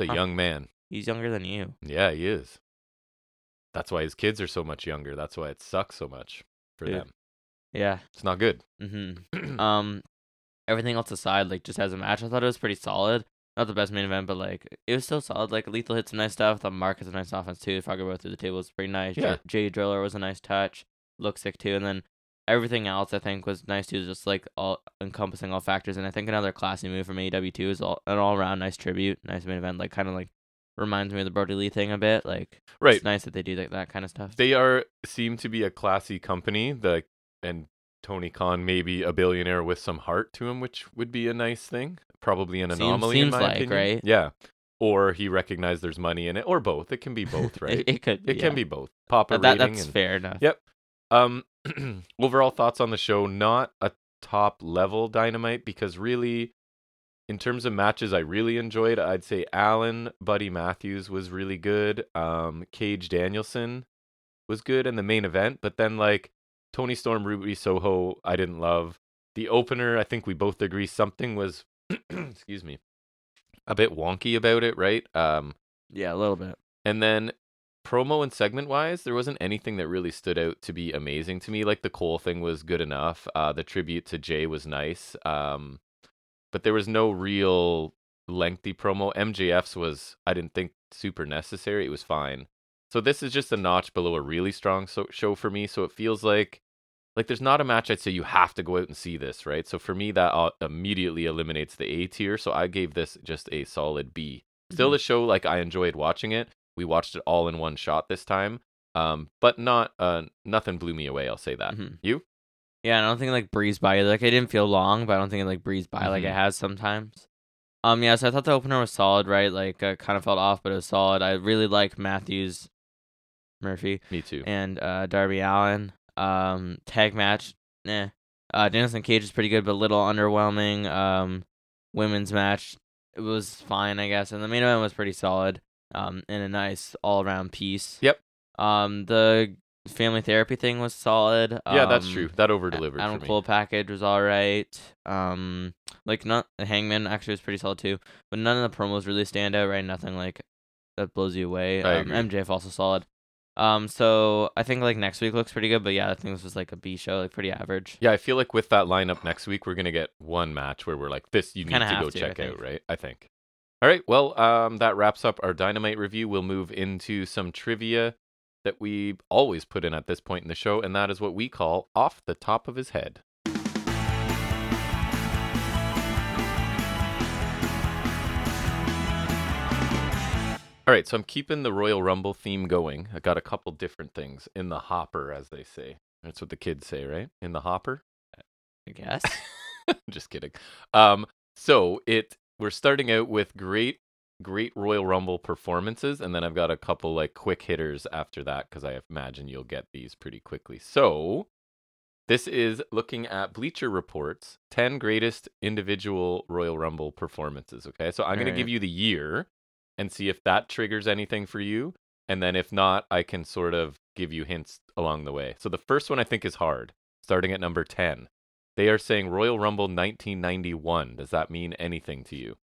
Speaker 1: It's a
Speaker 2: Huh.
Speaker 1: young man.
Speaker 2: He's younger than you.
Speaker 1: Yeah, he is. That's why his kids are so much younger. That's why it sucks so much for
Speaker 2: Yeah.
Speaker 1: them.
Speaker 2: Yeah.
Speaker 1: It's not good.
Speaker 2: hmm um, everything else aside, like just as a match, I thought it was pretty solid. Not the best main event, but like it was still solid. Like Lethal hit some nice stuff. The Mark has a nice offense too. Frogger both through the table was pretty nice. J-
Speaker 1: Yeah.
Speaker 2: Jay Driller was a nice touch. Looked sick too, and then everything else I think was nice too. Just like all encompassing all factors, and I think another classy move from AEW too is all, an all around nice tribute, nice main event. Like kind of like reminds me of the Brody Lee thing a bit. Like
Speaker 1: right.
Speaker 2: it's nice that they do like that kind of stuff.
Speaker 1: They are seem to be a classy company. The and Tony Khan maybe a billionaire with some heart to him, which would be a nice thing. Probably an
Speaker 2: Seems-
Speaker 1: anomaly in
Speaker 2: seems
Speaker 1: my
Speaker 2: like,
Speaker 1: opinion.
Speaker 2: right?
Speaker 1: Yeah. Or he recognized there's money in it, or both. It can be both, right?
Speaker 2: it, it could.
Speaker 1: It can
Speaker 2: yeah.
Speaker 1: be both. Pop a
Speaker 2: But that,
Speaker 1: rating
Speaker 2: that's
Speaker 1: and
Speaker 2: fair enough.
Speaker 1: Yeah. Um, overall thoughts on the show? Not a top level Dynamite because really, in terms of matches I really enjoyed, I'd say Allen Buddy Matthews was really good. Um, Cage Danielson was good in the main event, but then like Tony Storm Ruby Soho I didn't love. The opener I think we both agree something was excuse me a bit wonky about it, right? Um,
Speaker 2: Yeah, a little bit.
Speaker 1: and then promo and segment wise, there wasn't anything that really stood out to be amazing to me. Like the Cole thing was good enough. Uh, the tribute to Jay was nice. Um, but there was no real lengthy promo. MJF's was I didn't think super necessary. It was fine. So this is just a notch below a really strong so- show for me. So it feels like like there's not a match I'd say you have to go out and see this, right? So for me that uh, immediately eliminates the A tier. So I gave this just a solid B. Still a show like I enjoyed watching it. We watched it all in one shot this time. Um, but not uh nothing blew me away, I'll say that.
Speaker 2: Mhm.
Speaker 1: You?
Speaker 2: Yeah, and I don't think it, like breezed by. Like it didn't feel long, but I don't think it like breezed by like
Speaker 1: Mhm.
Speaker 2: it has sometimes. Um, yeah, so I thought the opener was solid, right? Like uh, kind of felt off, but it was solid. I really like Matthews, Murphy,
Speaker 1: Me too.
Speaker 2: and uh, Darby Allen. Um, tag match, eh. Uh, Dennison Cage is pretty good, but a little underwhelming. Um, women's match, it was fine, I guess, and the main event was pretty solid. Um, and a nice all around piece.
Speaker 1: Yep.
Speaker 2: Um, the family therapy thing was solid.
Speaker 1: yeah, that's
Speaker 2: Um,
Speaker 1: true. That over
Speaker 2: a-
Speaker 1: delivered
Speaker 2: Adam
Speaker 1: for me.
Speaker 2: Cole package was all right. Um, like not Hangman actually was pretty solid too, but none of the promos really stand out. Right, nothing like that blows you away.
Speaker 1: I
Speaker 2: um,
Speaker 1: agree.
Speaker 2: MJF also solid. Um, so I think like next week looks pretty good, but yeah, I think this was like a B show, like pretty average.
Speaker 1: Yeah, I feel like with that lineup next week, we're gonna get one match where we're like, "This you need
Speaker 2: Kinda
Speaker 1: to
Speaker 2: have
Speaker 1: go
Speaker 2: to, I
Speaker 1: check out,"
Speaker 2: think.
Speaker 1: right? I think. All right, well, um, that wraps up our Dynamite review. We'll move into some trivia that we always put in at this point in the show, and that is what we call "off the top of his head." All right, so I'm keeping the Royal Rumble theme going. I got a couple different things in the hopper, as they say. That's what the kids say, right? In the hopper.
Speaker 2: I guess.
Speaker 1: just kidding. Um, so it we're starting out with great, great Royal Rumble performances, and then I've got a couple like quick hitters after that because I imagine you'll get these pretty quickly. So this is looking at Bleacher Report's ten greatest individual Royal Rumble performances. Okay, so I'm gonna
Speaker 2: Alright.
Speaker 1: give you the year and see if that triggers anything for you. And then if not, I can sort of give you hints along the way. So the first one I think is hard, starting at number 10. They are saying Royal Rumble 1991. Does that mean anything to you?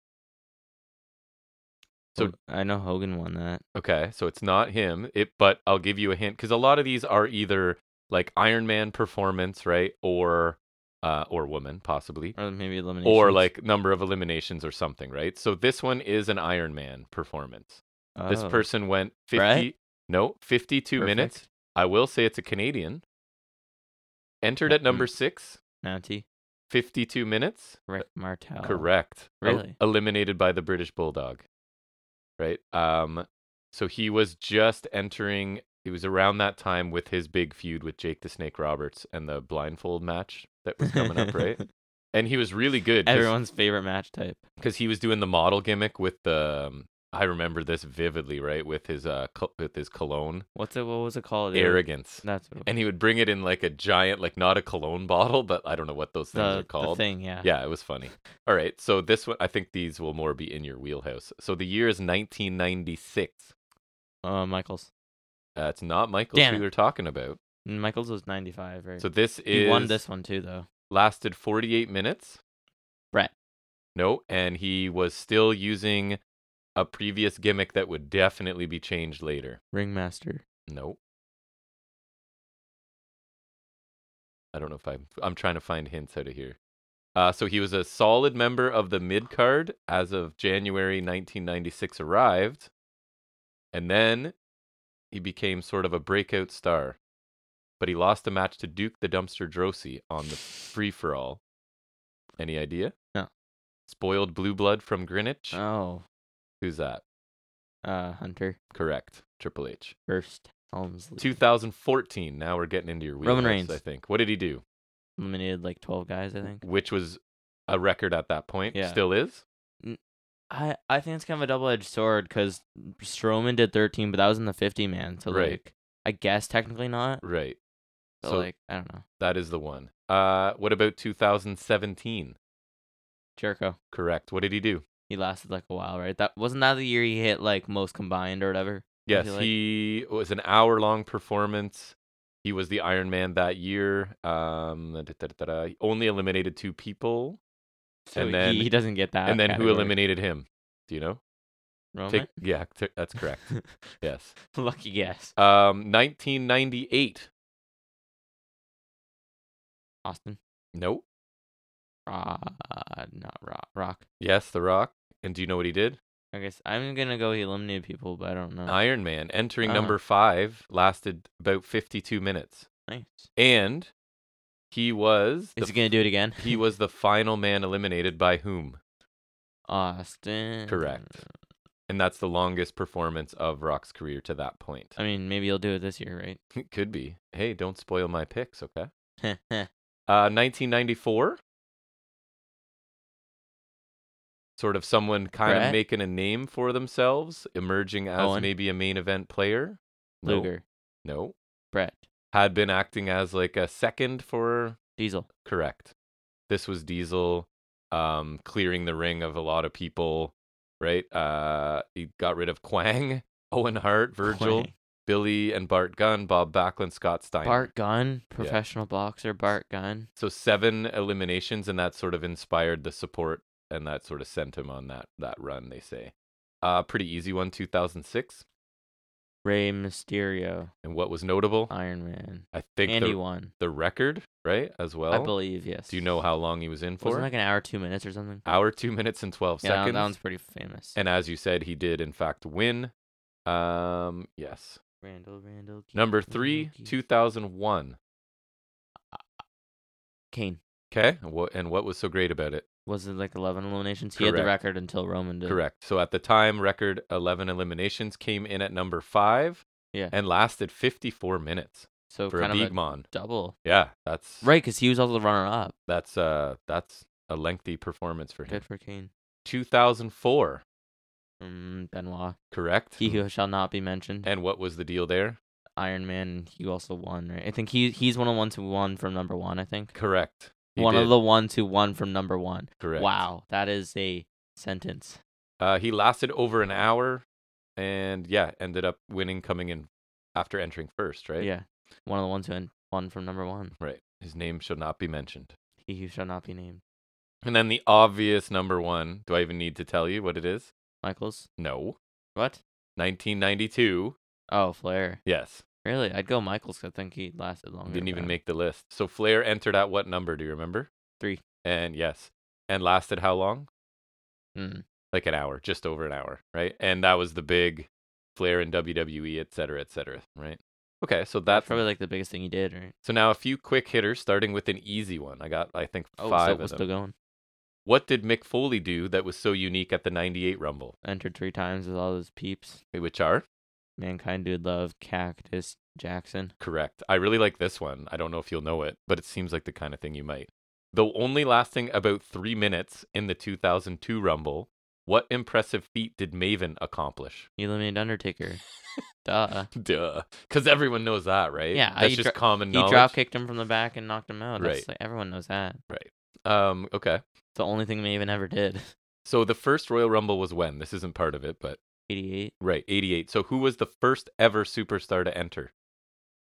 Speaker 1: So-
Speaker 2: Hog- I know Hogan won that.
Speaker 1: Okay, so it's not him. It, but I'll give you a hint because a lot of these are either like Iron Man performance, right, or uh, or woman possibly,
Speaker 2: Or maybe elimination.
Speaker 1: or like number of eliminations or something, right? So this one is an Iron Man performance.
Speaker 2: Oh.
Speaker 1: This person went 50.
Speaker 2: Brett?
Speaker 1: No, 52 minutes. I will say it's a Canadian. Entered at
Speaker 2: Mm.
Speaker 1: number six,
Speaker 2: Mounty.
Speaker 1: 52 minutes.
Speaker 2: Rick Martel.
Speaker 1: Uh, Correct. El-
Speaker 2: Oh, Really?
Speaker 1: eliminated by the British Bulldog. Right? Um so he was just entering it was around that time with his big feud with Jake the Snake Roberts and the blindfold match that was coming up, right? And he was really good
Speaker 2: Everyone's favorite match type.
Speaker 1: because he was doing the model gimmick with the um, I remember this vividly, right? With his uh col- with his cologne
Speaker 2: What's it? What was it called? It was-
Speaker 1: arrogance.
Speaker 2: That's what it was.
Speaker 1: And he would bring it in like a giant like not a cologne bottle, but I don't know what those things
Speaker 2: the,
Speaker 1: are called.
Speaker 2: the thing. Yeah.
Speaker 1: Yeah, it was funny. All right, so this one, I think these will more be in your wheelhouse. So the year is 1996.
Speaker 2: Uh, Michaels.
Speaker 1: Uh, it's not Michaels
Speaker 2: Damn
Speaker 1: who
Speaker 2: it.
Speaker 1: they're talking about.
Speaker 2: Mm, Michaels was 95, right?
Speaker 1: So this
Speaker 2: he
Speaker 1: is
Speaker 2: won this one too, though.
Speaker 1: lasted 48 minutes.
Speaker 2: Brett.
Speaker 1: No, and he was still using a previous gimmick that would definitely be changed later.
Speaker 2: Ringmaster.
Speaker 1: No. I don't know if I'm I'm trying to find hints out of here. Uh, so he was a solid member of the mid card as of January 1996 arrived, and then he became sort of a breakout star. But he lost a match to Duke the Dumpster Drosy on the free for all. Any idea?
Speaker 2: No.
Speaker 1: Spoiled blue blood from Greenwich.
Speaker 2: Oh,
Speaker 1: Who's that?
Speaker 2: uh, Hunter
Speaker 1: Correct. Triple H.
Speaker 2: first. Helmsley
Speaker 1: 2014. Now we're getting into your wheelhouse,
Speaker 2: Roman
Speaker 1: I
Speaker 2: Reigns.
Speaker 1: think. What did he do?
Speaker 2: eliminated like 12 guys, I think.
Speaker 1: Which was a record at that point.
Speaker 2: Yeah.
Speaker 1: Still is.
Speaker 2: I I think it's kind of a double edged sword because Strowman did 13, but that was in the 50 man. So
Speaker 1: Right.
Speaker 2: like, I guess technically not,
Speaker 1: Right.
Speaker 2: but
Speaker 1: so
Speaker 2: like I don't know.
Speaker 1: that is the one. Uh, what about 2017?
Speaker 2: Jericho.
Speaker 1: Correct. What did he do?
Speaker 2: He lasted like a while, right? That wasn't that the year he hit like most combined or whatever.
Speaker 1: Yes,
Speaker 2: feel like-
Speaker 1: he was an hour long performance. He was the Iron Man that year. Um, da- da- da- da. He only eliminated two people.
Speaker 2: So
Speaker 1: And
Speaker 2: he-
Speaker 1: then-
Speaker 2: he, doesn't get that.
Speaker 1: and then who
Speaker 2: category.
Speaker 1: eliminated him? Do you know?
Speaker 2: Roman?
Speaker 1: Take, yeah, t- that's correct. yes.
Speaker 2: Lucky guess,
Speaker 1: Um, 1998.
Speaker 2: Austin.
Speaker 1: Nope.
Speaker 2: Uh, not rock. Rock.
Speaker 1: Yes, The Rock. And do you know what he did?
Speaker 2: I guess I'm gonna go. He eliminated people, but I don't know.
Speaker 1: Iron Man, entering
Speaker 2: Ah.
Speaker 1: number five, lasted about 52 minutes.
Speaker 2: nice.
Speaker 1: And he was the
Speaker 2: Is he gonna do it again?
Speaker 1: he was the final man eliminated by whom?
Speaker 2: Austin.
Speaker 1: Correct. And that's the longest performance of Rock's career to that point.
Speaker 2: I mean, maybe he'll do it this year, right?
Speaker 1: Could be. Hey, don't spoil my picks, okay?
Speaker 2: Heh.
Speaker 1: Uh, 1994. Sort of someone kind of
Speaker 2: Brett?
Speaker 1: making a name for themselves, emerging as
Speaker 2: Owen?
Speaker 1: maybe a main event player. No,
Speaker 2: Luger,
Speaker 1: No.
Speaker 2: Brett,
Speaker 1: Had been acting as like a second for
Speaker 2: Diesel.
Speaker 1: Correct. This was Diesel um, clearing the ring of a lot of people, right? Uh, he got rid of Quang, Owen Hart, Virgil,
Speaker 2: Quang.
Speaker 1: Billy, and Bart Gunn, Bob Backlund, Scott Steiner.
Speaker 2: Bart Gunn, professional boxer. Bart Gunn.
Speaker 1: So seven eliminations, and that sort of inspired the support, and that sort of sent him on that that run. They say, uh, pretty easy one, 2006.
Speaker 2: Ray Mysterio,
Speaker 1: And what was notable,
Speaker 2: Iron Man.
Speaker 1: I think
Speaker 2: and he
Speaker 1: the,
Speaker 2: won.
Speaker 1: the record, right, as well.
Speaker 2: I believe yes.
Speaker 1: Do you know how long he was in for?
Speaker 2: Wasn't it like an hour, two minutes or something.
Speaker 1: Hour, two minutes, and twelve
Speaker 2: Yeah, that-
Speaker 1: seconds.
Speaker 2: that one's pretty famous.
Speaker 1: And as you said, he did in fact win. Um, yes.
Speaker 2: Randall, Randall. Keith,
Speaker 1: Number
Speaker 2: Randall,
Speaker 1: three,
Speaker 2: Keith.
Speaker 1: two thousand one.
Speaker 2: Kane.
Speaker 1: Okay. What and what was so great about it?
Speaker 2: Was it like eleven eliminations? He had the
Speaker 1: Correct.
Speaker 2: record until Roman did.
Speaker 1: Correct. So at the time, record eleven eliminations came in at number five.
Speaker 2: Yeah.
Speaker 1: And lasted fifty four minutes
Speaker 2: So
Speaker 1: for
Speaker 2: kind
Speaker 1: a
Speaker 2: of
Speaker 1: big
Speaker 2: a
Speaker 1: mon.
Speaker 2: double.
Speaker 1: Yeah, that's
Speaker 2: Right, because he was also the runner up.
Speaker 1: That's uh, that's a lengthy performance for him.
Speaker 2: Good for Kane.
Speaker 1: Two thousand four.
Speaker 2: Mm, Benoit.
Speaker 1: Correct.
Speaker 2: He who shall not be mentioned.
Speaker 1: and what was the deal there?
Speaker 2: Iron Man. He also won, right? I think he he's one of the ones who won from number one. I think
Speaker 1: Correct. He
Speaker 2: one of
Speaker 1: did.
Speaker 2: the ones who won from number one.
Speaker 1: correct.
Speaker 2: Wow, that is a sentence.
Speaker 1: Uh, he lasted over an hour, and yeah, ended up winning, coming in after entering first. Right.
Speaker 2: Yeah, one of the ones who en- won from number one.
Speaker 1: Right. His name shall not be mentioned.
Speaker 2: He who shall not be named.
Speaker 1: And then the obvious number one. Do I even need to tell you what it is?
Speaker 2: Michaels.
Speaker 1: No.
Speaker 2: What?
Speaker 1: 1992.
Speaker 2: Oh, Flair.
Speaker 1: Yes.
Speaker 2: Really? I'd go Michaels. 'cause I think he lasted longer.
Speaker 1: Didn't
Speaker 2: but
Speaker 1: even make the list. So Flair entered at what number? Do you remember?
Speaker 2: Three.
Speaker 1: And yes. And lasted how long?
Speaker 2: Mm.
Speaker 1: Like an hour, just over an hour, right? And that was the big Flair and WWE, E, et cetera, et cetera, right? Okay, so
Speaker 2: That's
Speaker 1: that's
Speaker 2: probably like the biggest thing he did, right?
Speaker 1: So now a few quick hitters, starting with an easy one. I got, I think,
Speaker 2: Oh,
Speaker 1: five
Speaker 2: so
Speaker 1: of
Speaker 2: we're
Speaker 1: them.
Speaker 2: still going.
Speaker 1: What did Mick Foley do that was so unique at the '98 Rumble?
Speaker 2: Entered three times with all those peeps.
Speaker 1: Which are
Speaker 2: Mankind, dude, love, cactus, Jackson.
Speaker 1: correct. I really like this one. I don't know if you'll know it, but it seems like the kind of thing you might. Though only lasting about three minutes in the 2002 Rumble, what impressive feat did Maven accomplish?
Speaker 2: He eliminated Undertaker. Duh.
Speaker 1: Duh, because everyone knows that, right?
Speaker 2: Yeah,
Speaker 1: that's
Speaker 2: he
Speaker 1: just
Speaker 2: dro-
Speaker 1: common
Speaker 2: He
Speaker 1: knowledge.
Speaker 2: drop kicked him from the back and knocked him out. That's
Speaker 1: Right.
Speaker 2: like, everyone knows that.
Speaker 1: um, okay.
Speaker 2: It's the only thing Maven ever did.
Speaker 1: So the first Royal Rumble was when? This isn't part of it, but
Speaker 2: 88.
Speaker 1: Right, 88. So who was the first ever superstar to enter?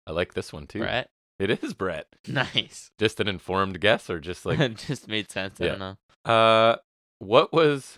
Speaker 1: I like this one too.
Speaker 2: Brett.
Speaker 1: It is Brett.
Speaker 2: Nice.
Speaker 1: Just an informed guess or just like
Speaker 2: it just made sense. I
Speaker 1: Yeah.
Speaker 2: don't know.
Speaker 1: uh what was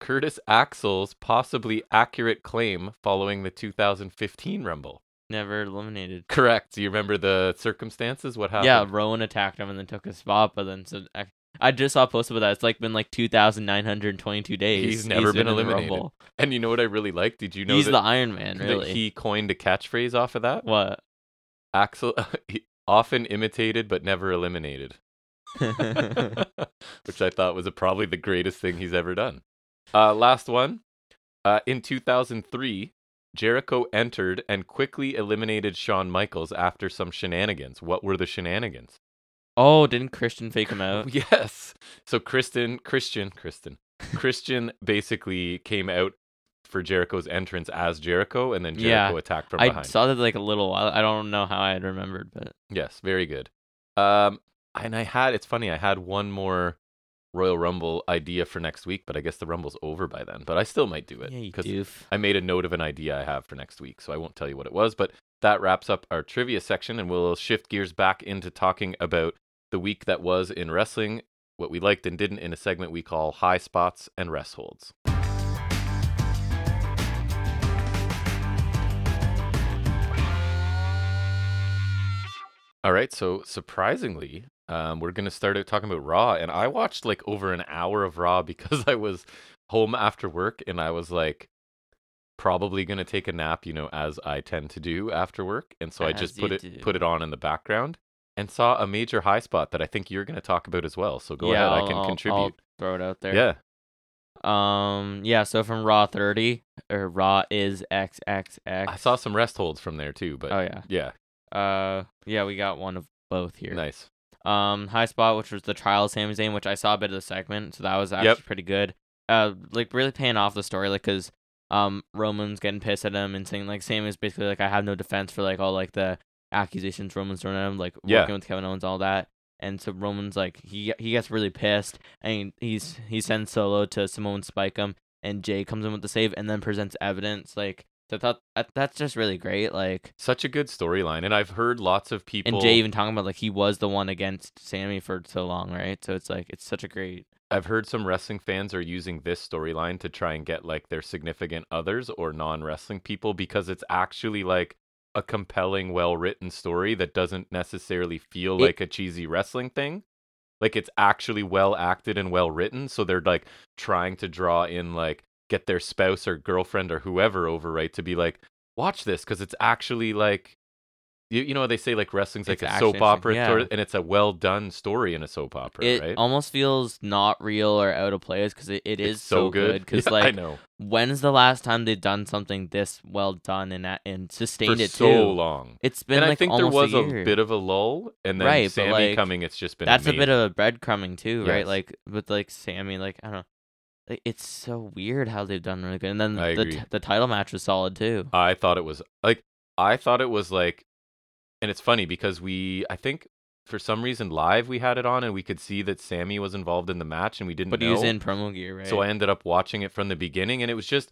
Speaker 1: Curtis Axel's possibly accurate claim following the 2015 Rumble?
Speaker 2: Never eliminated.
Speaker 1: Correct. Do you remember the circumstances? What happened?
Speaker 2: Yeah, Rowan attacked him and then took his spot, but then so I, I just saw a post about that. It's like been like two thousand nine hundred twenty-two days.
Speaker 1: He's never been
Speaker 2: in the
Speaker 1: eliminated.
Speaker 2: Rumble.
Speaker 1: And you know what I really like? Did you know
Speaker 2: he's
Speaker 1: that,
Speaker 2: the Iron Man,
Speaker 1: that
Speaker 2: really.
Speaker 1: he coined a catchphrase off of that?
Speaker 2: What?
Speaker 1: Axel he- often imitated but never eliminated. which I thought was a, probably the greatest thing he's ever done. Uh, last one. Uh, in 2003, Jericho entered and quickly eliminated Shawn Michaels after some shenanigans. What were the shenanigans? Uh,
Speaker 2: oh, didn't Christian fake him out?
Speaker 1: Yes. So Kristen, Christian, Kristen, Christian basically came out for Jericho's entrance as Jericho, and then
Speaker 2: Yeah.
Speaker 1: Jericho attacked from
Speaker 2: I
Speaker 1: behind.
Speaker 2: saw that like a little while. I don't know how I had remembered, but
Speaker 1: Yes, very good. Um, and I had it's funny, I had one more Royal Rumble idea for next week, but I guess the Rumble's over by then. But I still might do it
Speaker 2: yeah, you
Speaker 1: 'cause
Speaker 2: doof.
Speaker 1: I made a note of an idea I have for next week, so I won't tell you what it was, but that wraps up our trivia section and we'll shift gears back into talking about the week that was in wrestling, what we liked and didn't in a segment we call high spots and rest holds. All right, so surprisingly, um, we're going to start out talking about Raw. And I watched like over an hour of Raw because I was home after work and I was like probably going to take a nap, you know, as I tend to do after work. And so I
Speaker 2: As
Speaker 1: just put
Speaker 2: you
Speaker 1: it
Speaker 2: do.
Speaker 1: put it on in the background and saw a major high spot that I think you're going to talk about as well. So go ahead,
Speaker 2: yeah, I'll-
Speaker 1: I can
Speaker 2: I'll- I'll
Speaker 1: contribute.
Speaker 2: throw it out there.
Speaker 1: yeah.
Speaker 2: Um. Yeah. So from Raw 30 or Raw is XXX.
Speaker 1: I saw some rest holds from there too, but
Speaker 2: Oh yeah.
Speaker 1: yeah,
Speaker 2: Uh. Yeah. We got one of both here.
Speaker 1: nice.
Speaker 2: Um. High spot, which was the trial of Sami Zayn, which I saw a bit of the segment, so that was actually
Speaker 1: Yep.
Speaker 2: pretty good. Uh. Like really paying off the story, like because um Roman's getting pissed at him and saying like Sammy's basically like I have no defense for like all like the accusations Roman's throwing at him, like
Speaker 1: Yeah.
Speaker 2: working with Kevin Owens, all that. And so Roman's like he he gets really pissed and he's he sends Solo to Simone spike him and Jay comes in with the save and then presents evidence like so I thought that, that's just really great like
Speaker 1: Such a good storyline. And I've heard lots of people
Speaker 2: and Jay even talking about like he was the one against Sammy for so long, right? So it's like it's such a great
Speaker 1: I've heard some wrestling fans are using this storyline to try and get like their significant others or non wrestling people because it's actually like a compelling, well written story that doesn't necessarily feel
Speaker 2: It-
Speaker 1: like a cheesy wrestling thing. Like it's actually well acted and well written. So they're like trying to draw in like get their spouse or girlfriend or whoever over, right? To be like, watch this because it's actually like. You, you know they say like wrestling's like
Speaker 2: It's
Speaker 1: a
Speaker 2: actually
Speaker 1: soap opera,
Speaker 2: interesting,
Speaker 1: sort
Speaker 2: yeah.
Speaker 1: of- and it's a well done story in a soap opera,
Speaker 2: it
Speaker 1: right?
Speaker 2: almost feels not real or out of place because it, it
Speaker 1: It's
Speaker 2: is so good because
Speaker 1: Yeah, I
Speaker 2: like
Speaker 1: know
Speaker 2: when's the last time they've done something this well done and a- and
Speaker 1: for
Speaker 2: sustained it
Speaker 1: so
Speaker 2: too?
Speaker 1: long,
Speaker 2: It's been
Speaker 1: and
Speaker 2: like
Speaker 1: I think there was
Speaker 2: almost a,
Speaker 1: a,
Speaker 2: year.
Speaker 1: bit of a lull, and then
Speaker 2: Right, but,
Speaker 1: Sammy
Speaker 2: like,
Speaker 1: coming. It's just been
Speaker 2: that's a bit
Speaker 1: amazing.
Speaker 2: of a breadcrumbing too, right?
Speaker 1: Yes.
Speaker 2: Like with like Sammy, like I don't know, like it's so weird how they've done really good. And then
Speaker 1: I
Speaker 2: the
Speaker 1: agree.
Speaker 2: t- the title match was solid too.
Speaker 1: I thought it was like I thought it was like, and it's funny because we I think for some reason live we had it on and we could see that Sammy was involved in the match and we didn't
Speaker 2: But
Speaker 1: know.
Speaker 2: he was in promo gear, right?
Speaker 1: So I ended up watching it from the beginning, and it was just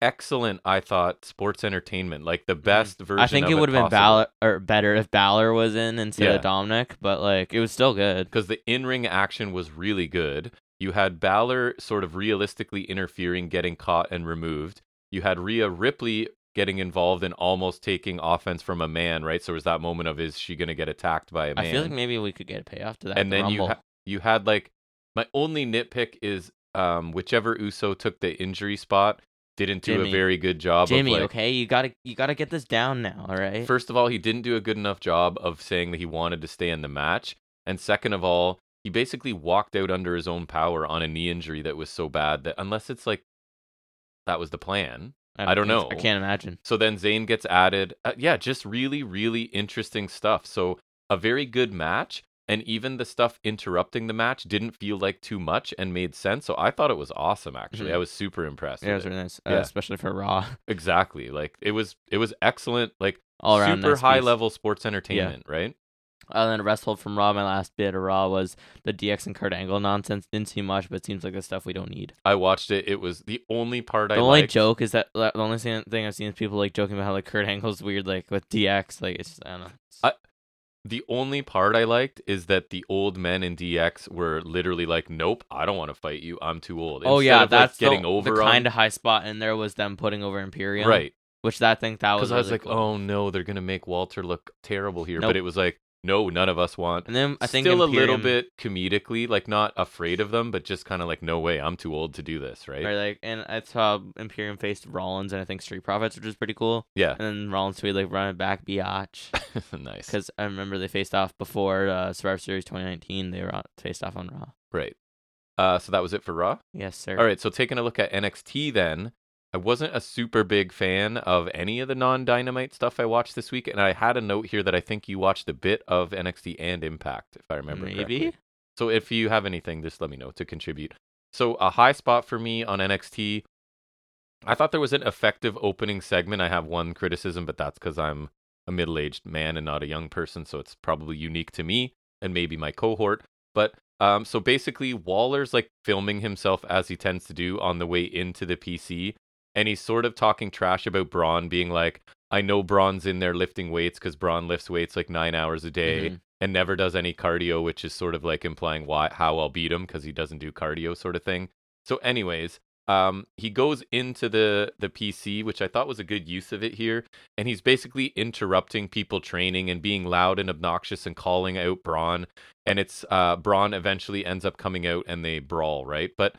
Speaker 1: excellent. I thought sports entertainment, like the best version.
Speaker 2: Mm-hmm. Mm. I think
Speaker 1: of
Speaker 2: it
Speaker 1: would
Speaker 2: would have been Balor or better if Balor was in instead
Speaker 1: Yeah.
Speaker 2: of Dominic, but like it was still good.
Speaker 1: because the in ring action was really good. You had Balor sort of realistically interfering, getting caught and removed. You had Rhea Ripley getting involved and almost taking offense from a man, right? So it was that moment of is she going to get attacked by a man?
Speaker 2: I feel like maybe we could get a payoff to that.
Speaker 1: and
Speaker 2: at the
Speaker 1: then you
Speaker 2: Rumble.
Speaker 1: ha- you had like my only nitpick is um whichever Uso took the injury spot didn't do
Speaker 2: Jimmy.
Speaker 1: a very good job
Speaker 2: Jimmy,
Speaker 1: of like,
Speaker 2: okay, you gotta you gotta get this down now, all right?
Speaker 1: First of all, he didn't do a good enough job of saying that he wanted to stay in the match. And second of all, he basically walked out under his own power on a knee injury that was so bad that unless it's like that was the plan. I don't
Speaker 2: think-
Speaker 1: know.
Speaker 2: I can't imagine.
Speaker 1: So then Zayn gets added. Uh, yeah, just really, really interesting stuff. So a very good match. And even the stuff interrupting the match didn't feel like too much and made sense. So I thought it was awesome, actually.
Speaker 2: Mhm.
Speaker 1: I was super impressed.
Speaker 2: Yeah, it
Speaker 1: with
Speaker 2: was
Speaker 1: it.
Speaker 2: really nice,
Speaker 1: Yeah.
Speaker 2: uh, especially for Raw.
Speaker 1: Exactly. Like it was, it was excellent. Like
Speaker 2: All around
Speaker 1: super
Speaker 2: nice
Speaker 1: high
Speaker 2: piece.
Speaker 1: level sports entertainment, right?
Speaker 2: And then a rest hold from Raw. My last bit of Raw was the DX and Kurt Angle nonsense. Didn't see much, but it seems like the stuff we don't need.
Speaker 1: I watched it. It was the only part I
Speaker 2: the only
Speaker 1: liked.
Speaker 2: joke is that the only thing thing I've seen is people like joking about how like Kurt Angle's weird, like with DX. Like it's I don't know.
Speaker 1: I- The only part I liked is that the old men in DX were literally like, "Nope, I don't want to fight you. I'm too old."
Speaker 2: oh
Speaker 1: Instead
Speaker 2: yeah,
Speaker 1: of, like,
Speaker 2: that's
Speaker 1: getting
Speaker 2: the,
Speaker 1: over
Speaker 2: the
Speaker 1: on-
Speaker 2: kind of high spot in there was them putting over Imperium,
Speaker 1: right.
Speaker 2: Which that thing that was
Speaker 1: Because I was
Speaker 2: really
Speaker 1: like,
Speaker 2: cool.
Speaker 1: "Oh no, they're gonna make Walter look terrible here."
Speaker 2: Nope.
Speaker 1: But it was like, "No, none of us want."
Speaker 2: And then I think
Speaker 1: still a little
Speaker 2: Imperium-
Speaker 1: bit comedically, like not afraid of them, but just kind of like, "No way, I'm too old to do this." Right?
Speaker 2: Right, like, and I saw Imperium faced Rollins and I think Street Profits, which was pretty cool.
Speaker 1: Yeah.
Speaker 2: And then Rollins tweeted like run it back, biatch,
Speaker 1: nice.
Speaker 2: because I remember they faced off before uh, Survivor Series 2019. They were on, faced off on Raw.
Speaker 1: Right. Uh, so that was it for Raw.
Speaker 2: Yes, sir.
Speaker 1: All right, so taking a look at NXT then, I wasn't a super big fan of any of the non-dynamite stuff I watched this week, and I had a note here that I think you watched a bit of NXT and Impact, if I remember
Speaker 2: maybe.
Speaker 1: correctly. So if you have anything, just let me know to contribute. So a high spot for me on NXT, I thought there was an effective opening segment. I have one criticism, but that's because I'm a middle-aged man and not a young person, so it's probably unique to me. and maybe my cohort. But um, so basically, Waller's like filming himself as he tends to do on the way into the PC, and he's sort of talking trash about Braun, being like, "I know Braun's in there lifting weights because Braun lifts weights like nine hours a day."
Speaker 2: Mhm.
Speaker 1: and never does any cardio, which is sort of like implying why how I'll beat him because he doesn't do cardio sort of thing. So, anyways, um, he goes into the the PC, which I thought was a good use of it here, and he's basically interrupting people training and being loud and obnoxious and calling out Braun. And it's uh, Braun eventually ends up coming out and they brawl, right? But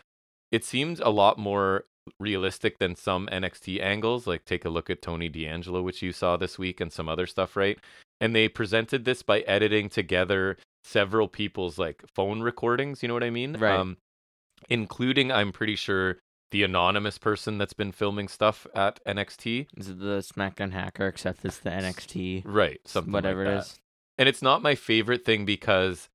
Speaker 1: it seems a lot more realistic than some NXT angles. Like take a look at Tony D'Angelo, which you saw this week, and some other stuff, right? and they presented this by editing together several people's like phone recordings you know what i mean Um,
Speaker 2: Right.
Speaker 1: including i'm pretty sure the anonymous person that's been filming stuff at nxt
Speaker 2: This is the SmackDown hacker, except it's the NXT,
Speaker 1: right something
Speaker 2: whatever
Speaker 1: like
Speaker 2: it
Speaker 1: that.
Speaker 2: is.
Speaker 1: and it's not my favorite thing because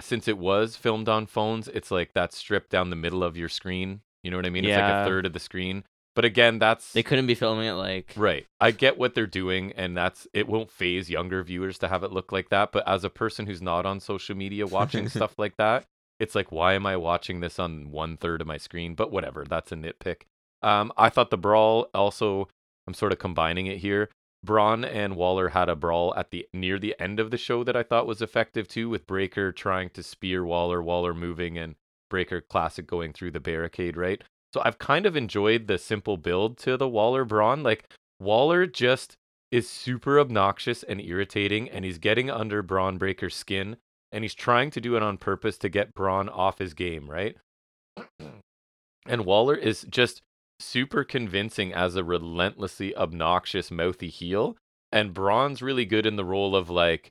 Speaker 1: since it was filmed on phones it's like that strip down the middle of your screen you know what i mean it's like
Speaker 2: Yeah.
Speaker 1: a third of the screen but again that's
Speaker 2: They couldn't be filming it like
Speaker 1: Right. I get what they're doing, and that's it won't phase younger viewers to have it look like that. But as a person who's not on social media watching stuff like that, it's like, why am I watching this on one third of my screen? But whatever, that's a nitpick. Um, I thought the brawl also, I'm sort of combining it here. Braun and Waller had a brawl at the near the end of the show that I thought was effective too, with Breaker trying to spear Waller, Waller moving, and Breaker classic going through the barricade, right? So I've kind of enjoyed the simple build to the Waller Braun. Like Waller just is super obnoxious and irritating, and he's getting under Braun Breaker's skin, and he's trying to do it on purpose to get Braun off his game, right? And Waller is just super convincing as a relentlessly obnoxious, mouthy heel. And Braun's really good in the role of like,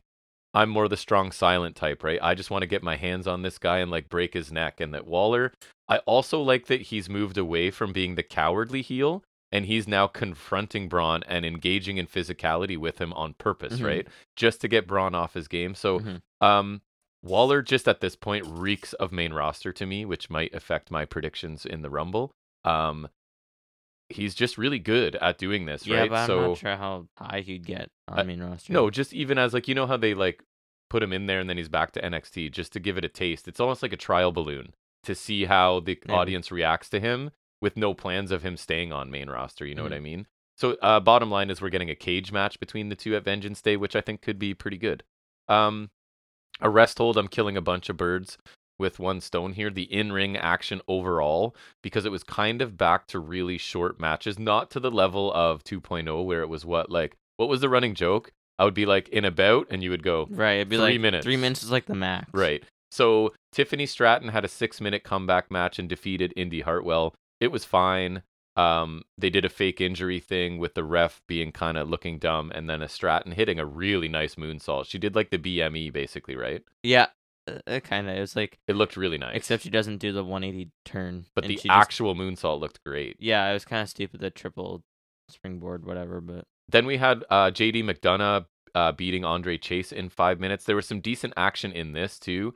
Speaker 1: I'm more the strong, silent type, right? I just want to get my hands on this guy and like break his neck. And that Waller, I also like that he's moved away from being the cowardly heel and he's now confronting Braun and engaging in physicality with him on purpose,
Speaker 2: Mhm.
Speaker 1: right? Just to get Braun off his game. So,
Speaker 2: Mhm.
Speaker 1: um, Waller just at this point reeks of main roster to me, which might affect my predictions in the Rumble. Um, he's just really good at doing this,
Speaker 2: yeah,
Speaker 1: right?
Speaker 2: but I'm
Speaker 1: so
Speaker 2: not sure how high he'd get on
Speaker 1: Uh,
Speaker 2: main roster.
Speaker 1: no, just even as like you know how they like put him in there and then he's back to NXT just to give it a taste. It's almost like a trial balloon to see how the
Speaker 2: Maybe.
Speaker 1: audience reacts to him with no plans of him staying on main roster. You know
Speaker 2: Mm-hmm.
Speaker 1: what I mean? So uh, bottom line is we're getting a cage match between the two at Vengeance Day, which I think could be pretty good. Um, a rest hold. I'm killing a bunch of birds with one stone here. The in ring action overall, because it was kind of back to really short matches, not to the level of 2.0 where it was what like what was the running joke? I would be like in a bout, and you would go
Speaker 2: right? It'd be
Speaker 1: three
Speaker 2: like
Speaker 1: minutes.
Speaker 2: Three minutes is like the max.
Speaker 1: Right. So Tiffany Stratton had a six minute comeback match and defeated Indy Hartwell. It was fine. Um, they did a fake injury thing with the ref being kind of looking dumb and then a Stratton hitting a really nice moonsault. She did like the BME basically, right?
Speaker 2: Yeah, uh, kind of. It was like
Speaker 1: It looked really nice.
Speaker 2: except she doesn't do the 180 turn.
Speaker 1: but
Speaker 2: and
Speaker 1: the
Speaker 2: she just-
Speaker 1: actual moonsault looked great.
Speaker 2: yeah, it was kind of stupid. The triple springboard, whatever. But
Speaker 1: Then we had uh, JD McDonough uh, beating Andre Chase in five minutes. There was some decent action in this too.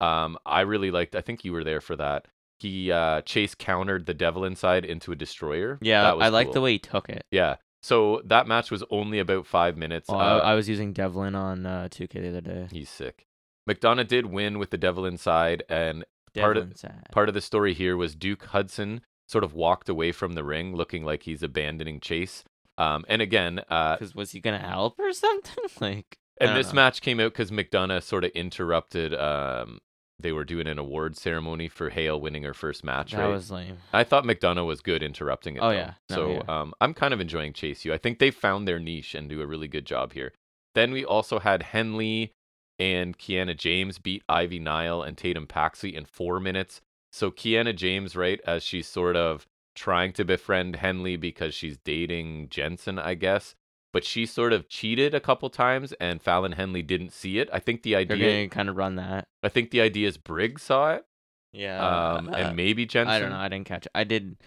Speaker 1: Um, I really liked. I think you were there for that. He uh, Chase countered the Devil Inside into a Destroyer.
Speaker 2: yeah,
Speaker 1: that was
Speaker 2: I like the
Speaker 1: cool.
Speaker 2: way he took it.
Speaker 1: Yeah. So that match was only about five minutes.
Speaker 2: Oh,
Speaker 1: Uh,
Speaker 2: I, I was using Devlin on uh, 2K the other day.
Speaker 1: he's sick. McDonough did win with the Devil Inside, and part of-
Speaker 2: Devlin sad.
Speaker 1: part of the story here was Duke Hudson sort of walked away from the ring, looking like he's abandoning Chase. Um, and again, uh,
Speaker 2: Because was he gonna help or something? like, I
Speaker 1: And
Speaker 2: don't
Speaker 1: this
Speaker 2: know.
Speaker 1: match came out because McDonough sort of interrupted. Um, they were doing an award ceremony for Hale winning her first match.
Speaker 2: that
Speaker 1: right?
Speaker 2: was lame.
Speaker 1: I thought McDonough was good interrupting it.
Speaker 2: Oh,
Speaker 1: though.
Speaker 2: yeah. No,
Speaker 1: so
Speaker 2: yeah.
Speaker 1: um, I'm kind of enjoying Chase U. I think they found their niche and do a really good job here. Then we also had Henley and Kiana James beat Ivy Nile and Tatum Paxley in four minutes. So Kiana James, right, as she's sort of trying to befriend Henley because she's dating Jensen, I guess. But she sort of cheated a couple times, and Fallon Henley didn't see it. I think the
Speaker 2: They're
Speaker 1: idea,
Speaker 2: gonna kind of run that.
Speaker 1: I think the idea is Briggs saw it,
Speaker 2: Yeah.
Speaker 1: um, and maybe Jensen.
Speaker 2: Uh, I don't know. I didn't catch. it. I did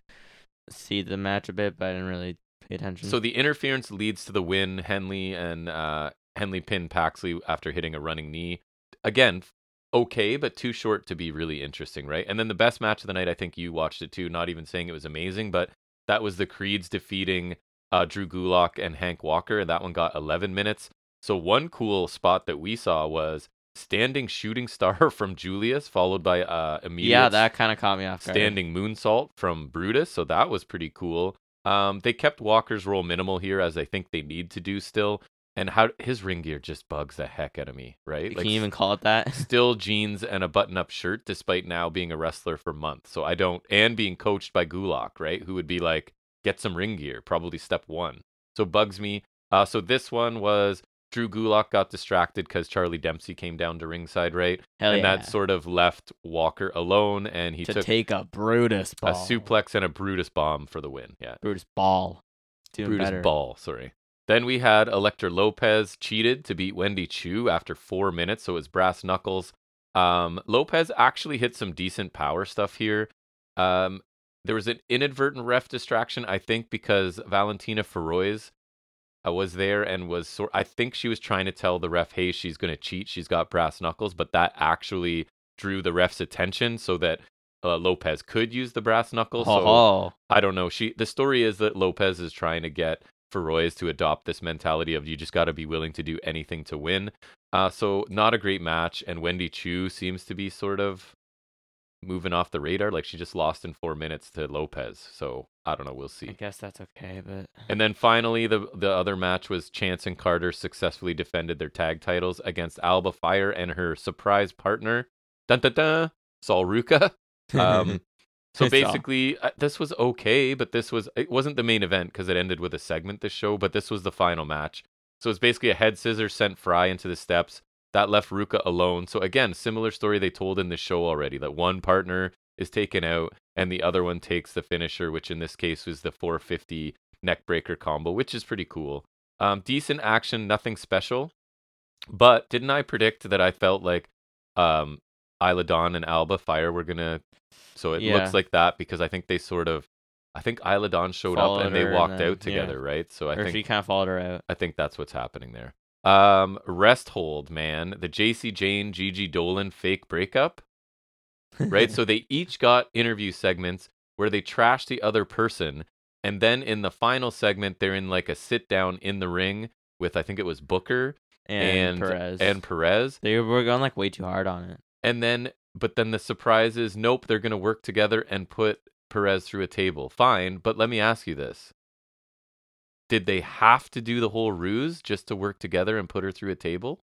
Speaker 2: see the match a bit, but I didn't really pay attention.
Speaker 1: So the interference leads to the win. Henley and uh, Henley pinned Paxley after hitting a running knee. Again, okay, but too short to be really interesting, right? And then the best match of the night, I think you watched it too. Not even saying it was amazing, but that was the Creeds defeating uh, Drew Gulak and Hank Walker. That one got 11 minutes. So one cool spot that we saw was standing shooting star from Julius, followed by uh, immediate
Speaker 2: yeah, that kind of caught me off guard.
Speaker 1: standing moonsault from Brutus. So that was pretty cool. Um, they kept Walker's role minimal here, as I think they need to do still. And how his ring gear just bugs the heck out of me, right?
Speaker 2: Can you even call it that?
Speaker 1: still jeans and a button-up shirt despite now being a wrestler for months. So I don't and being coached by Gulak, right? Who would be like, get some ring gear, probably step one. So bugs me. Uh, so this one was Drew Gulak got distracted because Charlie Dempsey came down to ringside, right?
Speaker 2: Hell
Speaker 1: and
Speaker 2: yeah.
Speaker 1: that sort of left Walker alone, and he
Speaker 2: to
Speaker 1: took
Speaker 2: take a Brutus
Speaker 1: a
Speaker 2: ball.
Speaker 1: suplex and a Brutus bomb for the win. Yeah,
Speaker 2: Brutus ball. Doing
Speaker 1: Brutus
Speaker 2: better.
Speaker 1: Ball, sorry. Then we had Elector Lopez cheated to beat Wendy Chu after four minutes, so it was brass knuckles. Um, Lopez actually hit some decent power stuff here. Um, there was an inadvertent ref distraction, I think, because Valentina Ferrois uh, was there and was sort. I think she was trying to tell the ref, "Hey, she's going to cheat. She's got brass knuckles," but that actually drew the ref's attention so that uh, Lopez could use the brass knuckles.
Speaker 2: Ho,
Speaker 1: so
Speaker 2: ho.
Speaker 1: I don't know. She the story is that Lopez is trying to get Ferroyes to adopt this mentality of you just got to be willing to do anything to win. Uh, so not a great match, and Wendy Chu seems to be sort of moving off the radar. Like she just lost in four minutes to Lopez. So I don't know. We'll
Speaker 2: I
Speaker 1: see.
Speaker 2: guess that's okay, but
Speaker 1: And then finally, the the other match was Chance and Carter successfully defended their tag titles against Alba Fire and her surprise partner, dun dun dun, Sol Ruka. Um, so
Speaker 2: I saw.
Speaker 1: basically, uh, this was okay, but this was it wasn't the main event because it ended with a segment this show, but this was the final match. So it's basically a head scissors sent Fry into the steps that left Ruka alone. So again, similar story they told in the show already that one partner is taken out and the other one takes the finisher, which in this case was the 450 neckbreaker combo, which is pretty cool. Um, decent action, nothing special. But didn't I predict that I felt like um, Isla Dawn and Alba Fire were gonna? So it
Speaker 2: Yeah.
Speaker 1: looks like that because I think they sort of, I think Isla Dawn showed up
Speaker 2: Followed
Speaker 1: and they
Speaker 2: her and
Speaker 1: walked
Speaker 2: then-
Speaker 1: out together,
Speaker 2: yeah.
Speaker 1: right? So I
Speaker 2: or
Speaker 1: think
Speaker 2: she kind of followed her out.
Speaker 1: I think that's what's happening there. Um, rest hold, man. The JC Jane, Gigi Dolan fake breakup, right? so they each got interview segments where they trash the other person. And then in the final segment, they're in like a sit down in the ring with, I think it was Booker
Speaker 2: and,
Speaker 1: and-
Speaker 2: Perez
Speaker 1: and Perez.
Speaker 2: they were going like way too hard on it.
Speaker 1: And then, but then the surprise is nope, they're going to work together and put Perez through a table. Fine. But let me ask you this Did they have to do the whole ruse just to work together and put her through a table?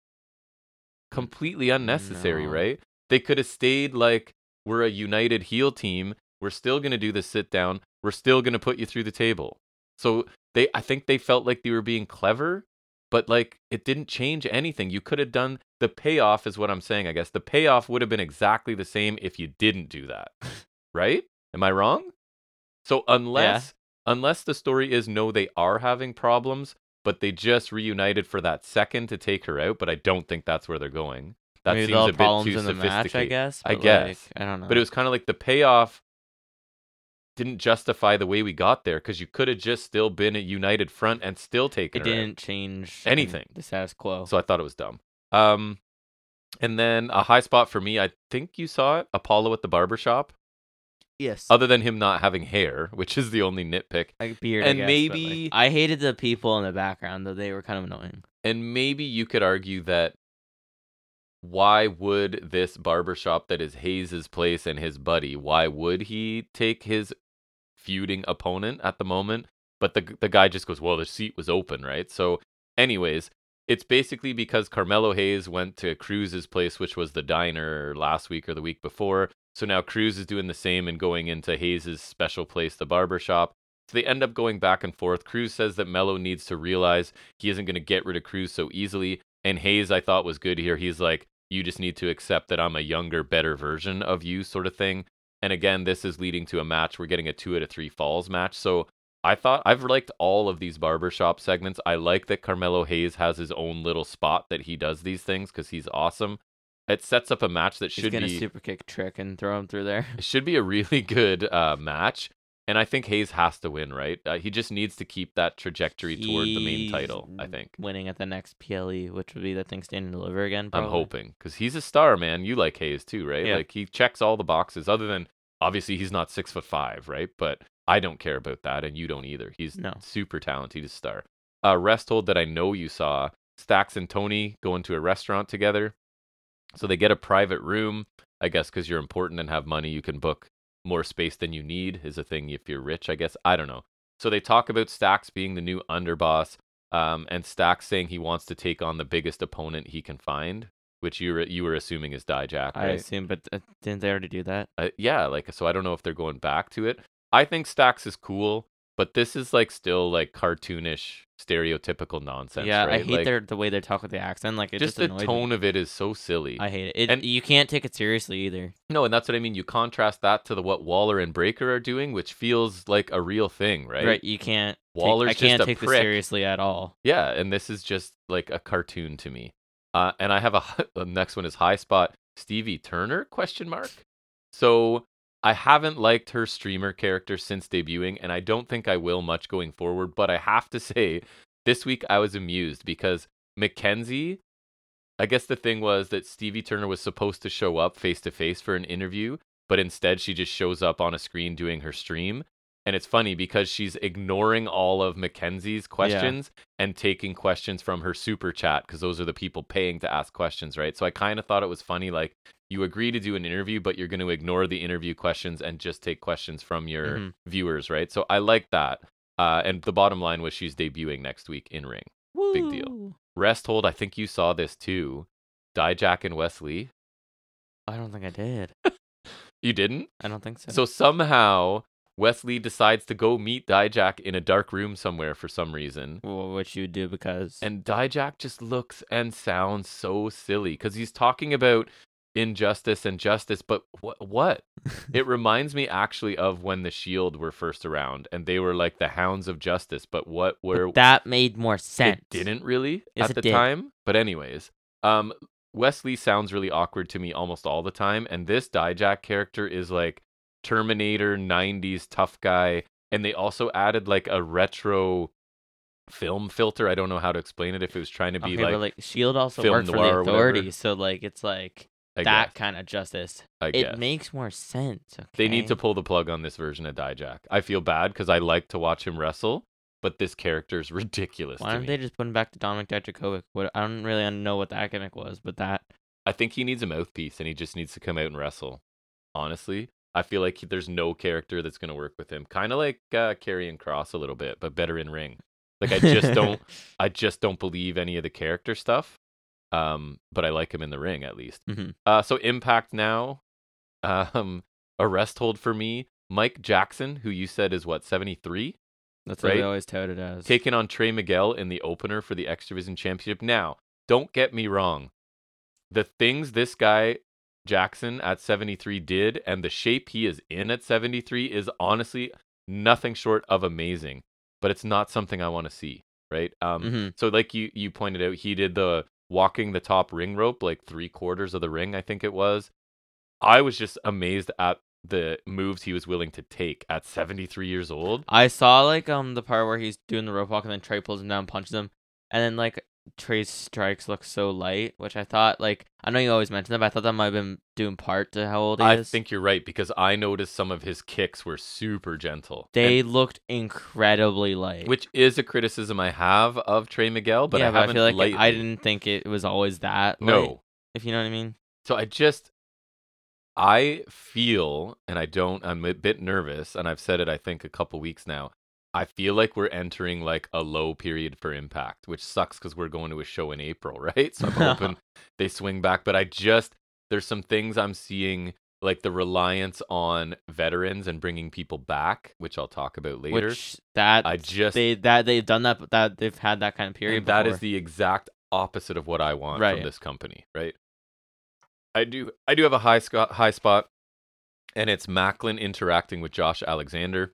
Speaker 1: Completely unnecessary,
Speaker 2: No.
Speaker 1: right? They could have stayed like, we're a united heel team. We're still going to do the sit down. We're still going to put you through the table. So they, I think they felt like they were being clever, but like it didn't change anything. You could have done the payoff, is what I'm saying, I guess. The payoff would have been exactly the same if you didn't do that, right? Am I wrong? So unless unless the story is no, they are having problems, but they just reunited for that second to take her out. But I don't think that's where they're going. That
Speaker 2: Maybe
Speaker 1: seems
Speaker 2: they'll
Speaker 1: a
Speaker 2: have
Speaker 1: bit
Speaker 2: problems
Speaker 1: too
Speaker 2: in the match, I
Speaker 1: sophisticated.
Speaker 2: guess.
Speaker 1: I
Speaker 2: but,
Speaker 1: guess.
Speaker 2: like, I don't know.
Speaker 1: But it was kind of like the payoff didn't justify the way we got there because you could have just still been a united front and still taken
Speaker 2: it
Speaker 1: her out.
Speaker 2: didn't change an-
Speaker 1: Anything.
Speaker 2: The status quo.
Speaker 1: So I thought it was dumb. Um, and then a high spot for me, I think you saw it Apollo at the barbershop.
Speaker 2: yes,
Speaker 1: Other than him not having hair, which is the only nitpick,
Speaker 2: a beard.
Speaker 1: and
Speaker 2: I guess, but, like,
Speaker 1: maybe-
Speaker 2: I hated the people in the background though. They were kind of annoying.
Speaker 1: and maybe you could argue that why would this barbershop that is Hayes's place and his buddy, why would he take his feuding opponent at the moment? But the the guy just goes, "Well, the seat was open, right?" So, anyways, it's basically because Carmelo Hayes went to Cruz's place, which was the diner last week or the week before. So now Cruz is doing the same and going into Hayes's special place, the barbershop. So they end up going back and forth. Cruz says that Mello needs to realize he isn't going to get rid of Cruz so easily. And Hayes, I thought was good here. He's like, you just need to accept that I'm a younger, better version of you, sort of thing. And again, this is leading to a match. We're getting a two out of three falls match. So I thought I've liked all of these barbershop segments. I like that Carmelo Hayes has his own little spot that he does these things because he's awesome. It sets up a match that
Speaker 2: He's
Speaker 1: should
Speaker 2: gonna
Speaker 1: be
Speaker 2: super kick trick and throw him through there.
Speaker 1: it should be a really good uh, match. And I think Hayes has to win, right? Uh, he just needs to keep that trajectory toward the main
Speaker 2: He's
Speaker 1: title, I think.
Speaker 2: winning at the next PLE, which would be the thing standing deliver again. Probably.
Speaker 1: I'm hoping because he's a star, man. You like Hayes too, right?
Speaker 2: Yeah.
Speaker 1: Like he checks all the boxes. Other than obviously he's not six foot five, right? But I don't care about that, and you don't either. He's
Speaker 2: No.
Speaker 1: super talented, he's a star. Uh, rest hold that I know you saw Stacks and Tony going to a restaurant together. So they get a private room, I guess, because you're important and have money. You can book more space than you need, is a thing if you're rich, I guess. I don't know. So they talk about Stacks being the new underboss um, and Stacks saying he wants to take on the biggest opponent he can find, which you were, you were assuming is Dijak. Right?
Speaker 2: I assume, but uh, didn't they already do that?
Speaker 1: uh, yeah, like so I don't know if they're going back to it. I think Stacks is cool, but this is like still like cartoonish, stereotypical nonsense.
Speaker 2: yeah, I
Speaker 1: right?
Speaker 2: hate
Speaker 1: Like,
Speaker 2: their the way they talk with the accent. Like it
Speaker 1: just
Speaker 2: just,
Speaker 1: the
Speaker 2: annoys me.
Speaker 1: tone of it is so silly.
Speaker 2: I hate it. it.
Speaker 1: And-
Speaker 2: you can't take it seriously either.
Speaker 1: no, and that's what I mean. You contrast that to the what Waller and Breaker are doing, which feels like a real thing, right?
Speaker 2: You can't. take-
Speaker 1: Waller's
Speaker 2: I can't
Speaker 1: just a
Speaker 2: take this
Speaker 1: prick.
Speaker 2: seriously at all.
Speaker 1: Yeah, and this is just like a cartoon to me. Uh, and I have a the next one is high spot Stevie Turner question mark. So I haven't liked her streamer character since debuting, and I don't think I will much going forward. But I have to say, this week I was amused because Mackenzie. I guess the thing was that Stevie Turner was supposed to show up face to face for an interview, but instead she just shows up on a screen doing her stream. And it's funny because she's ignoring all of Mackenzie's questions and taking questions from her super chat because those are the people paying to ask questions, right? So I kind of thought it was funny like you agree to do an interview, but you're going to ignore the interview questions and just take questions from your
Speaker 2: Mhm.
Speaker 1: viewers, right? So I like that. Uh, and the bottom line was she's debuting next week in ring. Big deal.
Speaker 2: Mm-hmm. Woo.
Speaker 1: Rest hold, I think you saw this too. Dijak and Wesley.
Speaker 2: I don't think I did.
Speaker 1: You didn't?
Speaker 2: I don't think so.
Speaker 1: So somehow Wesley decides to go meet Dijak in a dark room somewhere for some reason.
Speaker 2: Wh- what you would do because
Speaker 1: And Dijak just looks and sounds so silly because he's talking about injustice and justice, but wh- what? it reminds me actually of when the Shield E were first around and they were like the hounds of justice, but what
Speaker 2: But
Speaker 1: were
Speaker 2: that made more sense.
Speaker 1: It didn't really
Speaker 2: Yes,
Speaker 1: at
Speaker 2: it
Speaker 1: the
Speaker 2: did.
Speaker 1: time. But anyways, um, Wesley sounds really awkward to me almost all the time, and this Dijak character is like Terminator '90s tough guy, and they also added like a retro film filter. I don't know how to explain it if it was trying to be
Speaker 2: Okay, but
Speaker 1: like,
Speaker 2: like Shield also
Speaker 1: film
Speaker 2: worked for
Speaker 1: noir
Speaker 2: the
Speaker 1: or whatever.
Speaker 2: authorities, so like it's like
Speaker 1: I
Speaker 2: that
Speaker 1: guess,
Speaker 2: kind of justice.
Speaker 1: I guess.
Speaker 2: It makes more sense. Okay?
Speaker 1: They need to pull the plug on this version of Dijak. I feel bad because I like to watch him wrestle, but this character's ridiculous.
Speaker 2: Why
Speaker 1: to
Speaker 2: don't
Speaker 1: me.
Speaker 2: they just put him back to Dominic Dijakovic? What I don't really know what that gimmick was, but that
Speaker 1: I think he needs a mouthpiece and he just needs to come out and wrestle. Honestly, I feel like he- there's no character that's going to work with him. Kind of like uh, and Cross a little bit, but better in ring. Like I just don't, I just don't believe any of the character stuff. Um, but I like him in the ring at least.
Speaker 2: Mhm.
Speaker 1: Uh, so Impact now, um, arrest hold for me. Mike Jackson, who you said is what 73,
Speaker 2: That's what they
Speaker 1: Right?
Speaker 2: always touted as.
Speaker 1: taking on Trey Miguel in the opener for the X Division Championship. Now, don't get me wrong. The things this guy, Jackson, at 73 did and the shape he is in at 73 is honestly nothing short of amazing, but it's not something I want to see, right? Um,
Speaker 2: Mhm.
Speaker 1: So, like you, you pointed out, he did the walking the top ring rope, like three quarters of the ring, I think it was. I was just amazed at the moves he was willing to take at 73 years old.
Speaker 2: I saw like um the part where he's doing the rope walk and then Trey pulls him down, punches him, and then like Trey's strikes look so light, which I thought like I know you always mention that, but I thought that might have been doing part to how old he
Speaker 1: I
Speaker 2: is.
Speaker 1: think you're right because I noticed some of his kicks were super gentle.
Speaker 2: they
Speaker 1: and-
Speaker 2: looked incredibly light.
Speaker 1: which is a criticism I have of Trey Miguel, but
Speaker 2: yeah,
Speaker 1: I
Speaker 2: but
Speaker 1: haven't
Speaker 2: I feel like
Speaker 1: lately.
Speaker 2: I didn't think it was always that.
Speaker 1: No.
Speaker 2: light, if you know what I mean.
Speaker 1: So I just I feel and I don't I'm a bit nervous and I've said it I think a couple weeks now. I feel like we're entering like a low period for impact, which sucks cuz we're going to a show in April, right? So I'm hoping they swing back, but I just there's some things I'm seeing like the reliance on veterans and bringing people back, which I'll talk about later.
Speaker 2: Which that
Speaker 1: I just
Speaker 2: they that they've done that, but that they've had that kind of period.
Speaker 1: and that is
Speaker 2: before.
Speaker 1: the exact opposite of what I want
Speaker 2: Right.
Speaker 1: from this company, right? I do I do have a high sco- high spot and it's Macklin interacting with Josh Alexander.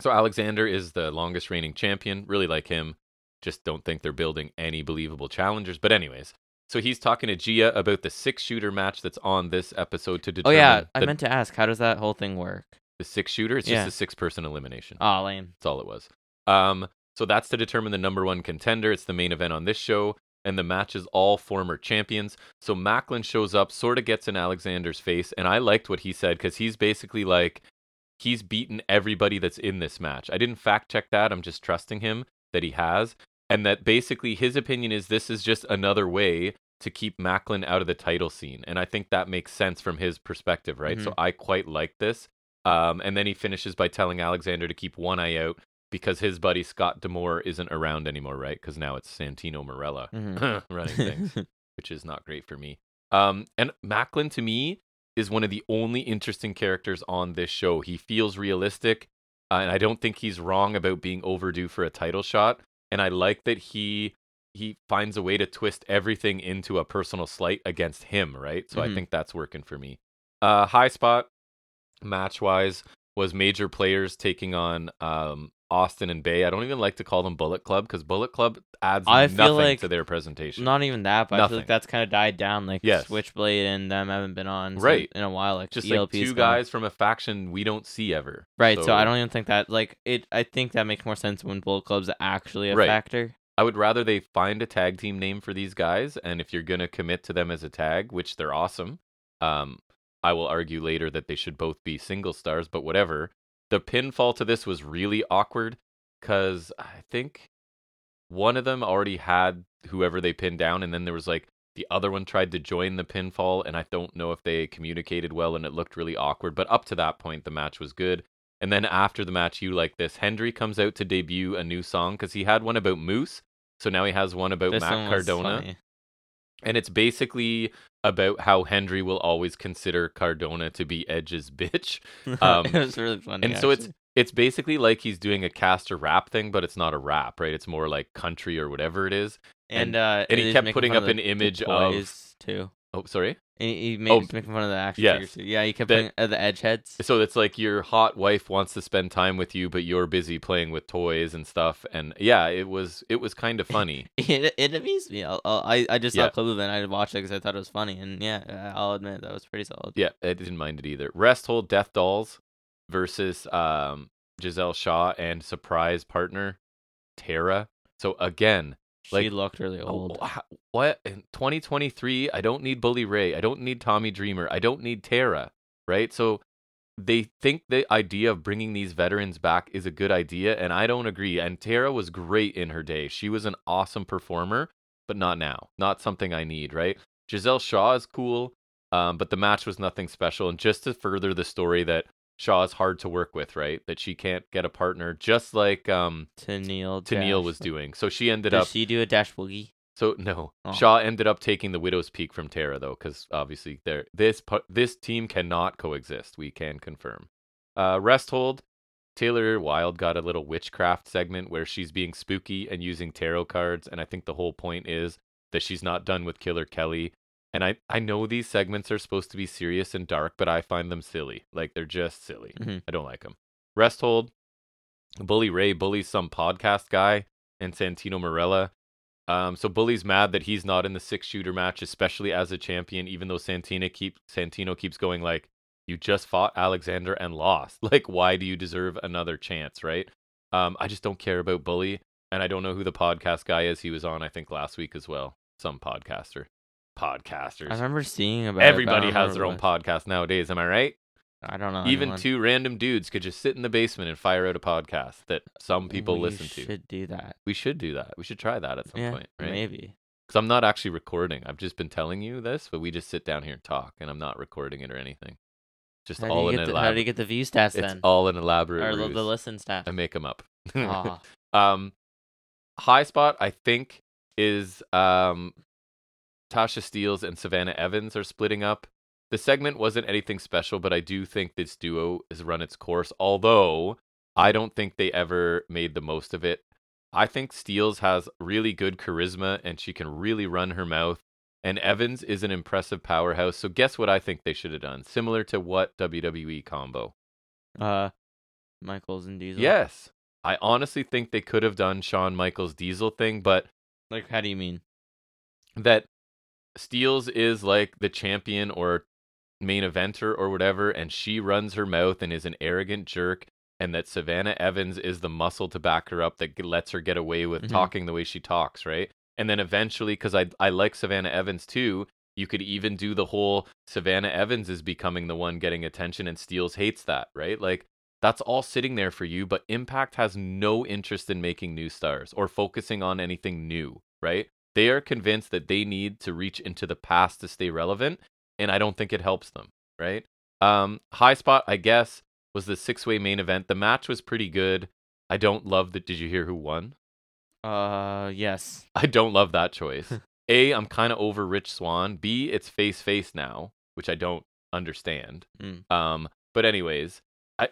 Speaker 1: So Alexander is the longest reigning champion, really like him. Just don't think they're building any believable challengers, but anyways, so he's talking to Gia about the six shooter match that's on this episode to
Speaker 2: oh
Speaker 1: determine
Speaker 2: yeah, I
Speaker 1: the,
Speaker 2: meant to ask how does that whole thing work?
Speaker 1: the six shooter. It's
Speaker 2: Yeah.
Speaker 1: just a six person elimination.
Speaker 2: Oh, lame.
Speaker 1: That's all it was. Um, so that's to determine the number one contender. It's the main event on this show, and the match is all former champions. So Macklin shows up, sort of gets in Alexander's face, and I liked what he said because he's basically like, he's beaten everybody that's in this match. I didn't fact check that. I'm just trusting him that he has, and that basically his opinion is this is just another way to keep Macklin out of the title scene. And I think that makes sense from his perspective, right? So I quite like this. Um, and then he finishes by telling Alexander to keep one eye out because his buddy Scott Demore isn't around anymore, right? Because now it's Santino Morella
Speaker 2: Mhm.
Speaker 1: running things, which is not great for me. Um, and Macklin to me is one of the only interesting characters on this show. He feels realistic, uh, and I don't think he's wrong about being overdue for a title shot. And I like that he he finds a way to twist everything into a personal slight against him, right? So I
Speaker 2: Mhm.
Speaker 1: think that's working for me. Uh, high spot match wise was major players taking on um, Austin and Bay. I don't even like to call them Bullet Club because Bullet Club adds
Speaker 2: I feel
Speaker 1: nothing
Speaker 2: like
Speaker 1: to their presentation.
Speaker 2: Not even that, but I feel
Speaker 1: Nothing.
Speaker 2: like that's kind of died down. Like
Speaker 1: Yes.
Speaker 2: Switchblade and them haven't been on since-
Speaker 1: Right.
Speaker 2: in a while. Like E
Speaker 1: just like
Speaker 2: ELP 's
Speaker 1: two
Speaker 2: gone.
Speaker 1: guys from a faction we don't see ever.
Speaker 2: Right, so, I don't even think that like it. I think that makes more sense when Bull Club's actually a
Speaker 1: Right.
Speaker 2: factor.
Speaker 1: I would rather they find a tag team name for these guys, and if you're gonna commit to them as a tag, which they're awesome, um, I will argue later that they should both be single stars, but whatever. The pinfall to this was really awkward because I think one of them already had whoever they pinned down, and then there was like the other one tried to join the pinfall, and I don't know if they communicated well, and it looked really awkward. But up to that point, the match was good. And then after the match, you like this. Hendry comes out to debut a new song because he had one about Moose. So now he has one about
Speaker 2: this
Speaker 1: Matt
Speaker 2: one was
Speaker 1: Cardona.
Speaker 2: funny.
Speaker 1: And it's basically about how Hendry will always consider Cardona to be Edge's bitch. Um,
Speaker 2: it was really funny.
Speaker 1: and so it's
Speaker 2: actually.
Speaker 1: it's basically like he's doing a caster rap thing, but it's not a rap, right? It's more like country or whatever it is.
Speaker 2: and uh,
Speaker 1: and he
Speaker 2: was
Speaker 1: kept
Speaker 2: making
Speaker 1: putting
Speaker 2: fun
Speaker 1: up
Speaker 2: of
Speaker 1: an
Speaker 2: the- the
Speaker 1: image of-
Speaker 2: boys, too.
Speaker 1: Oh, sorry.
Speaker 2: And he he made
Speaker 1: Oh,
Speaker 2: was making fun of the action
Speaker 1: yes.
Speaker 2: figures too. Yeah, he kept
Speaker 1: That-
Speaker 2: putting uh, the edge heads.
Speaker 1: So it's like your hot wife wants to spend time with you, but you're busy playing with toys and stuff. And yeah, it was it was kind of funny.
Speaker 2: It, it amused me. I'll, I'll, I I just
Speaker 1: Yeah.
Speaker 2: saw a clip of it and I watched it because I thought it was funny. And yeah, I- I'll admit that was pretty solid.
Speaker 1: Yeah, I didn't mind it either. Rest Hold Death Dolls versus um, Giselle Shaw and surprise partner Tara. So again,
Speaker 2: She
Speaker 1: Like,
Speaker 2: looked really
Speaker 1: oh,
Speaker 2: old.
Speaker 1: wha- what in 2023? I don't need Bully Ray. I don't need Tommy Dreamer. I don't need Tara. Right? So they think the idea of bringing these veterans back is a good idea, and I don't agree. And Tara was great in her day. She was an awesome performer, but not now. Not something I need. Right? Giselle Shaw is cool, um, but the match was nothing special. And just to further the story that Shaw is hard to work with, right? That she can't get a partner, just like um,
Speaker 2: Tennille.
Speaker 1: Tennille
Speaker 2: Dash.
Speaker 1: was doing. So she ended
Speaker 2: Did
Speaker 1: up.
Speaker 2: she do a dash boogie?
Speaker 1: So no,
Speaker 2: Oh.
Speaker 1: Shaw ended up taking the widow's peak from Tara though, because obviously there this pu- this team cannot coexist. We can confirm. Uh, rest hold. Taylor Wilde got a little witchcraft segment where she's being spooky and using tarot cards, and I think the whole point is that she's not done with Killer Kelly. And I I know these segments are supposed to be serious and dark, but I find them silly. Like they're just silly.
Speaker 2: Mhm.
Speaker 1: I don't like them. Rest hold. Bully Ray bullies some podcast guy and Santino Morella. Um, so Bully's mad that he's not in the six shooter match, especially as a champion, even though Santina keep Santino keeps going like, You just fought Alexander and lost. Like, why do you deserve another chance, right? Um, I just don't care about Bully, and I don't know who the podcast guy is. He was on, I think, last week as well. Some podcaster. Podcasters.
Speaker 2: I remember seeing about it, but I
Speaker 1: Everybody
Speaker 2: don't
Speaker 1: has
Speaker 2: remember
Speaker 1: their own
Speaker 2: what-
Speaker 1: podcast nowadays, am I right?
Speaker 2: I don't know.
Speaker 1: even
Speaker 2: anyone.
Speaker 1: two random dudes could just sit in the basement and fire out a podcast that some people
Speaker 2: we
Speaker 1: listen to.
Speaker 2: Should do that.
Speaker 1: We should do that. We should try that at some
Speaker 2: yeah,
Speaker 1: point, right?
Speaker 2: maybe.
Speaker 1: Because I'm not actually recording. I've just been telling you this, but we just sit down here and talk, and I'm not recording it or anything. Just
Speaker 2: How do,
Speaker 1: all
Speaker 2: you
Speaker 1: in
Speaker 2: get
Speaker 1: an
Speaker 2: the, how do you
Speaker 1: elaborate.
Speaker 2: get the view stats
Speaker 1: It's
Speaker 2: then?
Speaker 1: all an elaborate.
Speaker 2: or the,
Speaker 1: ruse.
Speaker 2: the listen stats?
Speaker 1: I make them up.
Speaker 2: Aw.
Speaker 1: um, high spot, I think, is um, Tasha Steeles and Savannah Evans are splitting up. The segment wasn't anything special, but I do think this duo has run its course. Although I don't think they ever made the most of it. I think Steeles has really good charisma and she can really run her mouth. And Evans is an impressive powerhouse. So guess what I think they should have done? Similar to what WWE combo?
Speaker 2: uh, Michaels and Diesel.
Speaker 1: Yes. I honestly think they could have done Shawn Michaels Diesel thing, but
Speaker 2: Like, how do you mean?
Speaker 1: that Steels is like the champion or main eventer or whatever, and she runs her mouth and is an arrogant jerk, and that Savannah Evans is the muscle to back her up that g- lets her get away with
Speaker 2: Mhm.
Speaker 1: talking the way she talks, right? And then eventually, because I I like Savannah Evans too, you could even do the whole Savannah Evans is becoming the one getting attention, and Steels hates that, right? Like that's all sitting there for you, but Impact has no interest in making new stars or focusing on anything new, right? They are convinced that they need to reach into the past to stay relevant, and I don't think it helps them, right? Um, high spot, I guess, was the six way main event. The match was pretty good. I don't love that. Did you hear who won?
Speaker 2: Uh, yes.
Speaker 1: I don't love that choice. A, I'm kind of over Rich Swan. B, it's face face now, which I don't understand.
Speaker 2: Mm.
Speaker 1: Um, but anyways, I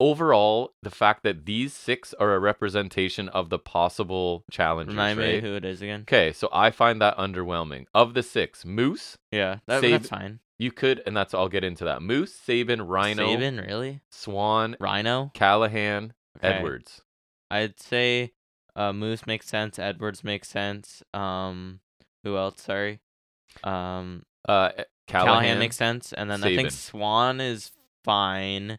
Speaker 1: overall the fact that these six are a representation of the possible challenges,
Speaker 2: Remind me
Speaker 1: right?
Speaker 2: who it is again.
Speaker 1: Okay, so I find that underwhelming. Of the six, Moose,
Speaker 2: Yeah, that,
Speaker 1: Sab-
Speaker 2: that's fine.
Speaker 1: you could, and that's I'll get into that. Moose, Sabin, Rhino,
Speaker 2: Saban, really?
Speaker 1: Swan,
Speaker 2: Rhino?
Speaker 1: Callahan,
Speaker 2: Okay.
Speaker 1: Edwards.
Speaker 2: I'd say uh, Moose makes sense. Edwards makes sense. Um, who else? Sorry. Um,
Speaker 1: Uh,
Speaker 2: Callahan,
Speaker 1: Callahan,
Speaker 2: makes sense, and then I think
Speaker 1: Saban.
Speaker 2: Swan is fine.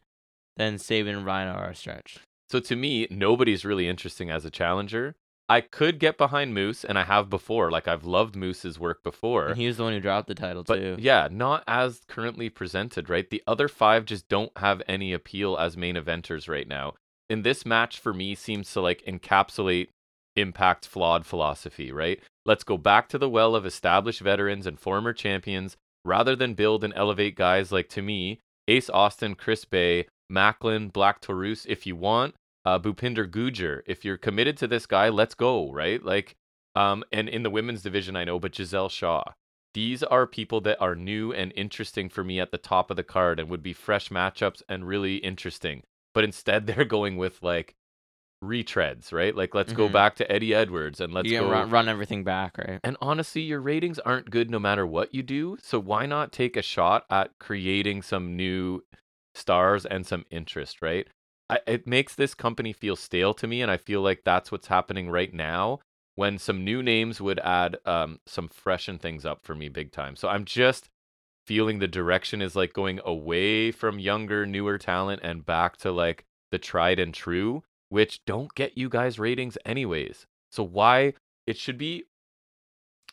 Speaker 2: Then Saban and Rhino are a stretch.
Speaker 1: So to me, nobody's really interesting as a challenger. I could get behind Moose, and I have before. Like I've loved Moose's work before.
Speaker 2: And he was the one who dropped the title
Speaker 1: but
Speaker 2: too.
Speaker 1: yeah, not as currently presented, right? The other five just don't have any appeal as main eventers right now. And this match for me seems to like encapsulate Impact's flawed philosophy, right? Let's go back to the well of established veterans and former champions rather than build and elevate guys like to me, Ace Austin, Chris Bay, Macklin, Black Taurus, if you want, uh, Bupinder Gujar. If you're committed to this guy, let's go, right? Like, um, and in the women's division, I know, but Giselle Shaw these are people that are new and interesting for me at the top of the card and would be fresh matchups and really interesting. But instead, they're going with like retreads, right? Like, let's go
Speaker 2: Mhm.
Speaker 1: back to Eddie Edwards and let's
Speaker 2: you
Speaker 1: go.
Speaker 2: can run, run everything back, right?
Speaker 1: And honestly, your ratings aren't good no matter what you do. So why not take a shot at creating some new stars and some interest, right? I, it makes this company feel stale to me, and I feel like that's what's happening right now. When some new names would add um, some freshen things up for me big time. So I'm just feeling the direction is like going away from younger, newer talent and back to like the tried and true, which don't get you guys ratings anyways. So why it should be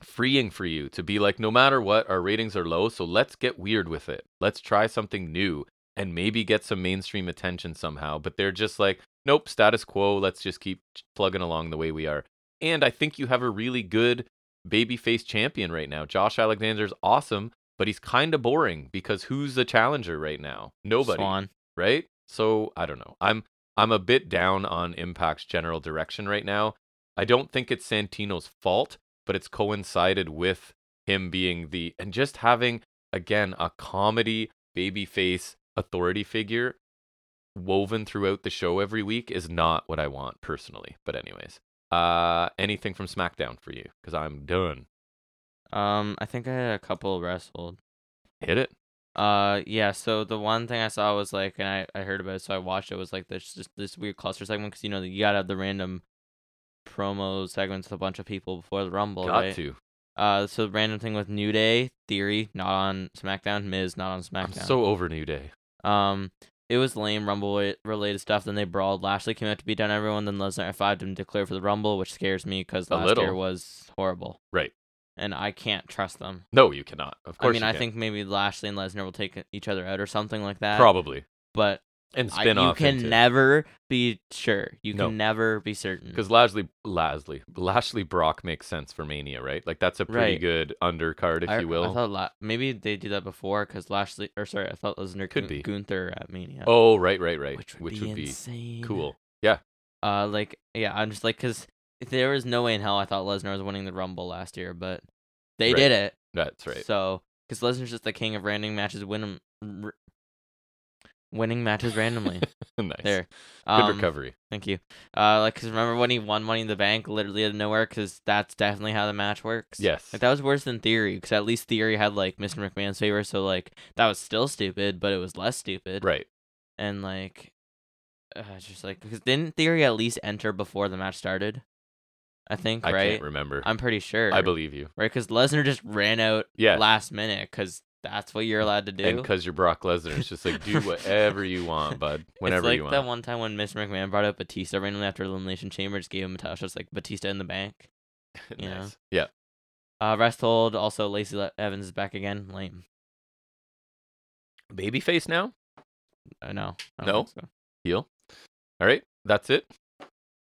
Speaker 1: freeing for you to be like, no matter what, our ratings are low, so let's get weird with it. Let's try something new and maybe get some mainstream attention somehow. But they're just like, nope, status quo. Let's just keep plugging along the way we are. And I think you have a really good babyface champion right now. Josh Alexander's awesome, but he's kind of boring because who's the challenger right now? Nobody
Speaker 2: Swan.
Speaker 1: right? So I don't know. I'm I'm a bit down on Impact's general direction right now. I don't think it's Santino's fault, but it's coincided with him being the and just having again a comedy babyface authority figure woven throughout the show every week is not what I want personally. But anyways, uh anything from SmackDown for you cuz I'm done.
Speaker 2: Um, I think I had a couple wrestled.
Speaker 1: Hit it.
Speaker 2: Uh yeah, so the one thing I saw was like, and I, I heard about it, so I watched it was like this just this weird cluster segment because you know you gotta have the random promo segments with a bunch of people before the Rumble,
Speaker 1: Got
Speaker 2: right?
Speaker 1: to.
Speaker 2: Uh, so the random thing with New Day, Theory not on SmackDown, Miz not on
Speaker 1: I'm
Speaker 2: SmackDown.
Speaker 1: so over New Day.
Speaker 2: um, it was lame Rumble wa- related stuff. Then they brawled. Lashley came out to beat down everyone. Then Lesnar F5 him declare for the Rumble, which scares me because
Speaker 1: A
Speaker 2: last year
Speaker 1: little.
Speaker 2: was horrible.
Speaker 1: Right.
Speaker 2: And I can't trust them.
Speaker 1: No, you cannot. Of
Speaker 2: I
Speaker 1: course
Speaker 2: mean,
Speaker 1: you
Speaker 2: I
Speaker 1: can.
Speaker 2: think maybe Lashley and Lesnar will take e-, each other out or something like that.
Speaker 1: probably.
Speaker 2: But
Speaker 1: And
Speaker 2: I-
Speaker 1: spin
Speaker 2: you
Speaker 1: off
Speaker 2: can
Speaker 1: into-
Speaker 2: never be sure. You
Speaker 1: No.
Speaker 2: can never be certain.
Speaker 1: Because Lashley, Lashley, Lashley Brock makes sense for Mania, right? Like that's a pretty
Speaker 2: Right.
Speaker 1: good undercard, if
Speaker 2: I,
Speaker 1: you
Speaker 2: I
Speaker 1: will.
Speaker 2: thought La- maybe they did that before because Lashley or sorry, I thought Lesnar
Speaker 1: Could
Speaker 2: Gun-
Speaker 1: be.
Speaker 2: Gunther at Mania.
Speaker 1: oh, right, right, right.
Speaker 2: which would be insane.
Speaker 1: cool.
Speaker 2: Uh, like yeah, I'm just like because there was no way in hell I thought Lesnar was winning the Rumble last year, but they
Speaker 1: Right.
Speaker 2: did it.
Speaker 1: That's right.
Speaker 2: So because Lesnar's just the king of random matches, win 'em- r- winning matches randomly.
Speaker 1: nice.
Speaker 2: there.
Speaker 1: Good
Speaker 2: Um,
Speaker 1: recovery.
Speaker 2: Thank you. Uh, like, cause remember when he won Money in the Bank, literally out of nowhere, cause that's definitely how the match works.
Speaker 1: Yes.
Speaker 2: Like that was worse than theory, cause at least theory had like Mr. McMahon's favor, so like that was still stupid, but it was less stupid.
Speaker 1: right.
Speaker 2: And like, uh, it's just like, cause didn't theory at least enter before the match started? I think
Speaker 1: I
Speaker 2: right.
Speaker 1: can't remember.
Speaker 2: I'm pretty sure.
Speaker 1: I believe you.
Speaker 2: right, cause Lesnar just ran out
Speaker 1: Yes.
Speaker 2: last minute, cause that's what you're allowed to do.
Speaker 1: And because you're Brock Lesnar, it's just like do whatever you want, bud. Whenever
Speaker 2: it's like
Speaker 1: you want.
Speaker 2: that one time when Mr. McMahon brought up Batista randomly after Elimination Chamber, just gave him a title shot, it's like Batista in the bank. you know.
Speaker 1: nice. Yeah.
Speaker 2: Uh, rest hold. Also, Lacey Le- Evans is back again. Lame.
Speaker 1: Babyface now.
Speaker 2: Uh, no. I
Speaker 1: No?
Speaker 2: don't think
Speaker 1: Heel. All right. That's it.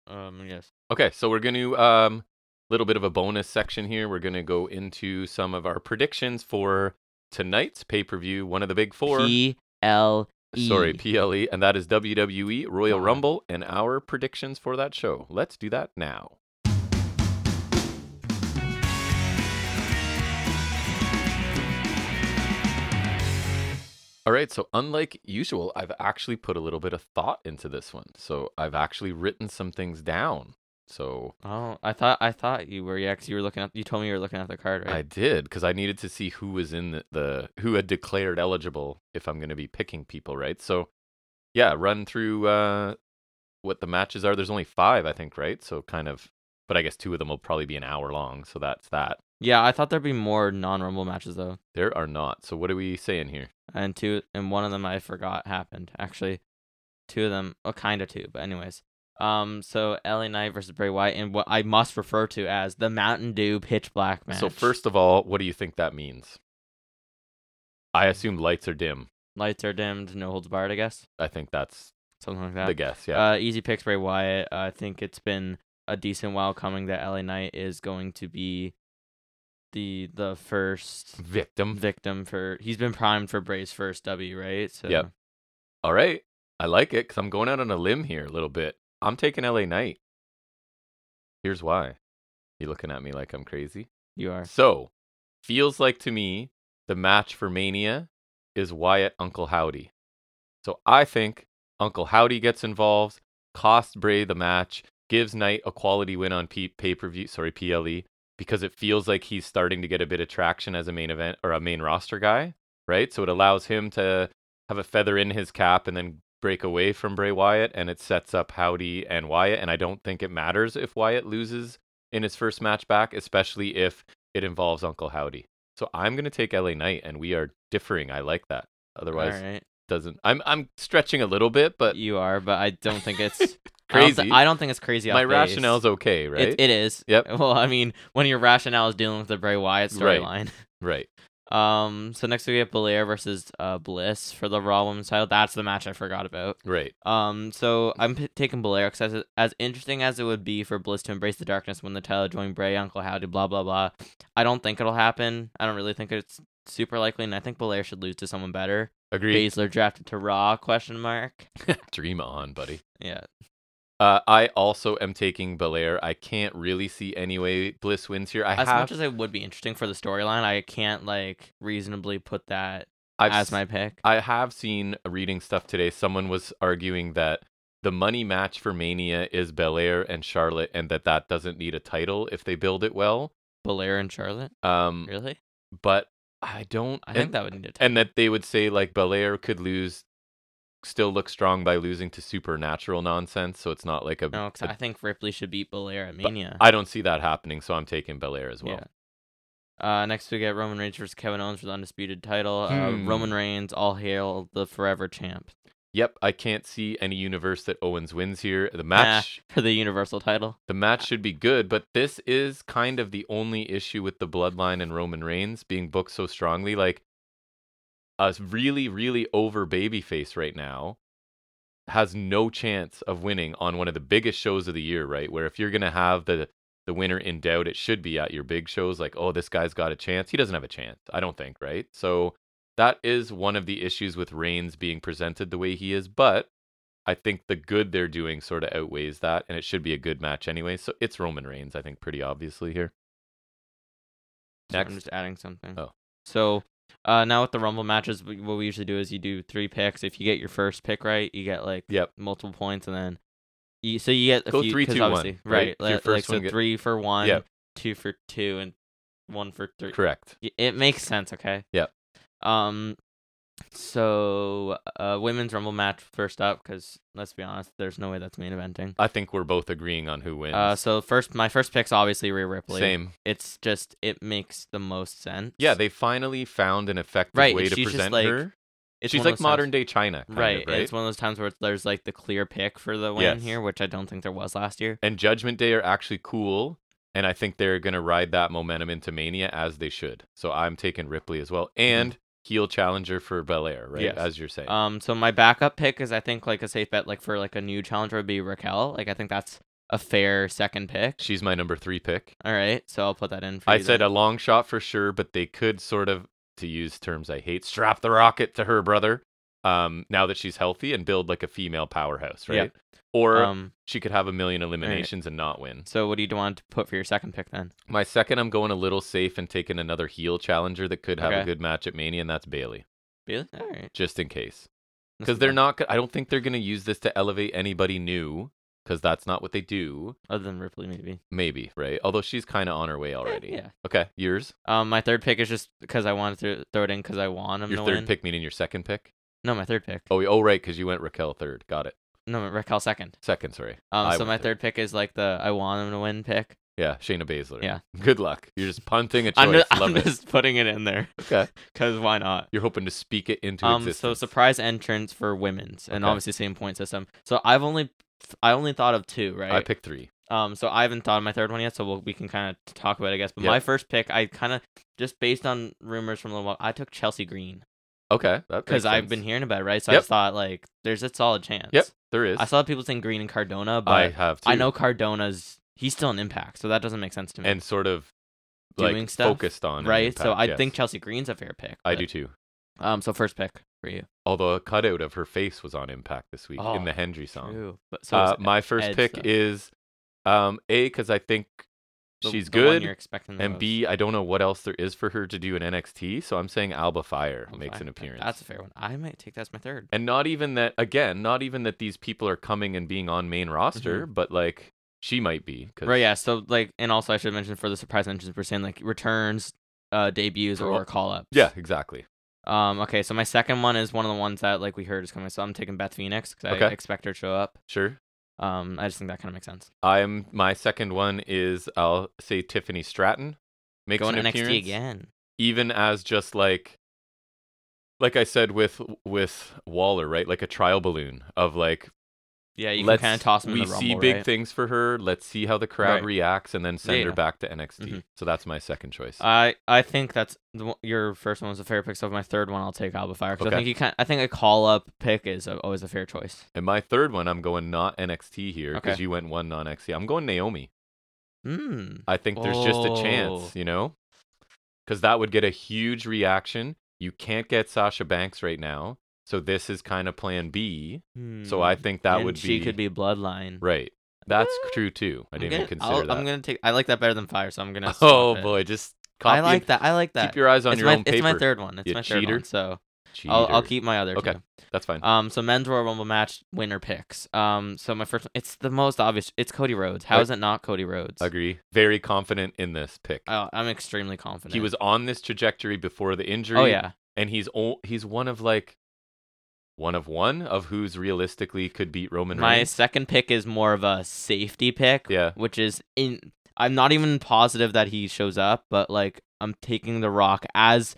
Speaker 2: so. Um. Yes.
Speaker 1: Okay, so we're going to um, little bit of a bonus section here. We're going to go into some of our predictions for tonight's pay per view, one of the big four.
Speaker 2: P L E.
Speaker 1: Sorry, PLE, and that is WWE Royal
Speaker 2: God.
Speaker 1: Rumble and our predictions for that show. Let's do that now. All right, so unlike usual, I've actually put a little bit of thought into this one. So I've actually written some things down. So
Speaker 2: Oh, I thought I thought you were yeah, 'cause you were looking at you told me you were looking at the card,
Speaker 1: I
Speaker 2: right?
Speaker 1: did because I needed to see who was in the, the who had declared eligible if I'm going to be picking people, right? So, yeah, run through uh, what the matches are. There's only five, I think, right? So kind of, but I guess two of them will probably be an hour long. So that's that.
Speaker 2: yeah, I thought there'd be more non-rumble matches though.
Speaker 1: There are not. So what are we saying here?
Speaker 2: and two and one of them I forgot happened. Actually, two of them, oh, kind of two, but anyways. Um, so LA Knight versus Bray Wyatt, and what I must refer to as the Mountain Dew Pitch Black match.
Speaker 1: So first of all, what do you think that means?
Speaker 2: Mm.
Speaker 1: I assume lights are dim.
Speaker 2: lights are dimmed, no holds barred, I guess,
Speaker 1: I think that's
Speaker 2: something like that.
Speaker 1: the guess. Yeah,
Speaker 2: Uh, easy picks Bray Wyatt. I think it's been a decent while coming that LA Knight is going to be the the first
Speaker 1: victim.
Speaker 2: victim for. He's been primed for Bray's first W, right? So
Speaker 1: Yep. All right, I like it because I'm going out on a limb here a little bit. I'm taking LA Knight. Here's why. You looking at me like I'm crazy?
Speaker 2: you are.
Speaker 1: So, feels like to me the match for Mania is Wyatt Uncle Howdy. So I think Uncle Howdy gets involved, costs Bray the match, gives Knight a quality win on P- E, pay per view, sorry, PLE, because it feels like he's starting to get a bit of traction as a main event or a main roster guy, right? So it allows him to have a feather in his cap and then break away from Bray Wyatt, and it sets up Howdy and Wyatt. And I don't think it matters if Wyatt loses in his first match back, especially if it involves Uncle Howdy. So I'm going to take LA Knight, and we are differing. I like that. Otherwise,
Speaker 2: All right.
Speaker 1: doesn't. I'm I'm stretching a little bit, but
Speaker 2: you are, but I don't think it's. I don't thi-
Speaker 1: crazy.
Speaker 2: I don't, think it's crazy.
Speaker 1: My
Speaker 2: off base.
Speaker 1: rationale's okay, right?
Speaker 2: It, it is.
Speaker 1: Yep.
Speaker 2: Well, I mean, when your rationale is dealing with the Bray Wyatt
Speaker 1: Right.
Speaker 2: storyline.
Speaker 1: right.
Speaker 2: Um. So next we have Belair versus uh, Bliss for the Raw Women's title. That's the match I forgot about.
Speaker 1: Right.
Speaker 2: Um. So I'm p- taking Belair because as, as interesting as it would be for Bliss to embrace the darkness when the title joined Bray, Uncle Howdy, blah blah blah. I don't think it'll happen. I don't really think it's super likely, and I think Belair should lose to someone better.
Speaker 1: Agree.
Speaker 2: Baszler drafted to Raw? Question mark.
Speaker 1: Dream on, buddy.
Speaker 2: Yeah.
Speaker 1: Uh, I also am taking Belair. I can't really see any way Bliss wins here. I
Speaker 2: as
Speaker 1: have.
Speaker 2: much as it would be interesting for the storyline, I can't like reasonably put that
Speaker 1: I've
Speaker 2: as
Speaker 1: s-
Speaker 2: my pick.
Speaker 1: I have seen reading stuff today. Someone was arguing that the money match for Mania is Belair and Charlotte, and that that doesn't need a title if they build it well.
Speaker 2: Belair and Charlotte,
Speaker 1: Um,
Speaker 2: really?
Speaker 1: but I don't.
Speaker 2: I
Speaker 1: and-
Speaker 2: think that would need to.
Speaker 1: and that they would say like Belair could lose, still look strong by losing to supernatural nonsense. So it's not like a.
Speaker 2: no, because
Speaker 1: a-
Speaker 2: I think Ripley should beat Belair at Mania.
Speaker 1: I don't see that happening, so I'm taking Belair as well.
Speaker 2: Uh, next we get Roman Reigns versus Kevin Owens for the undisputed title. Uh,
Speaker 1: Hmm.
Speaker 2: Roman Reigns, all hail the forever champ
Speaker 1: Yep, I can't see any universe that Owens wins here. The match,
Speaker 2: for the Universal title.
Speaker 1: the match should be good, but this is kind of the only issue with the Bloodline and Roman Reigns being booked so strongly. Like a really, really over babyface right now has no chance of winning on one of the biggest shows of the year, right? Where if you're gonna have the the winner in doubt, it should be at your big shows. Like, oh, this guy's got a chance. He doesn't have a chance, I don't think, right? So that is one of the issues with Reigns being presented the way he is, but I think the good they're doing sort of outweighs that, and it should be a good match anyway. So it's Roman Reigns, I think, pretty obviously here.
Speaker 2: So I'm
Speaker 1: Next.
Speaker 2: just adding something.
Speaker 1: Oh.
Speaker 2: So uh, now with the Rumble matches, we- what we usually do is you do three picks. If you get your first pick right, you get like
Speaker 1: Yep.
Speaker 2: multiple points, and then you so you get a
Speaker 1: Go
Speaker 2: few,
Speaker 1: three,
Speaker 2: 'cause
Speaker 1: two, one,
Speaker 2: obviously-
Speaker 1: right?
Speaker 2: right?
Speaker 1: So your
Speaker 2: li- Like,
Speaker 1: first
Speaker 2: so
Speaker 1: one get-
Speaker 2: three for one,
Speaker 1: Yep.
Speaker 2: two for two, and one for three.
Speaker 1: Correct.
Speaker 2: Y- It makes sense, okay?
Speaker 1: Yep.
Speaker 2: Um, so uh, women's rumble match first up, because let's be honest, there's no way that's main eventing.
Speaker 1: I think we're both agreeing on who wins.
Speaker 2: Uh, so first, my first pick's obviously Rhea Ripley.
Speaker 1: Same.
Speaker 2: It's just it makes the most sense.
Speaker 1: Yeah, they finally found an effective
Speaker 2: Right,
Speaker 1: way to
Speaker 2: she's just
Speaker 1: present
Speaker 2: like-
Speaker 1: her.
Speaker 2: it's
Speaker 1: she's
Speaker 2: one of
Speaker 1: like
Speaker 2: those times-
Speaker 1: modern day China, kind
Speaker 2: Right,
Speaker 1: Of, right?
Speaker 2: It's one of those times where it's- there's like the clear pick for the win
Speaker 1: Yes.
Speaker 2: here, which I don't think there was last year.
Speaker 1: and Judgment Day are actually cool, and I think they're gonna ride that momentum into Mania as they should. So I'm taking Ripley as well, and heel challenger for Belair, right?
Speaker 2: Mm-hmm. Yes. Uh,
Speaker 1: As you're saying,
Speaker 2: Um, so my backup pick is I think like a safe bet, like for like a new challenger would be Raquel. Like I think that's a fair second pick.
Speaker 1: She's my number three pick.
Speaker 2: All right, so I'll put that in for
Speaker 1: I
Speaker 2: you
Speaker 1: said
Speaker 2: then.
Speaker 1: a long shot for sure, but they could sort of, to use terms I hate, strap the rocket to her brother. Um, now that she's healthy and build like a female powerhouse,
Speaker 2: Yeah.
Speaker 1: right? Or
Speaker 2: um.
Speaker 1: she could have a million eliminations and not win.
Speaker 2: So what do you want to put for your second pick then?
Speaker 1: My second, I'm going a little safe and taking another heel challenger that could have a
Speaker 2: Okay.
Speaker 1: good match at Mania, and that's Bailey,
Speaker 2: Really? All right.
Speaker 1: just in case.
Speaker 2: That's
Speaker 1: Because they're
Speaker 2: fine.
Speaker 1: not, go- I don't think they're going to use this to elevate anybody new, because that's not what they do.
Speaker 2: other than Ripley maybe.
Speaker 1: Maybe, right? Although she's kind of on her way already.
Speaker 2: Eh, yeah.
Speaker 1: Okay, yours?
Speaker 2: Um, my third pick is just because I wanted to throw it in because I want him
Speaker 1: Your
Speaker 2: to
Speaker 1: third
Speaker 2: win.
Speaker 1: pick, meaning your second pick?
Speaker 2: No, my third pick.
Speaker 1: Oh, y- oh right, because you went Raquel third. Got it.
Speaker 2: No, Raquel second.
Speaker 1: Second, sorry.
Speaker 2: Um,
Speaker 1: I
Speaker 2: so
Speaker 1: went
Speaker 2: my
Speaker 1: third.
Speaker 2: third pick is like the I want him to win pick.
Speaker 1: Yeah, Shayna Baszler.
Speaker 2: Yeah.
Speaker 1: Good luck. You're just punting a choice.
Speaker 2: I'm just,
Speaker 1: Love
Speaker 2: I'm
Speaker 1: it.
Speaker 2: just putting it in there
Speaker 1: Okay.
Speaker 2: because why not?
Speaker 1: You're hoping to speak it into
Speaker 2: Um, so
Speaker 1: existence.
Speaker 2: surprise entrance for women's and
Speaker 1: Okay.
Speaker 2: obviously same point system. So I've only I only thought of two, right?
Speaker 1: I picked three.
Speaker 2: Um, so I haven't thought of my third one yet, so we'll, we can kind of talk about it, I guess. But
Speaker 1: Yeah.
Speaker 2: my first pick, I kind of just based on rumors from a little while, I took Chelsea Green.
Speaker 1: Okay. that
Speaker 2: because
Speaker 1: makes
Speaker 2: I've
Speaker 1: sense.
Speaker 2: been hearing about it, right? So I
Speaker 1: Yep.
Speaker 2: just thought like there's a solid chance.
Speaker 1: Yep, there is.
Speaker 2: I saw people saying Green and Cardona,
Speaker 1: I
Speaker 2: but
Speaker 1: have too.
Speaker 2: I, know Cardona's he's still an impact, so that doesn't make sense to me.
Speaker 1: and sort of
Speaker 2: Doing
Speaker 1: like
Speaker 2: stuff,
Speaker 1: focused on an
Speaker 2: right, so
Speaker 1: impact,
Speaker 2: I
Speaker 1: yes.
Speaker 2: think Chelsea Green's a fair pick.
Speaker 1: I
Speaker 2: but-
Speaker 1: do too.
Speaker 2: Um, so first pick for you.
Speaker 1: Although a cutout of her face was on impact this week in
Speaker 2: Oh,
Speaker 1: the Hendry song.
Speaker 2: True. But so
Speaker 1: Uh,
Speaker 2: is E-
Speaker 1: my first
Speaker 2: Ed's,
Speaker 1: pick
Speaker 2: though.
Speaker 1: is um, A because I think
Speaker 2: the-
Speaker 1: she's
Speaker 2: the one
Speaker 1: good,
Speaker 2: you're expecting the
Speaker 1: and
Speaker 2: most.
Speaker 1: B I don't know what else there is for her to do in NXT, so I'm saying Alba Fire
Speaker 2: Well,
Speaker 1: makes
Speaker 2: fine.
Speaker 1: an appearance.
Speaker 2: That's a fair one. I might take that as my third.
Speaker 1: and not even that again, not even that these people are coming and being on main roster, but like she might be. 'cause-
Speaker 2: Mm-hmm. Right, yeah. So like, and also I should mention for the surprise entrance, we're saying like returns, uh, debuts or,
Speaker 1: Cool.
Speaker 2: or call ups.
Speaker 1: Yeah, exactly.
Speaker 2: Um. Okay. So my second one is one of the ones that like we heard is coming. So I'm taking Beth Phoenix because I
Speaker 1: Okay.
Speaker 2: expect her to show up.
Speaker 1: Sure.
Speaker 2: Um. I just think that kind of makes sense.
Speaker 1: I'm my second one is I'll say Tiffany Stratton makes
Speaker 2: Going
Speaker 1: an
Speaker 2: to NXT
Speaker 1: appearance
Speaker 2: again.
Speaker 1: even as just like like I said with with Waller, right? Like a trial balloon of like
Speaker 2: Yeah. You
Speaker 1: let's
Speaker 2: can kind of toss them
Speaker 1: we
Speaker 2: in the rumble.
Speaker 1: see big
Speaker 2: right?
Speaker 1: things for her. Let's see how the crowd
Speaker 2: Right.
Speaker 1: reacts, and then send
Speaker 2: Yeah, Uh
Speaker 1: her
Speaker 2: yeah.
Speaker 1: back to NXT.
Speaker 2: Mhm.
Speaker 1: So that's my second choice.
Speaker 2: I I think that's the, one- your first one was a fair pick. So my third one, I'll take Alba Fire because
Speaker 1: Okay.
Speaker 2: I think you kind. I think a call up pick is a, always a fair choice.
Speaker 1: and my third one, I'm going not NXT here because
Speaker 2: Okay.
Speaker 1: you went one non NXT. I'm going Naomi.
Speaker 2: Hmm.
Speaker 1: I think there's just a
Speaker 2: Oh.
Speaker 1: chance, you know, because that would get a huge reaction. You can't get Sasha Banks right now, so this is kind of Plan B. So I think that
Speaker 2: Mm-hmm. And
Speaker 1: would be
Speaker 2: she could be Bloodline.
Speaker 1: right. That's
Speaker 2: Uh,
Speaker 1: true too. I
Speaker 2: I'm
Speaker 1: didn't even
Speaker 2: gonna-
Speaker 1: consider
Speaker 2: I'll-
Speaker 1: that.
Speaker 2: I'm gonna take. I like that better than Fire. So I'm gonna. swap
Speaker 1: oh
Speaker 2: it.
Speaker 1: boy, just copy
Speaker 2: I
Speaker 1: and-
Speaker 2: like that. I like that.
Speaker 1: Keep your eyes on
Speaker 2: it's
Speaker 1: your
Speaker 2: my,
Speaker 1: own paper.
Speaker 2: It's my third one. It's
Speaker 1: You
Speaker 2: my third
Speaker 1: cheater.
Speaker 2: one. So I'll, I'll
Speaker 1: Cheater.
Speaker 2: keep my other.
Speaker 1: Okay.
Speaker 2: two.
Speaker 1: That's fine.
Speaker 2: Um, so men's Royal Rumble match winner picks. Um, so my first, it's the most obvious. It's Cody Rhodes. How
Speaker 1: I-
Speaker 2: is it not Cody Rhodes?
Speaker 1: Agree. Very confident in this pick.
Speaker 2: Uh, I'm extremely confident.
Speaker 1: he was on this trajectory before the injury.
Speaker 2: Oh yeah,
Speaker 1: and he's o- he's one of like one of one of who's realistically could beat Roman
Speaker 2: my
Speaker 1: Reigns.
Speaker 2: second pick is more of a safety pick.
Speaker 1: Yeah.
Speaker 2: Which is in. I'm not even positive that he shows up, but like I'm taking The Rock as.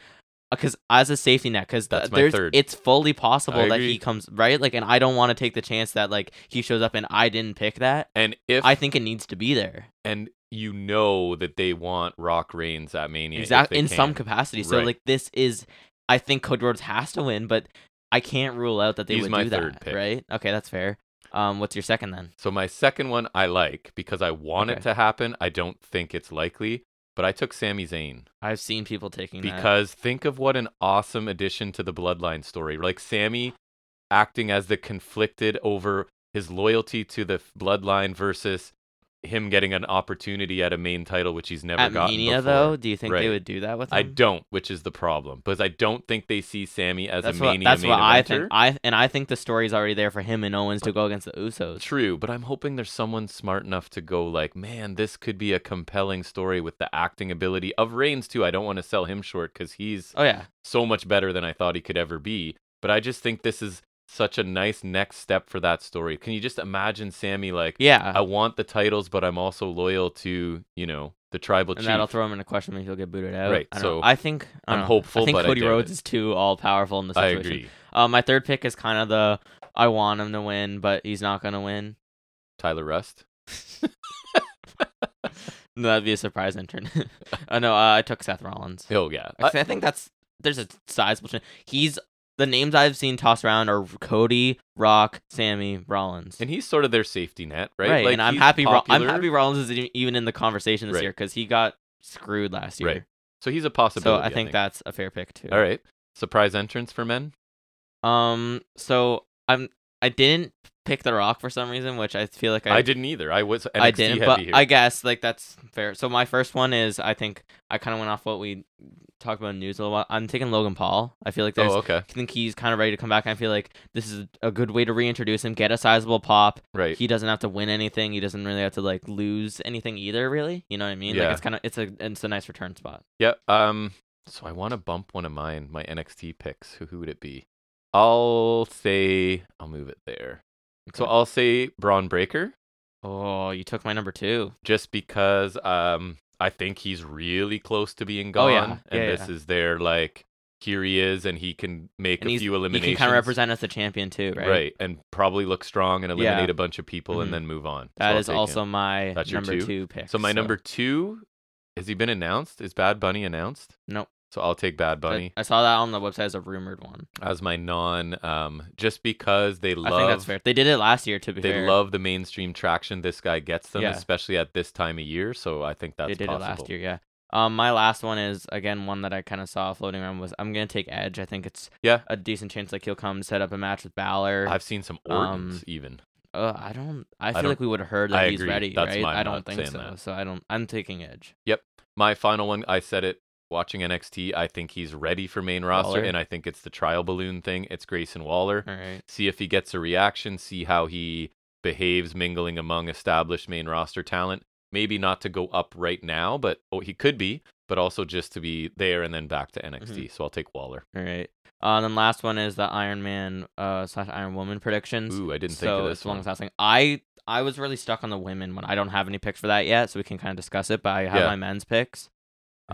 Speaker 2: Because as a safety net, because
Speaker 1: That's my
Speaker 2: there's
Speaker 1: third.
Speaker 2: it's fully possible that
Speaker 1: agree.
Speaker 2: he comes right, like, and I don't want to take the chance that like he shows up and I didn't pick that.
Speaker 1: And if
Speaker 2: I think it needs to be there.
Speaker 1: and you know that they want Rock Reigns at Mania.
Speaker 2: exactly in some
Speaker 1: capacity.
Speaker 2: capacity. So
Speaker 1: Right.
Speaker 2: like this is, I think Cody Rhodes has to win, but I can't rule out that they
Speaker 1: He's
Speaker 2: would
Speaker 1: my
Speaker 2: do
Speaker 1: third
Speaker 2: that.
Speaker 1: pick.
Speaker 2: Right? Okay, that's fair. Um, what's your second then?
Speaker 1: So my second one I like because I want it
Speaker 2: Okay.
Speaker 1: to happen. I don't think it's likely, but I took Sami Zayn
Speaker 2: I've seen people taking that.
Speaker 1: because think of what an awesome addition to the Bloodline story. Like Sammy acting as the conflicted over his loyalty to the f- Bloodline versus him getting an opportunity at a main title which he's never
Speaker 2: at
Speaker 1: gotten
Speaker 2: Mania
Speaker 1: before.
Speaker 2: though, do you think
Speaker 1: Right.
Speaker 2: they would do that with him?
Speaker 1: I don't, which is the problem, because I don't think they see Sammy as
Speaker 2: That's
Speaker 1: a
Speaker 2: what
Speaker 1: mania
Speaker 2: that's
Speaker 1: main
Speaker 2: what I
Speaker 1: eventer.
Speaker 2: think. I and I think the story's already there for him and Owens to go against the Usos.
Speaker 1: True, but I'm hoping there's someone smart enough to go like, man, this could be a compelling story with the acting ability of Reigns too. I don't want to sell him short because he's
Speaker 2: Oh yeah,
Speaker 1: so much better than I thought he could ever be. But I just think this is such a nice next step for that story. Can you just imagine Sammy like,
Speaker 2: yeah.
Speaker 1: I want the titles, but I'm also loyal to you know the tribal
Speaker 2: and
Speaker 1: chief.
Speaker 2: that'll throw him in a question when he'll get booted out.
Speaker 1: Right,
Speaker 2: I don't know.
Speaker 1: so
Speaker 2: I think I
Speaker 1: I'm
Speaker 2: don't know.
Speaker 1: hopeful,
Speaker 2: I think
Speaker 1: but I
Speaker 2: Cody
Speaker 1: doubt
Speaker 2: Rhodes
Speaker 1: it.
Speaker 2: is too all powerful in the
Speaker 1: I
Speaker 2: situation.
Speaker 1: agree.
Speaker 2: Uh, my third pick is kind of the I want him to win, but he's not gonna win.
Speaker 1: Tyler Rust.
Speaker 2: No, that'd be a surprise intern. uh, no, uh, I took Seth Rollins.
Speaker 1: Oh yeah, I-
Speaker 2: Actually, I think that's there's a sizable chance he's the names I've seen tossed around are Cody, Rock, Sammy, Rollins.
Speaker 1: And he's sort of their safety net, right?
Speaker 2: Right,
Speaker 1: Like,
Speaker 2: and I'm
Speaker 1: he's
Speaker 2: happy. Ro- I'm
Speaker 1: popular,
Speaker 2: happy Rollins is e- even in the conversation this
Speaker 1: Right.
Speaker 2: year because he got screwed last year.
Speaker 1: Right, So he's a
Speaker 2: So
Speaker 1: possibility.
Speaker 2: I think that's a fair pick too.
Speaker 1: All right. Surprise entrance for men.
Speaker 2: Um. So I'm. I didn't pick The Rock for some reason, which I feel like I,
Speaker 1: I didn't either. I was NXT
Speaker 2: I didn't,
Speaker 1: heavy
Speaker 2: but
Speaker 1: here.
Speaker 2: I guess like that's fair. So my first one is I think I kind of went off what we talked about in news a little while. I'm taking Logan Paul. I feel like there's.
Speaker 1: oh, okay.
Speaker 2: I think he's kind of ready to come back. And I feel like this is a good way to reintroduce him, get a sizable pop.
Speaker 1: Right.
Speaker 2: He doesn't have to win anything. He doesn't really have to like lose anything either. Really, you know what I mean?
Speaker 1: Yeah.
Speaker 2: Like it's kind of it's a it's a nice return spot.
Speaker 1: yeah. Um. So I want to bump one of mine, my NXT picks. Who, who would it be? I'll say I'll move it there. So
Speaker 2: Okay.
Speaker 1: I'll say Braun Breaker.
Speaker 2: Oh, you took my number two.
Speaker 1: just because um I think he's really close to being
Speaker 2: Oh,
Speaker 1: gone,
Speaker 2: yeah.
Speaker 1: and
Speaker 2: Yeah,
Speaker 1: this is their like here he is, and he can make
Speaker 2: And
Speaker 1: a
Speaker 2: he's-
Speaker 1: few
Speaker 2: He
Speaker 1: eliminations.
Speaker 2: can kind of represent us the champion too, right?
Speaker 1: right? and probably look strong and
Speaker 2: Yeah.
Speaker 1: eliminate a bunch of people,
Speaker 2: Mhm.
Speaker 1: and then move on.
Speaker 2: That
Speaker 1: I'll
Speaker 2: is
Speaker 1: take him.
Speaker 2: also my
Speaker 1: That's your
Speaker 2: number
Speaker 1: two?
Speaker 2: pick.
Speaker 1: so my number two. Has he been announced? Is Bad Bunny announced?
Speaker 2: Nope.
Speaker 1: So I'll take Bad
Speaker 2: but
Speaker 1: Bunny
Speaker 2: I saw that on the website as a rumored one.
Speaker 1: as my non, um, just because they love
Speaker 2: I think that's fair. They did it last year. To be
Speaker 1: they
Speaker 2: fair,
Speaker 1: love the mainstream traction this guy gets them,
Speaker 2: Yeah.
Speaker 1: especially at this time of year. So I think that's
Speaker 2: they did
Speaker 1: possible.
Speaker 2: it last year. Yeah. Um, my last one is again one that I kind of saw floating around was I'm gonna take Edge. I think it's
Speaker 1: Yeah.
Speaker 2: a decent chance like he'll come set up a match with Balor.
Speaker 1: I've seen some
Speaker 2: Um,
Speaker 1: Ortons even.
Speaker 2: Uh, I don't. I feel
Speaker 1: don't-
Speaker 2: like we would have heard that
Speaker 1: I
Speaker 2: he's
Speaker 1: agree.
Speaker 2: ready,
Speaker 1: That's
Speaker 2: right?
Speaker 1: why I'm
Speaker 2: I don't
Speaker 1: not
Speaker 2: think
Speaker 1: saying
Speaker 2: so.
Speaker 1: that.
Speaker 2: So I don't. I'm taking Edge.
Speaker 1: My final one, I said it watching NXT. I think he's ready for main roster,
Speaker 2: Waller.
Speaker 1: and I think it's the trial balloon thing. It's Grayson Waller.
Speaker 2: All right.
Speaker 1: See if he gets a reaction, see how he behaves mingling among established main roster talent. Maybe not to go up right now, but oh, he could be, but also just to be there and then back to NXT.
Speaker 2: Mm-hmm.
Speaker 1: So I'll take Waller.
Speaker 2: All right. Uh, then last one is the Iron Man uh, slash Iron Woman predictions.
Speaker 1: Ooh, I didn't
Speaker 2: so
Speaker 1: think of this
Speaker 2: it's long
Speaker 1: one.
Speaker 2: as lasting. I I was really stuck on the women one. I don't have any picks for that yet, so we can kind of discuss it. But I have
Speaker 1: Yeah.
Speaker 2: my men's picks.
Speaker 1: Who's-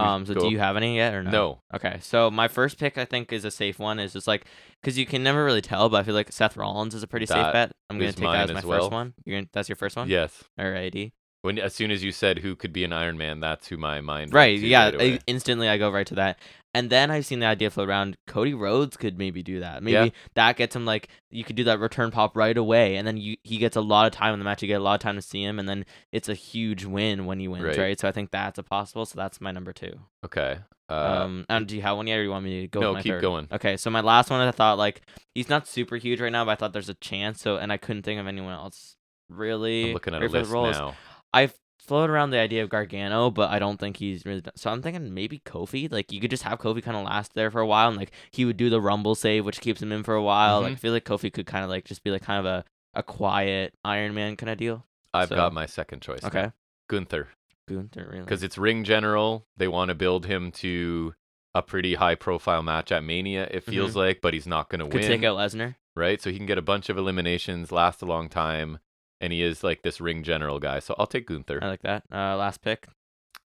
Speaker 2: Um, so
Speaker 1: go.
Speaker 2: do you have any yet or no?
Speaker 1: No.
Speaker 2: Okay, so my first pick I think is a safe one. Is just like because you can never really tell, but I feel like Seth Rollins is a pretty safe
Speaker 1: That
Speaker 2: bet. I'm gonna
Speaker 1: is
Speaker 2: take
Speaker 1: mine
Speaker 2: that as my
Speaker 1: as well.
Speaker 2: first one. You're gonna, that's your first one.
Speaker 1: Yes.
Speaker 2: Alrighty.
Speaker 1: When as soon as you said who could be an Iron Man, that's who my mind went
Speaker 2: Right.
Speaker 1: to
Speaker 2: Yeah.
Speaker 1: right away.
Speaker 2: I, instantly, I go right to that. And then I've seen the idea float around. Cody Rhodes could maybe do that. Maybe
Speaker 1: Yeah.
Speaker 2: that gets him like you could do that return pop right away, and then you he gets a lot of time in the match. You get a lot of time to see him, and then it's a huge win when he wins,
Speaker 1: Right.
Speaker 2: right? So I think that's a possible. So that's my number two.
Speaker 1: okay. Uh,
Speaker 2: um, and do you have one yet, or do you want me to go?
Speaker 1: no,
Speaker 2: with my
Speaker 1: keep
Speaker 2: third?
Speaker 1: going.
Speaker 2: Okay, so my last one, I thought like he's not super huge right now, but I thought there's a chance. So and I couldn't think of anyone else really.
Speaker 1: I'm looking at a
Speaker 2: great for the
Speaker 1: list
Speaker 2: roles.
Speaker 1: now.
Speaker 2: I've floated around the idea of Gargano, but I don't think he's really. Done. So I'm thinking maybe Kofi. Like you could just have Kofi kind of last there for a while, and like he would do the Rumble save, which keeps him in for a while. Like I feel like Kofi could kind of like just be like kind of a a quiet Iron Man kind of deal.
Speaker 1: I've
Speaker 2: So-
Speaker 1: got my second choice. now.
Speaker 2: Okay,
Speaker 1: Gunther.
Speaker 2: Gunther really.
Speaker 1: because it's ring general. They want to build him to a pretty high profile match at Mania. It feels like, but he's not going to
Speaker 2: Mm-hmm. could take
Speaker 1: win,
Speaker 2: out Lesnar.
Speaker 1: right? So he can get a bunch of eliminations, last a long time, and he is like this ring general guy. So I'll take
Speaker 2: I
Speaker 1: Gunther.
Speaker 2: like that. Uh, last pick.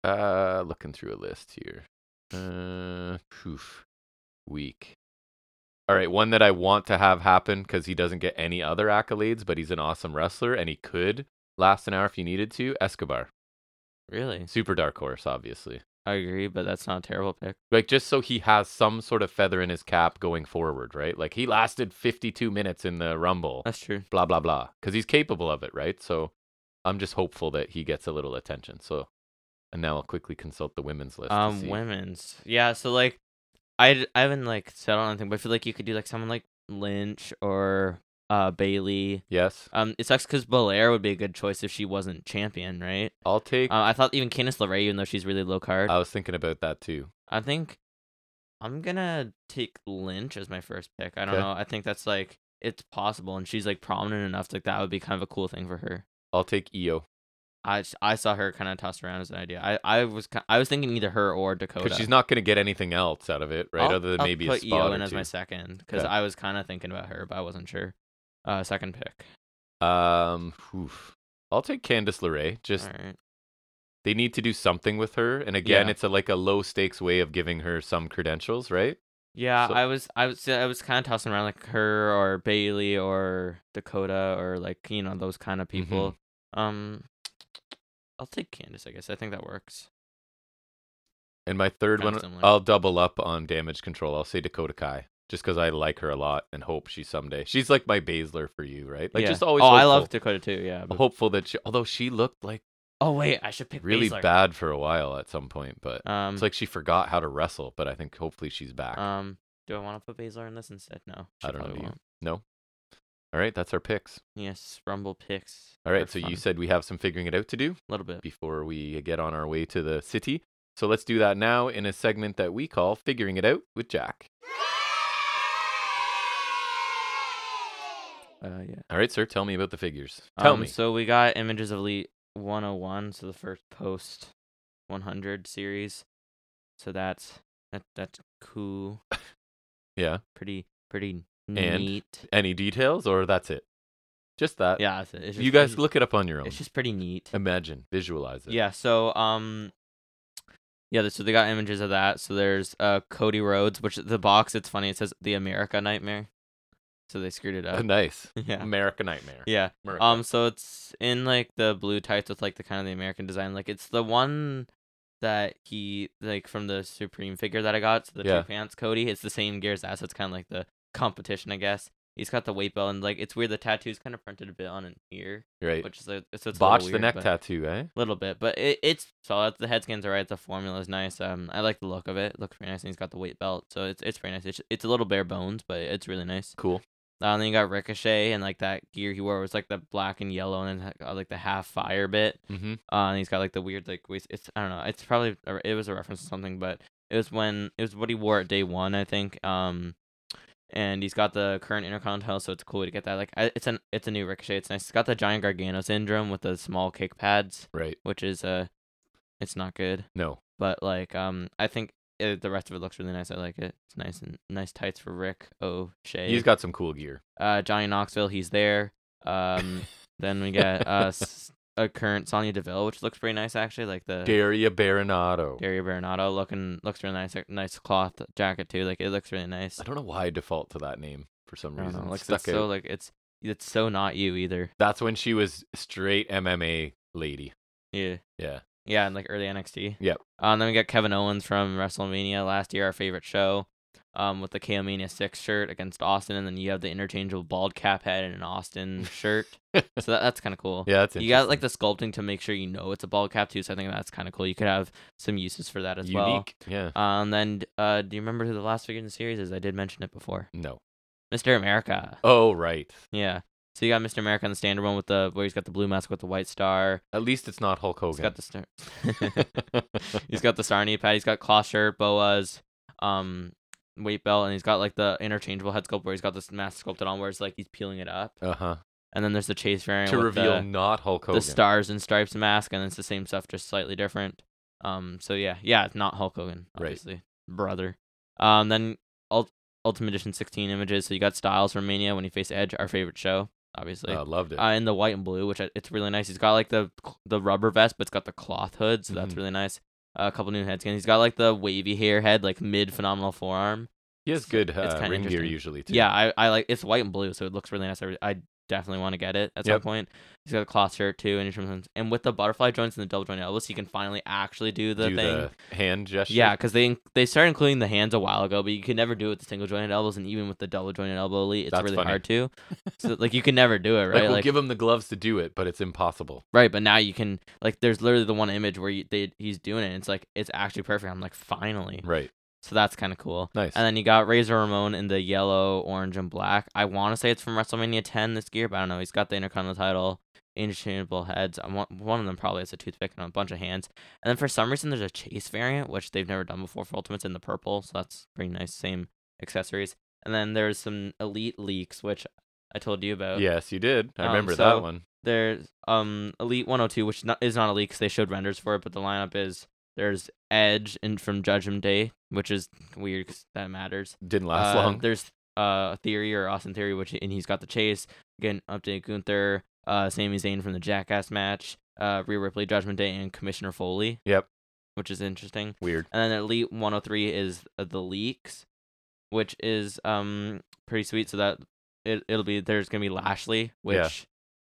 Speaker 1: Uh, looking through a list here. Uh, poof, weak. All right, one that I want to have happen because he doesn't get any other accolades, but he's an awesome wrestler and he could last an hour if you needed to. Escobar,
Speaker 2: Really,
Speaker 1: super dark horse, obviously.
Speaker 2: I agree, but that's not a terrible pick.
Speaker 1: like just so he has some sort of feather in his cap going forward, right? Like he lasted 52 minutes in the rumble,
Speaker 2: That's true.
Speaker 1: blah blah blah, because he's capable of it, right? So I'm just hopeful that he gets a little attention. So, and now I'll quickly consult the women's list. to
Speaker 2: Um,
Speaker 1: see.
Speaker 2: women's. Yeah, so like, I d- I haven't like settled on anything, but I feel like you could do like someone like Lynch or uh Bailey.
Speaker 1: Yes,
Speaker 2: Um, it sucks because Belair would be a good choice if she wasn't champion, right?
Speaker 1: I'll take.
Speaker 2: Uh, I thought even Candice LeRae, even though she's really low card,
Speaker 1: I was thinking about that too.
Speaker 2: I think I'm gonna take Lynch as my first pick. I don't
Speaker 1: Okay.
Speaker 2: know. I think that's like it's possible, and she's like prominent enough. Like that would be kind of a cool thing for her.
Speaker 1: I'll take Io
Speaker 2: I, s- I saw her kind of tossed around as an idea. I, I was ki- I was thinking either her or Dakota.
Speaker 1: because she's not going to get anything else out of it, right?
Speaker 2: Oh, I'll-
Speaker 1: Other than
Speaker 2: I'll
Speaker 1: maybe
Speaker 2: put
Speaker 1: a spot
Speaker 2: Io
Speaker 1: or
Speaker 2: in as
Speaker 1: two.
Speaker 2: my second because
Speaker 1: Okay.
Speaker 2: I was kind of thinking about her, but I wasn't sure. Uh, second pick.
Speaker 1: um, oof. I'll take Candice LeRae. Just
Speaker 2: All right.
Speaker 1: they need to do something with her, and again,
Speaker 2: Yeah.
Speaker 1: it's a like a low stakes way of giving her some credentials, right?
Speaker 2: Yeah,
Speaker 1: So-
Speaker 2: I was I was I was kind of tossing around like her or Bailey or Dakota or like you know those kind of
Speaker 1: Mm-hmm.
Speaker 2: people. Um, I'll take Candace. I guess I think that works.
Speaker 1: And my third
Speaker 2: Kinda
Speaker 1: one,
Speaker 2: similar.
Speaker 1: I'll double up on damage control. I'll say Dakota Kai. just because I like her a lot and hope she someday. She's like my Basler for you, right? Like
Speaker 2: Yeah.
Speaker 1: just always. Oh,
Speaker 2: Oh, I
Speaker 1: hopeful.
Speaker 2: love Dakota too. Yeah. but-
Speaker 1: hopeful that she, although she looked like
Speaker 2: Oh wait, I should pick
Speaker 1: really
Speaker 2: Baszler.
Speaker 1: bad for a while at some point, but
Speaker 2: Um,
Speaker 1: it's like she forgot how to wrestle. But I think hopefully she's back.
Speaker 2: um, do I want to put Baszler in this instead? No,
Speaker 1: I
Speaker 2: she
Speaker 1: don't know.
Speaker 2: probably
Speaker 1: do you-
Speaker 2: won't.
Speaker 1: No. All right, that's our picks.
Speaker 2: Yes, Rumble picks.
Speaker 1: All right, so you said we have some figuring it out to do
Speaker 2: a little bit.
Speaker 1: before we get on our way to the city. So let's do that now in a segment that we call Figuring It Out with Jack.
Speaker 2: Uh, yeah.
Speaker 1: All right, sir, tell me about the figures. Tell
Speaker 2: Um,
Speaker 1: me.
Speaker 2: So we got images of Elite 101, so the first post 100 series. So that's that that's cool.
Speaker 1: Yeah.
Speaker 2: Pretty pretty
Speaker 1: And-
Speaker 2: neat.
Speaker 1: Any details or that's it? Just that.
Speaker 2: Yeah. It's, it's just,
Speaker 1: uh, you guys
Speaker 2: it's-
Speaker 1: look it up on your own.
Speaker 2: It's just pretty neat.
Speaker 1: Imagine, visualize it.
Speaker 2: Yeah. So um, yeah. th- So they got images of that. So there's uh Cody Rhodes, which the box. It's funny. It says the America Nightmare. So they screwed it up.
Speaker 1: nice.
Speaker 2: yeah.
Speaker 1: America Nightmare.
Speaker 2: Yeah.
Speaker 1: America.
Speaker 2: Um. So it's in like the blue tights with like the kind of the American design. Like it's the one that he like from the Supreme figure that I got. So the
Speaker 1: Yeah.
Speaker 2: two pants Cody. It's the same gears as. It's kind of like the competition, I guess. He's got the weight belt and like it's weird. The tattoo's kind of printed a bit on an ear,
Speaker 1: right.
Speaker 2: which is like so it's a little
Speaker 1: Botch the
Speaker 2: weird,
Speaker 1: neck
Speaker 2: but-
Speaker 1: tattoo, eh?
Speaker 2: little bit, but it, it's solid. The head scan's alright. The formula's nice. Um, I like the look of it. It looks pretty nice, and he's got the weight belt, so it's it's pretty nice. It's it's a little bare bones, but it's really nice.
Speaker 1: Cool.
Speaker 2: Uh, and then you got Ricochet, and like that gear he wore was like the black and yellow, and then uh, like the half fire bit.
Speaker 1: Mm-hmm.
Speaker 2: Uh, and he's got like the weird like waist. It's I don't know. It's probably a- it was a reference to something, but it was when it was what he wore at day one, I think. Um, and he's got the current Intercontinental, so it's cool to get that. Like, I, it's an it's a new Ricochet. It's nice. It's got the giant Gargano syndrome with the small kick pads
Speaker 1: Right.
Speaker 2: which is uh it's not good
Speaker 1: No.
Speaker 2: but like um i think uh the rest of it looks really nice i like it it's nice and nice tights for rick o'shea
Speaker 1: He's got some cool gear.
Speaker 2: uh johnny knoxville he's there um then we get uh s- a current sonia deville which looks pretty nice actually like the
Speaker 1: Daria Baronato.
Speaker 2: dario Baronato looking looks really nice like, nice cloth jacket too like it looks really nice
Speaker 1: I don't know why I default to that name for some
Speaker 2: I don't
Speaker 1: reason.
Speaker 2: know,
Speaker 1: It
Speaker 2: like
Speaker 1: stuck
Speaker 2: it's so
Speaker 1: out.
Speaker 2: like it's it's so not you either
Speaker 1: That's when she was straight MMA lady.
Speaker 2: yeah
Speaker 1: Yeah.
Speaker 2: Yeah, and like early NXT.
Speaker 1: Yep.
Speaker 2: Uh, and then we got Kevin Owens from WrestleMania last year, our favorite show, um, with the KO Mania six shirt against Austin, and then you have the interchangeable bald cap head and an Austin shirt. so that, that's kind of cool.
Speaker 1: Yeah, that's
Speaker 2: Oh, You got like the sculpting to make sure you know it's a bald cap too, so I think that's kind of cool. You could have some uses for that as
Speaker 1: unique.
Speaker 2: well.
Speaker 1: Yeah.
Speaker 2: Um, then uh, do you remember who the last figure in the series is? I did mention it before.
Speaker 1: No.
Speaker 2: Mister America.
Speaker 1: Oh, right.
Speaker 2: Yeah. So you got Mister America on the standard one with the where he's got the blue mask with the white star.
Speaker 1: At least it's not Hulk
Speaker 2: He's
Speaker 1: Hogan.
Speaker 2: got the star. He's got the Sarnia pad. He's got claw shirt, boas, um, weight belt, and he's got like the interchangeable head sculpt where he's got this mask sculpted on where it's like he's peeling it up.
Speaker 1: uh huh.
Speaker 2: And then there's the chase variant
Speaker 1: To
Speaker 2: with
Speaker 1: reveal
Speaker 2: the,
Speaker 1: not Hulk
Speaker 2: the
Speaker 1: Hogan.
Speaker 2: stars and stripes mask, and it's the same stuff, just slightly different. Um, so yeah, yeah, it's not Hulk Hogan,
Speaker 1: Right.
Speaker 2: obviously, brother. Um, then Ult- Ultimate Edition 16 images. So you got Styles from Mania when he faced Edge, our favorite show, obviously.
Speaker 1: Uh, loved it.
Speaker 2: Uh, in the white and blue, which I, it's really nice. He's got like the cl- the rubber vest, but it's got the cloth hood, so that's
Speaker 1: Mhm.
Speaker 2: really nice. Uh, a couple new head skins. He's got like the wavy hair head, like mid phenomenal forearm.
Speaker 1: he has
Speaker 2: it's-
Speaker 1: good
Speaker 2: it's
Speaker 1: uh,
Speaker 2: kinda
Speaker 1: ring gear
Speaker 2: interesting.
Speaker 1: usually too.
Speaker 2: Yeah, I, I like it's white and blue, so it looks really nice. I, re- I definitely want to get it at some
Speaker 1: Yep.
Speaker 2: point. He's got a cloth shirt too, and he trims- and with the butterfly joints and the double joint elbows, he can finally actually do the
Speaker 1: Do
Speaker 2: thing.
Speaker 1: the hand gesture.
Speaker 2: Yeah, because they they started including the hands a while ago, but you could never do it with the single jointed elbows, and even with the double jointed elbow elite, it's
Speaker 1: That's
Speaker 2: really
Speaker 1: funny.
Speaker 2: hard to. So like you can never do it,
Speaker 1: Like,
Speaker 2: right?
Speaker 1: we'll give him the gloves to do it, but it's impossible.
Speaker 2: Right, but now you can like. There's literally the one image where you, they he's doing it. And it's like it's actually perfect. I'm like, finally.
Speaker 1: Right.
Speaker 2: So that's kind of cool.
Speaker 1: Nice.
Speaker 2: And then you got Razor Ramon in the yellow, orange, and black. I want to say it's from WrestleMania 10 this gear, but I don't know. He's got the Intercontinental title, interchangeable heads. I want, one of them probably has a toothpick and a bunch of hands. And then for some reason, there's a chase variant, which they've never done before for Ultimates in the purple. So that's pretty nice. Same accessories. And then there's some Elite leaks, which I told you about
Speaker 1: yes, you did. I
Speaker 2: um,
Speaker 1: remember
Speaker 2: so-
Speaker 1: that one.
Speaker 2: there's um Elite 102, which not, is not a leak 'cause they showed renders for it, but the lineup is there's Edge and from Judgment Day, which is weird 'cause that matters.
Speaker 1: Didn't last
Speaker 2: Uh,
Speaker 1: long.
Speaker 2: There's uh Theory or Austin Theory, which and he's got the chase. Again, update Gunther, uh, Sami Zayn from the Jackass match, uh, Rhea Ripley, Judgment Day, and Commissioner Foley.
Speaker 1: Yep.
Speaker 2: Which is interesting.
Speaker 1: Weird.
Speaker 2: And then Elite 103 is uh, the leaks, which is um pretty sweet. So that it it'll be there's gonna be Lashley, which
Speaker 1: Yeah.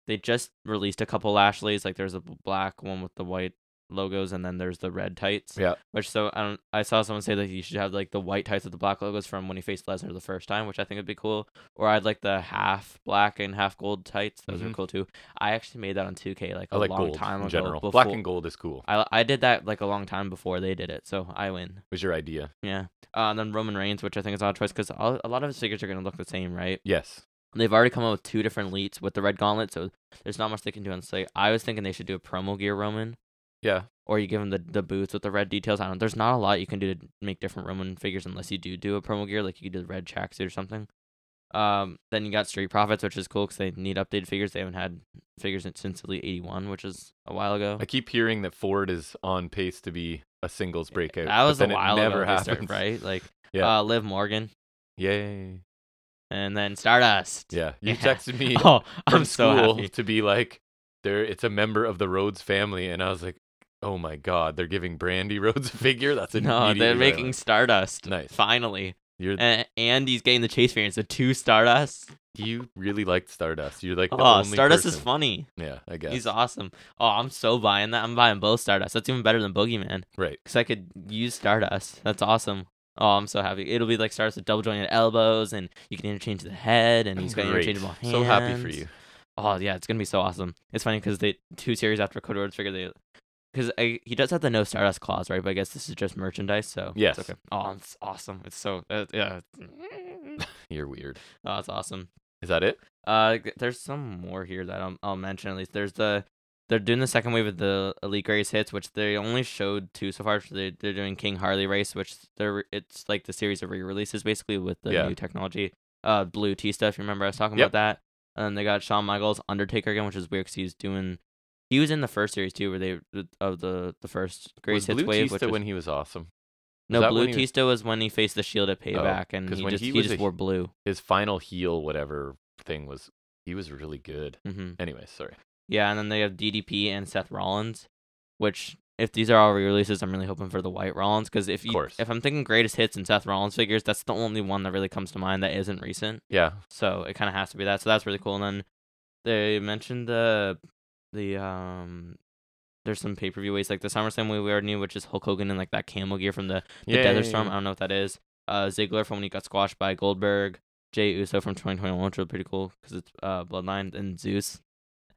Speaker 2: they just released a couple Lashleys. Like there's a b- black one with the white logos and then there's the red tights.
Speaker 1: Yeah.
Speaker 2: Which so I don't I saw someone say that you should have like the white tights with the black logos from when he faced Lesnar the first time, which I think would be cool. Or I'd like the half black and half gold tights. Those are
Speaker 1: Mhm.
Speaker 2: cool too. I actually made that on 2K like a
Speaker 1: I like
Speaker 2: long
Speaker 1: gold
Speaker 2: time
Speaker 1: in
Speaker 2: ago.
Speaker 1: general.
Speaker 2: before-
Speaker 1: Black and gold is cool.
Speaker 2: I I did that like a long time before they did it, so I win.
Speaker 1: Was your idea?
Speaker 2: Yeah. Uh, and then Roman Reigns, which I think is an odd choice because a lot of his figures are going to look the same, right?
Speaker 1: Yes.
Speaker 2: They've already come up with two different leets with the red gauntlet, so there's not much they can do on slate. I was thinking they should do a promo gear Roman,
Speaker 1: Yeah.
Speaker 2: or you give him the, the boots with the red details. I don't. There's not a lot you can do to make different Roman figures unless you do do a promo gear, like you could do the red tracksuit or something. Um, then you got Street Profits, which is cool because they need updated figures. They haven't had figures since Elite 81, which is a while ago.
Speaker 1: I keep hearing that Ford is on pace to be a singles breakout.
Speaker 2: that was
Speaker 1: but
Speaker 2: a
Speaker 1: then
Speaker 2: while
Speaker 1: it never
Speaker 2: ago. they started,
Speaker 1: happens.
Speaker 2: right? Like,
Speaker 1: Yeah.
Speaker 2: uh, Liv Morgan,
Speaker 1: Yay.
Speaker 2: and then Stardust.
Speaker 1: Yeah. You
Speaker 2: Yeah.
Speaker 1: texted me
Speaker 2: Oh,
Speaker 1: from
Speaker 2: I'm so
Speaker 1: school
Speaker 2: happy.
Speaker 1: to be like, there. It's a member of the Rhodes family, and I was like, oh my god, they're giving Brandy Rhodes a figure. That's
Speaker 2: No,
Speaker 1: immediately
Speaker 2: they're
Speaker 1: what I
Speaker 2: making
Speaker 1: went,
Speaker 2: Stardust.
Speaker 1: Nice.
Speaker 2: Finally.
Speaker 1: You're
Speaker 2: And, and he's getting the chase variants, the two Stardusts.
Speaker 1: you really liked Stardust. You're like the
Speaker 2: Oh,
Speaker 1: only
Speaker 2: Stardust is
Speaker 1: person.
Speaker 2: funny.
Speaker 1: Yeah, I guess.
Speaker 2: He's awesome. Oh, I'm so buying that. I'm buying both Stardust. That's even better than Boogeyman
Speaker 1: right.
Speaker 2: because I could use Stardust. That's awesome. Oh, I'm so happy. It'll be like Stardust with double jointed elbows, and you can interchange the head, and he's got
Speaker 1: Great.
Speaker 2: interchangeable hands.
Speaker 1: So happy for you.
Speaker 2: Oh yeah, it's gonna be so awesome. It's funny because they two series after Code Words figure they because he does have the no Stardust clause, right? But I guess this is just merchandise, so it's
Speaker 1: Yes.
Speaker 2: okay. Oh, it's awesome. It's so uh, yeah. it's-
Speaker 1: You're weird.
Speaker 2: oh, it's awesome.
Speaker 1: Is that it?
Speaker 2: Uh, g- there's some more here that I'll, I'll mention at least. There's the they're doing the second wave of the Elite Race hits, which they only showed two so far. So they're, they're doing King Harley Race, which they're re- it's like the series of re-releases basically with the
Speaker 1: Yeah.
Speaker 2: new technology. Uh, Blue T stuff. You remember I was talking
Speaker 1: Yep.
Speaker 2: about that. And then they got Shawn Michaels Undertaker again, which is weird because he's doing. He was in the first series too, where they of the the first
Speaker 1: Was
Speaker 2: Grace hits
Speaker 1: Blue
Speaker 2: wave,
Speaker 1: Tista
Speaker 2: which was,
Speaker 1: when he was awesome.
Speaker 2: no
Speaker 1: that
Speaker 2: Blue
Speaker 1: when he was- Oh,
Speaker 2: Tista was when he faced the Shield at Payback, and
Speaker 1: 'cause
Speaker 2: he
Speaker 1: when
Speaker 2: just
Speaker 1: he
Speaker 2: he,
Speaker 1: was
Speaker 2: just
Speaker 1: a-
Speaker 2: wore blue.
Speaker 1: His final heel, whatever thing was, he was really good.
Speaker 2: hmm
Speaker 1: Anyway, sorry.
Speaker 2: Yeah, and then they have DDP and Seth Rollins, which if these are all re-releases, I'm really hoping for the white Rollins because if you,
Speaker 1: course.
Speaker 2: if I'm thinking greatest hits and Seth Rollins figures, that's the only one that really comes to mind that isn't recent.
Speaker 1: Yeah,
Speaker 2: So it kind of has to be that. So that's really cool. And then they mentioned the the um there's some pay per view ways like the SummerSlam we already knew, which is Hulk Hogan and like that camel gear from the the Desert Storm. I don't know what that is. Uh, Ziggler from when he got squashed by Goldberg. Jay Uso from 2021, which was pretty cool because it's uh, Bloodline and Zeus.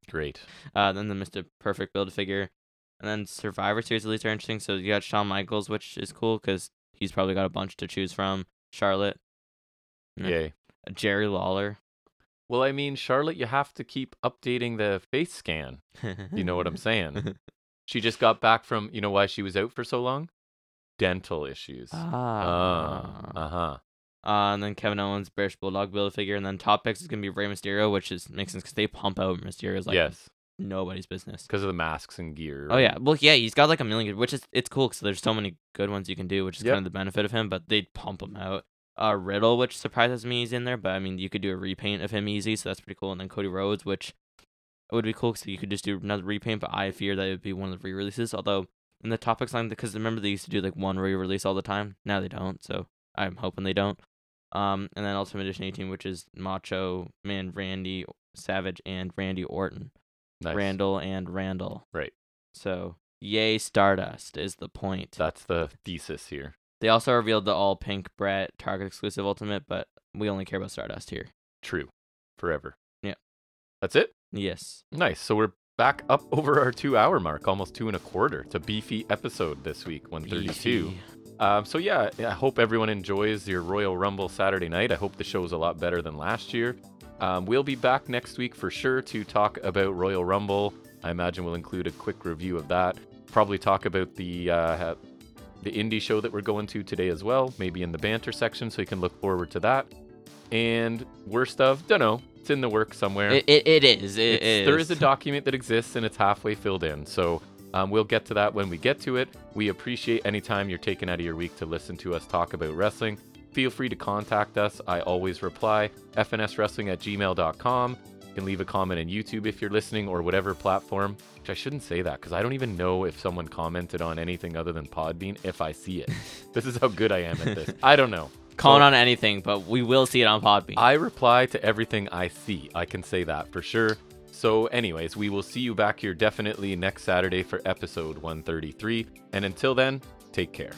Speaker 1: Great.
Speaker 2: Uh, then the Mr. Perfect build figure. And then Survivor Series elites are interesting. So you got Shawn Michaels, which is cool because he's probably got a bunch to choose from. Charlotte, Yeah.
Speaker 1: Yay.
Speaker 2: Jerry Lawler.
Speaker 1: Well, I mean, Charlotte, you have to keep updating the face scan. You know what I'm saying? she just got back from, you know why she was out for so long? Dental issues.
Speaker 2: Ah.
Speaker 1: uh huh.
Speaker 2: Uh, and then Kevin Owens, British Bulldog build figure. And then top picks is going to be Rey Mysterio, which is makes sense because they pump out Mysterio's like
Speaker 1: yes,
Speaker 2: nobody's business.
Speaker 1: because of the masks and gear.
Speaker 2: Oh, yeah. Well, yeah, he's got like a million, good- which is, it's cool because there's so many good ones you can do, which is
Speaker 1: Yep.
Speaker 2: kind of the benefit of him, but they pump him out. Uh, Riddle, which surprises me, he's in there, but I mean, you could do a repaint of him easy, so that's pretty cool. And then Cody Rhodes, which would be cool because you could just do another repaint, but I fear that it would be one of the re releases. Although, in the topics line, because remember they used to do like one re release all the time. Now they don't, so I'm hoping they don't. Um, and then Ultimate Edition 18, which is Macho Man Randy Savage and Randy Orton.
Speaker 1: Nice.
Speaker 2: Randall and Randall.
Speaker 1: Right.
Speaker 2: So, yay, Stardust is the point.
Speaker 1: That's the thesis here.
Speaker 2: they also revealed the all pink Brett Target exclusive Ultimate, but we only care about Stardust here.
Speaker 1: True. Forever.
Speaker 2: Yeah.
Speaker 1: That's it?
Speaker 2: Yes.
Speaker 1: Nice. So we're back up over our two hour mark, almost two and a quarter. It's a beefy episode this week, 132.
Speaker 2: Beefy.
Speaker 1: Um, so yeah, I hope everyone enjoys your Royal Rumble Saturday night. I hope the show's a lot better than last year. Um, we'll be back next week for sure to talk about Royal Rumble. I imagine we'll include a quick review of that. Probably talk about the uh, the indie show that we're going to today as well. Maybe in the banter section, so you can look forward to that. And worst of, don't know. It's in the works somewhere
Speaker 2: It, it, it is. It
Speaker 1: it's-
Speaker 2: is.
Speaker 1: There is a document that exists and it's halfway filled in. So um, we'll get to that when we get to it. We appreciate any time you're taking out of your week to listen to us talk about wrestling. Feel free to contact us. I always reply fnswrestling at gmail.com. You can leave a comment on YouTube if you're listening or whatever platform. Which I shouldn't say that because I don't even know if someone commented on anything other than Podbean if I see it. this is how good I am at this. I don't know.
Speaker 2: Calling
Speaker 1: So-
Speaker 2: on anything, but we will see it on Podbean.
Speaker 1: I reply to everything I see. I can say that for sure. So, anyways, we will see you back here definitely next Saturday for episode 133. And until then, take care.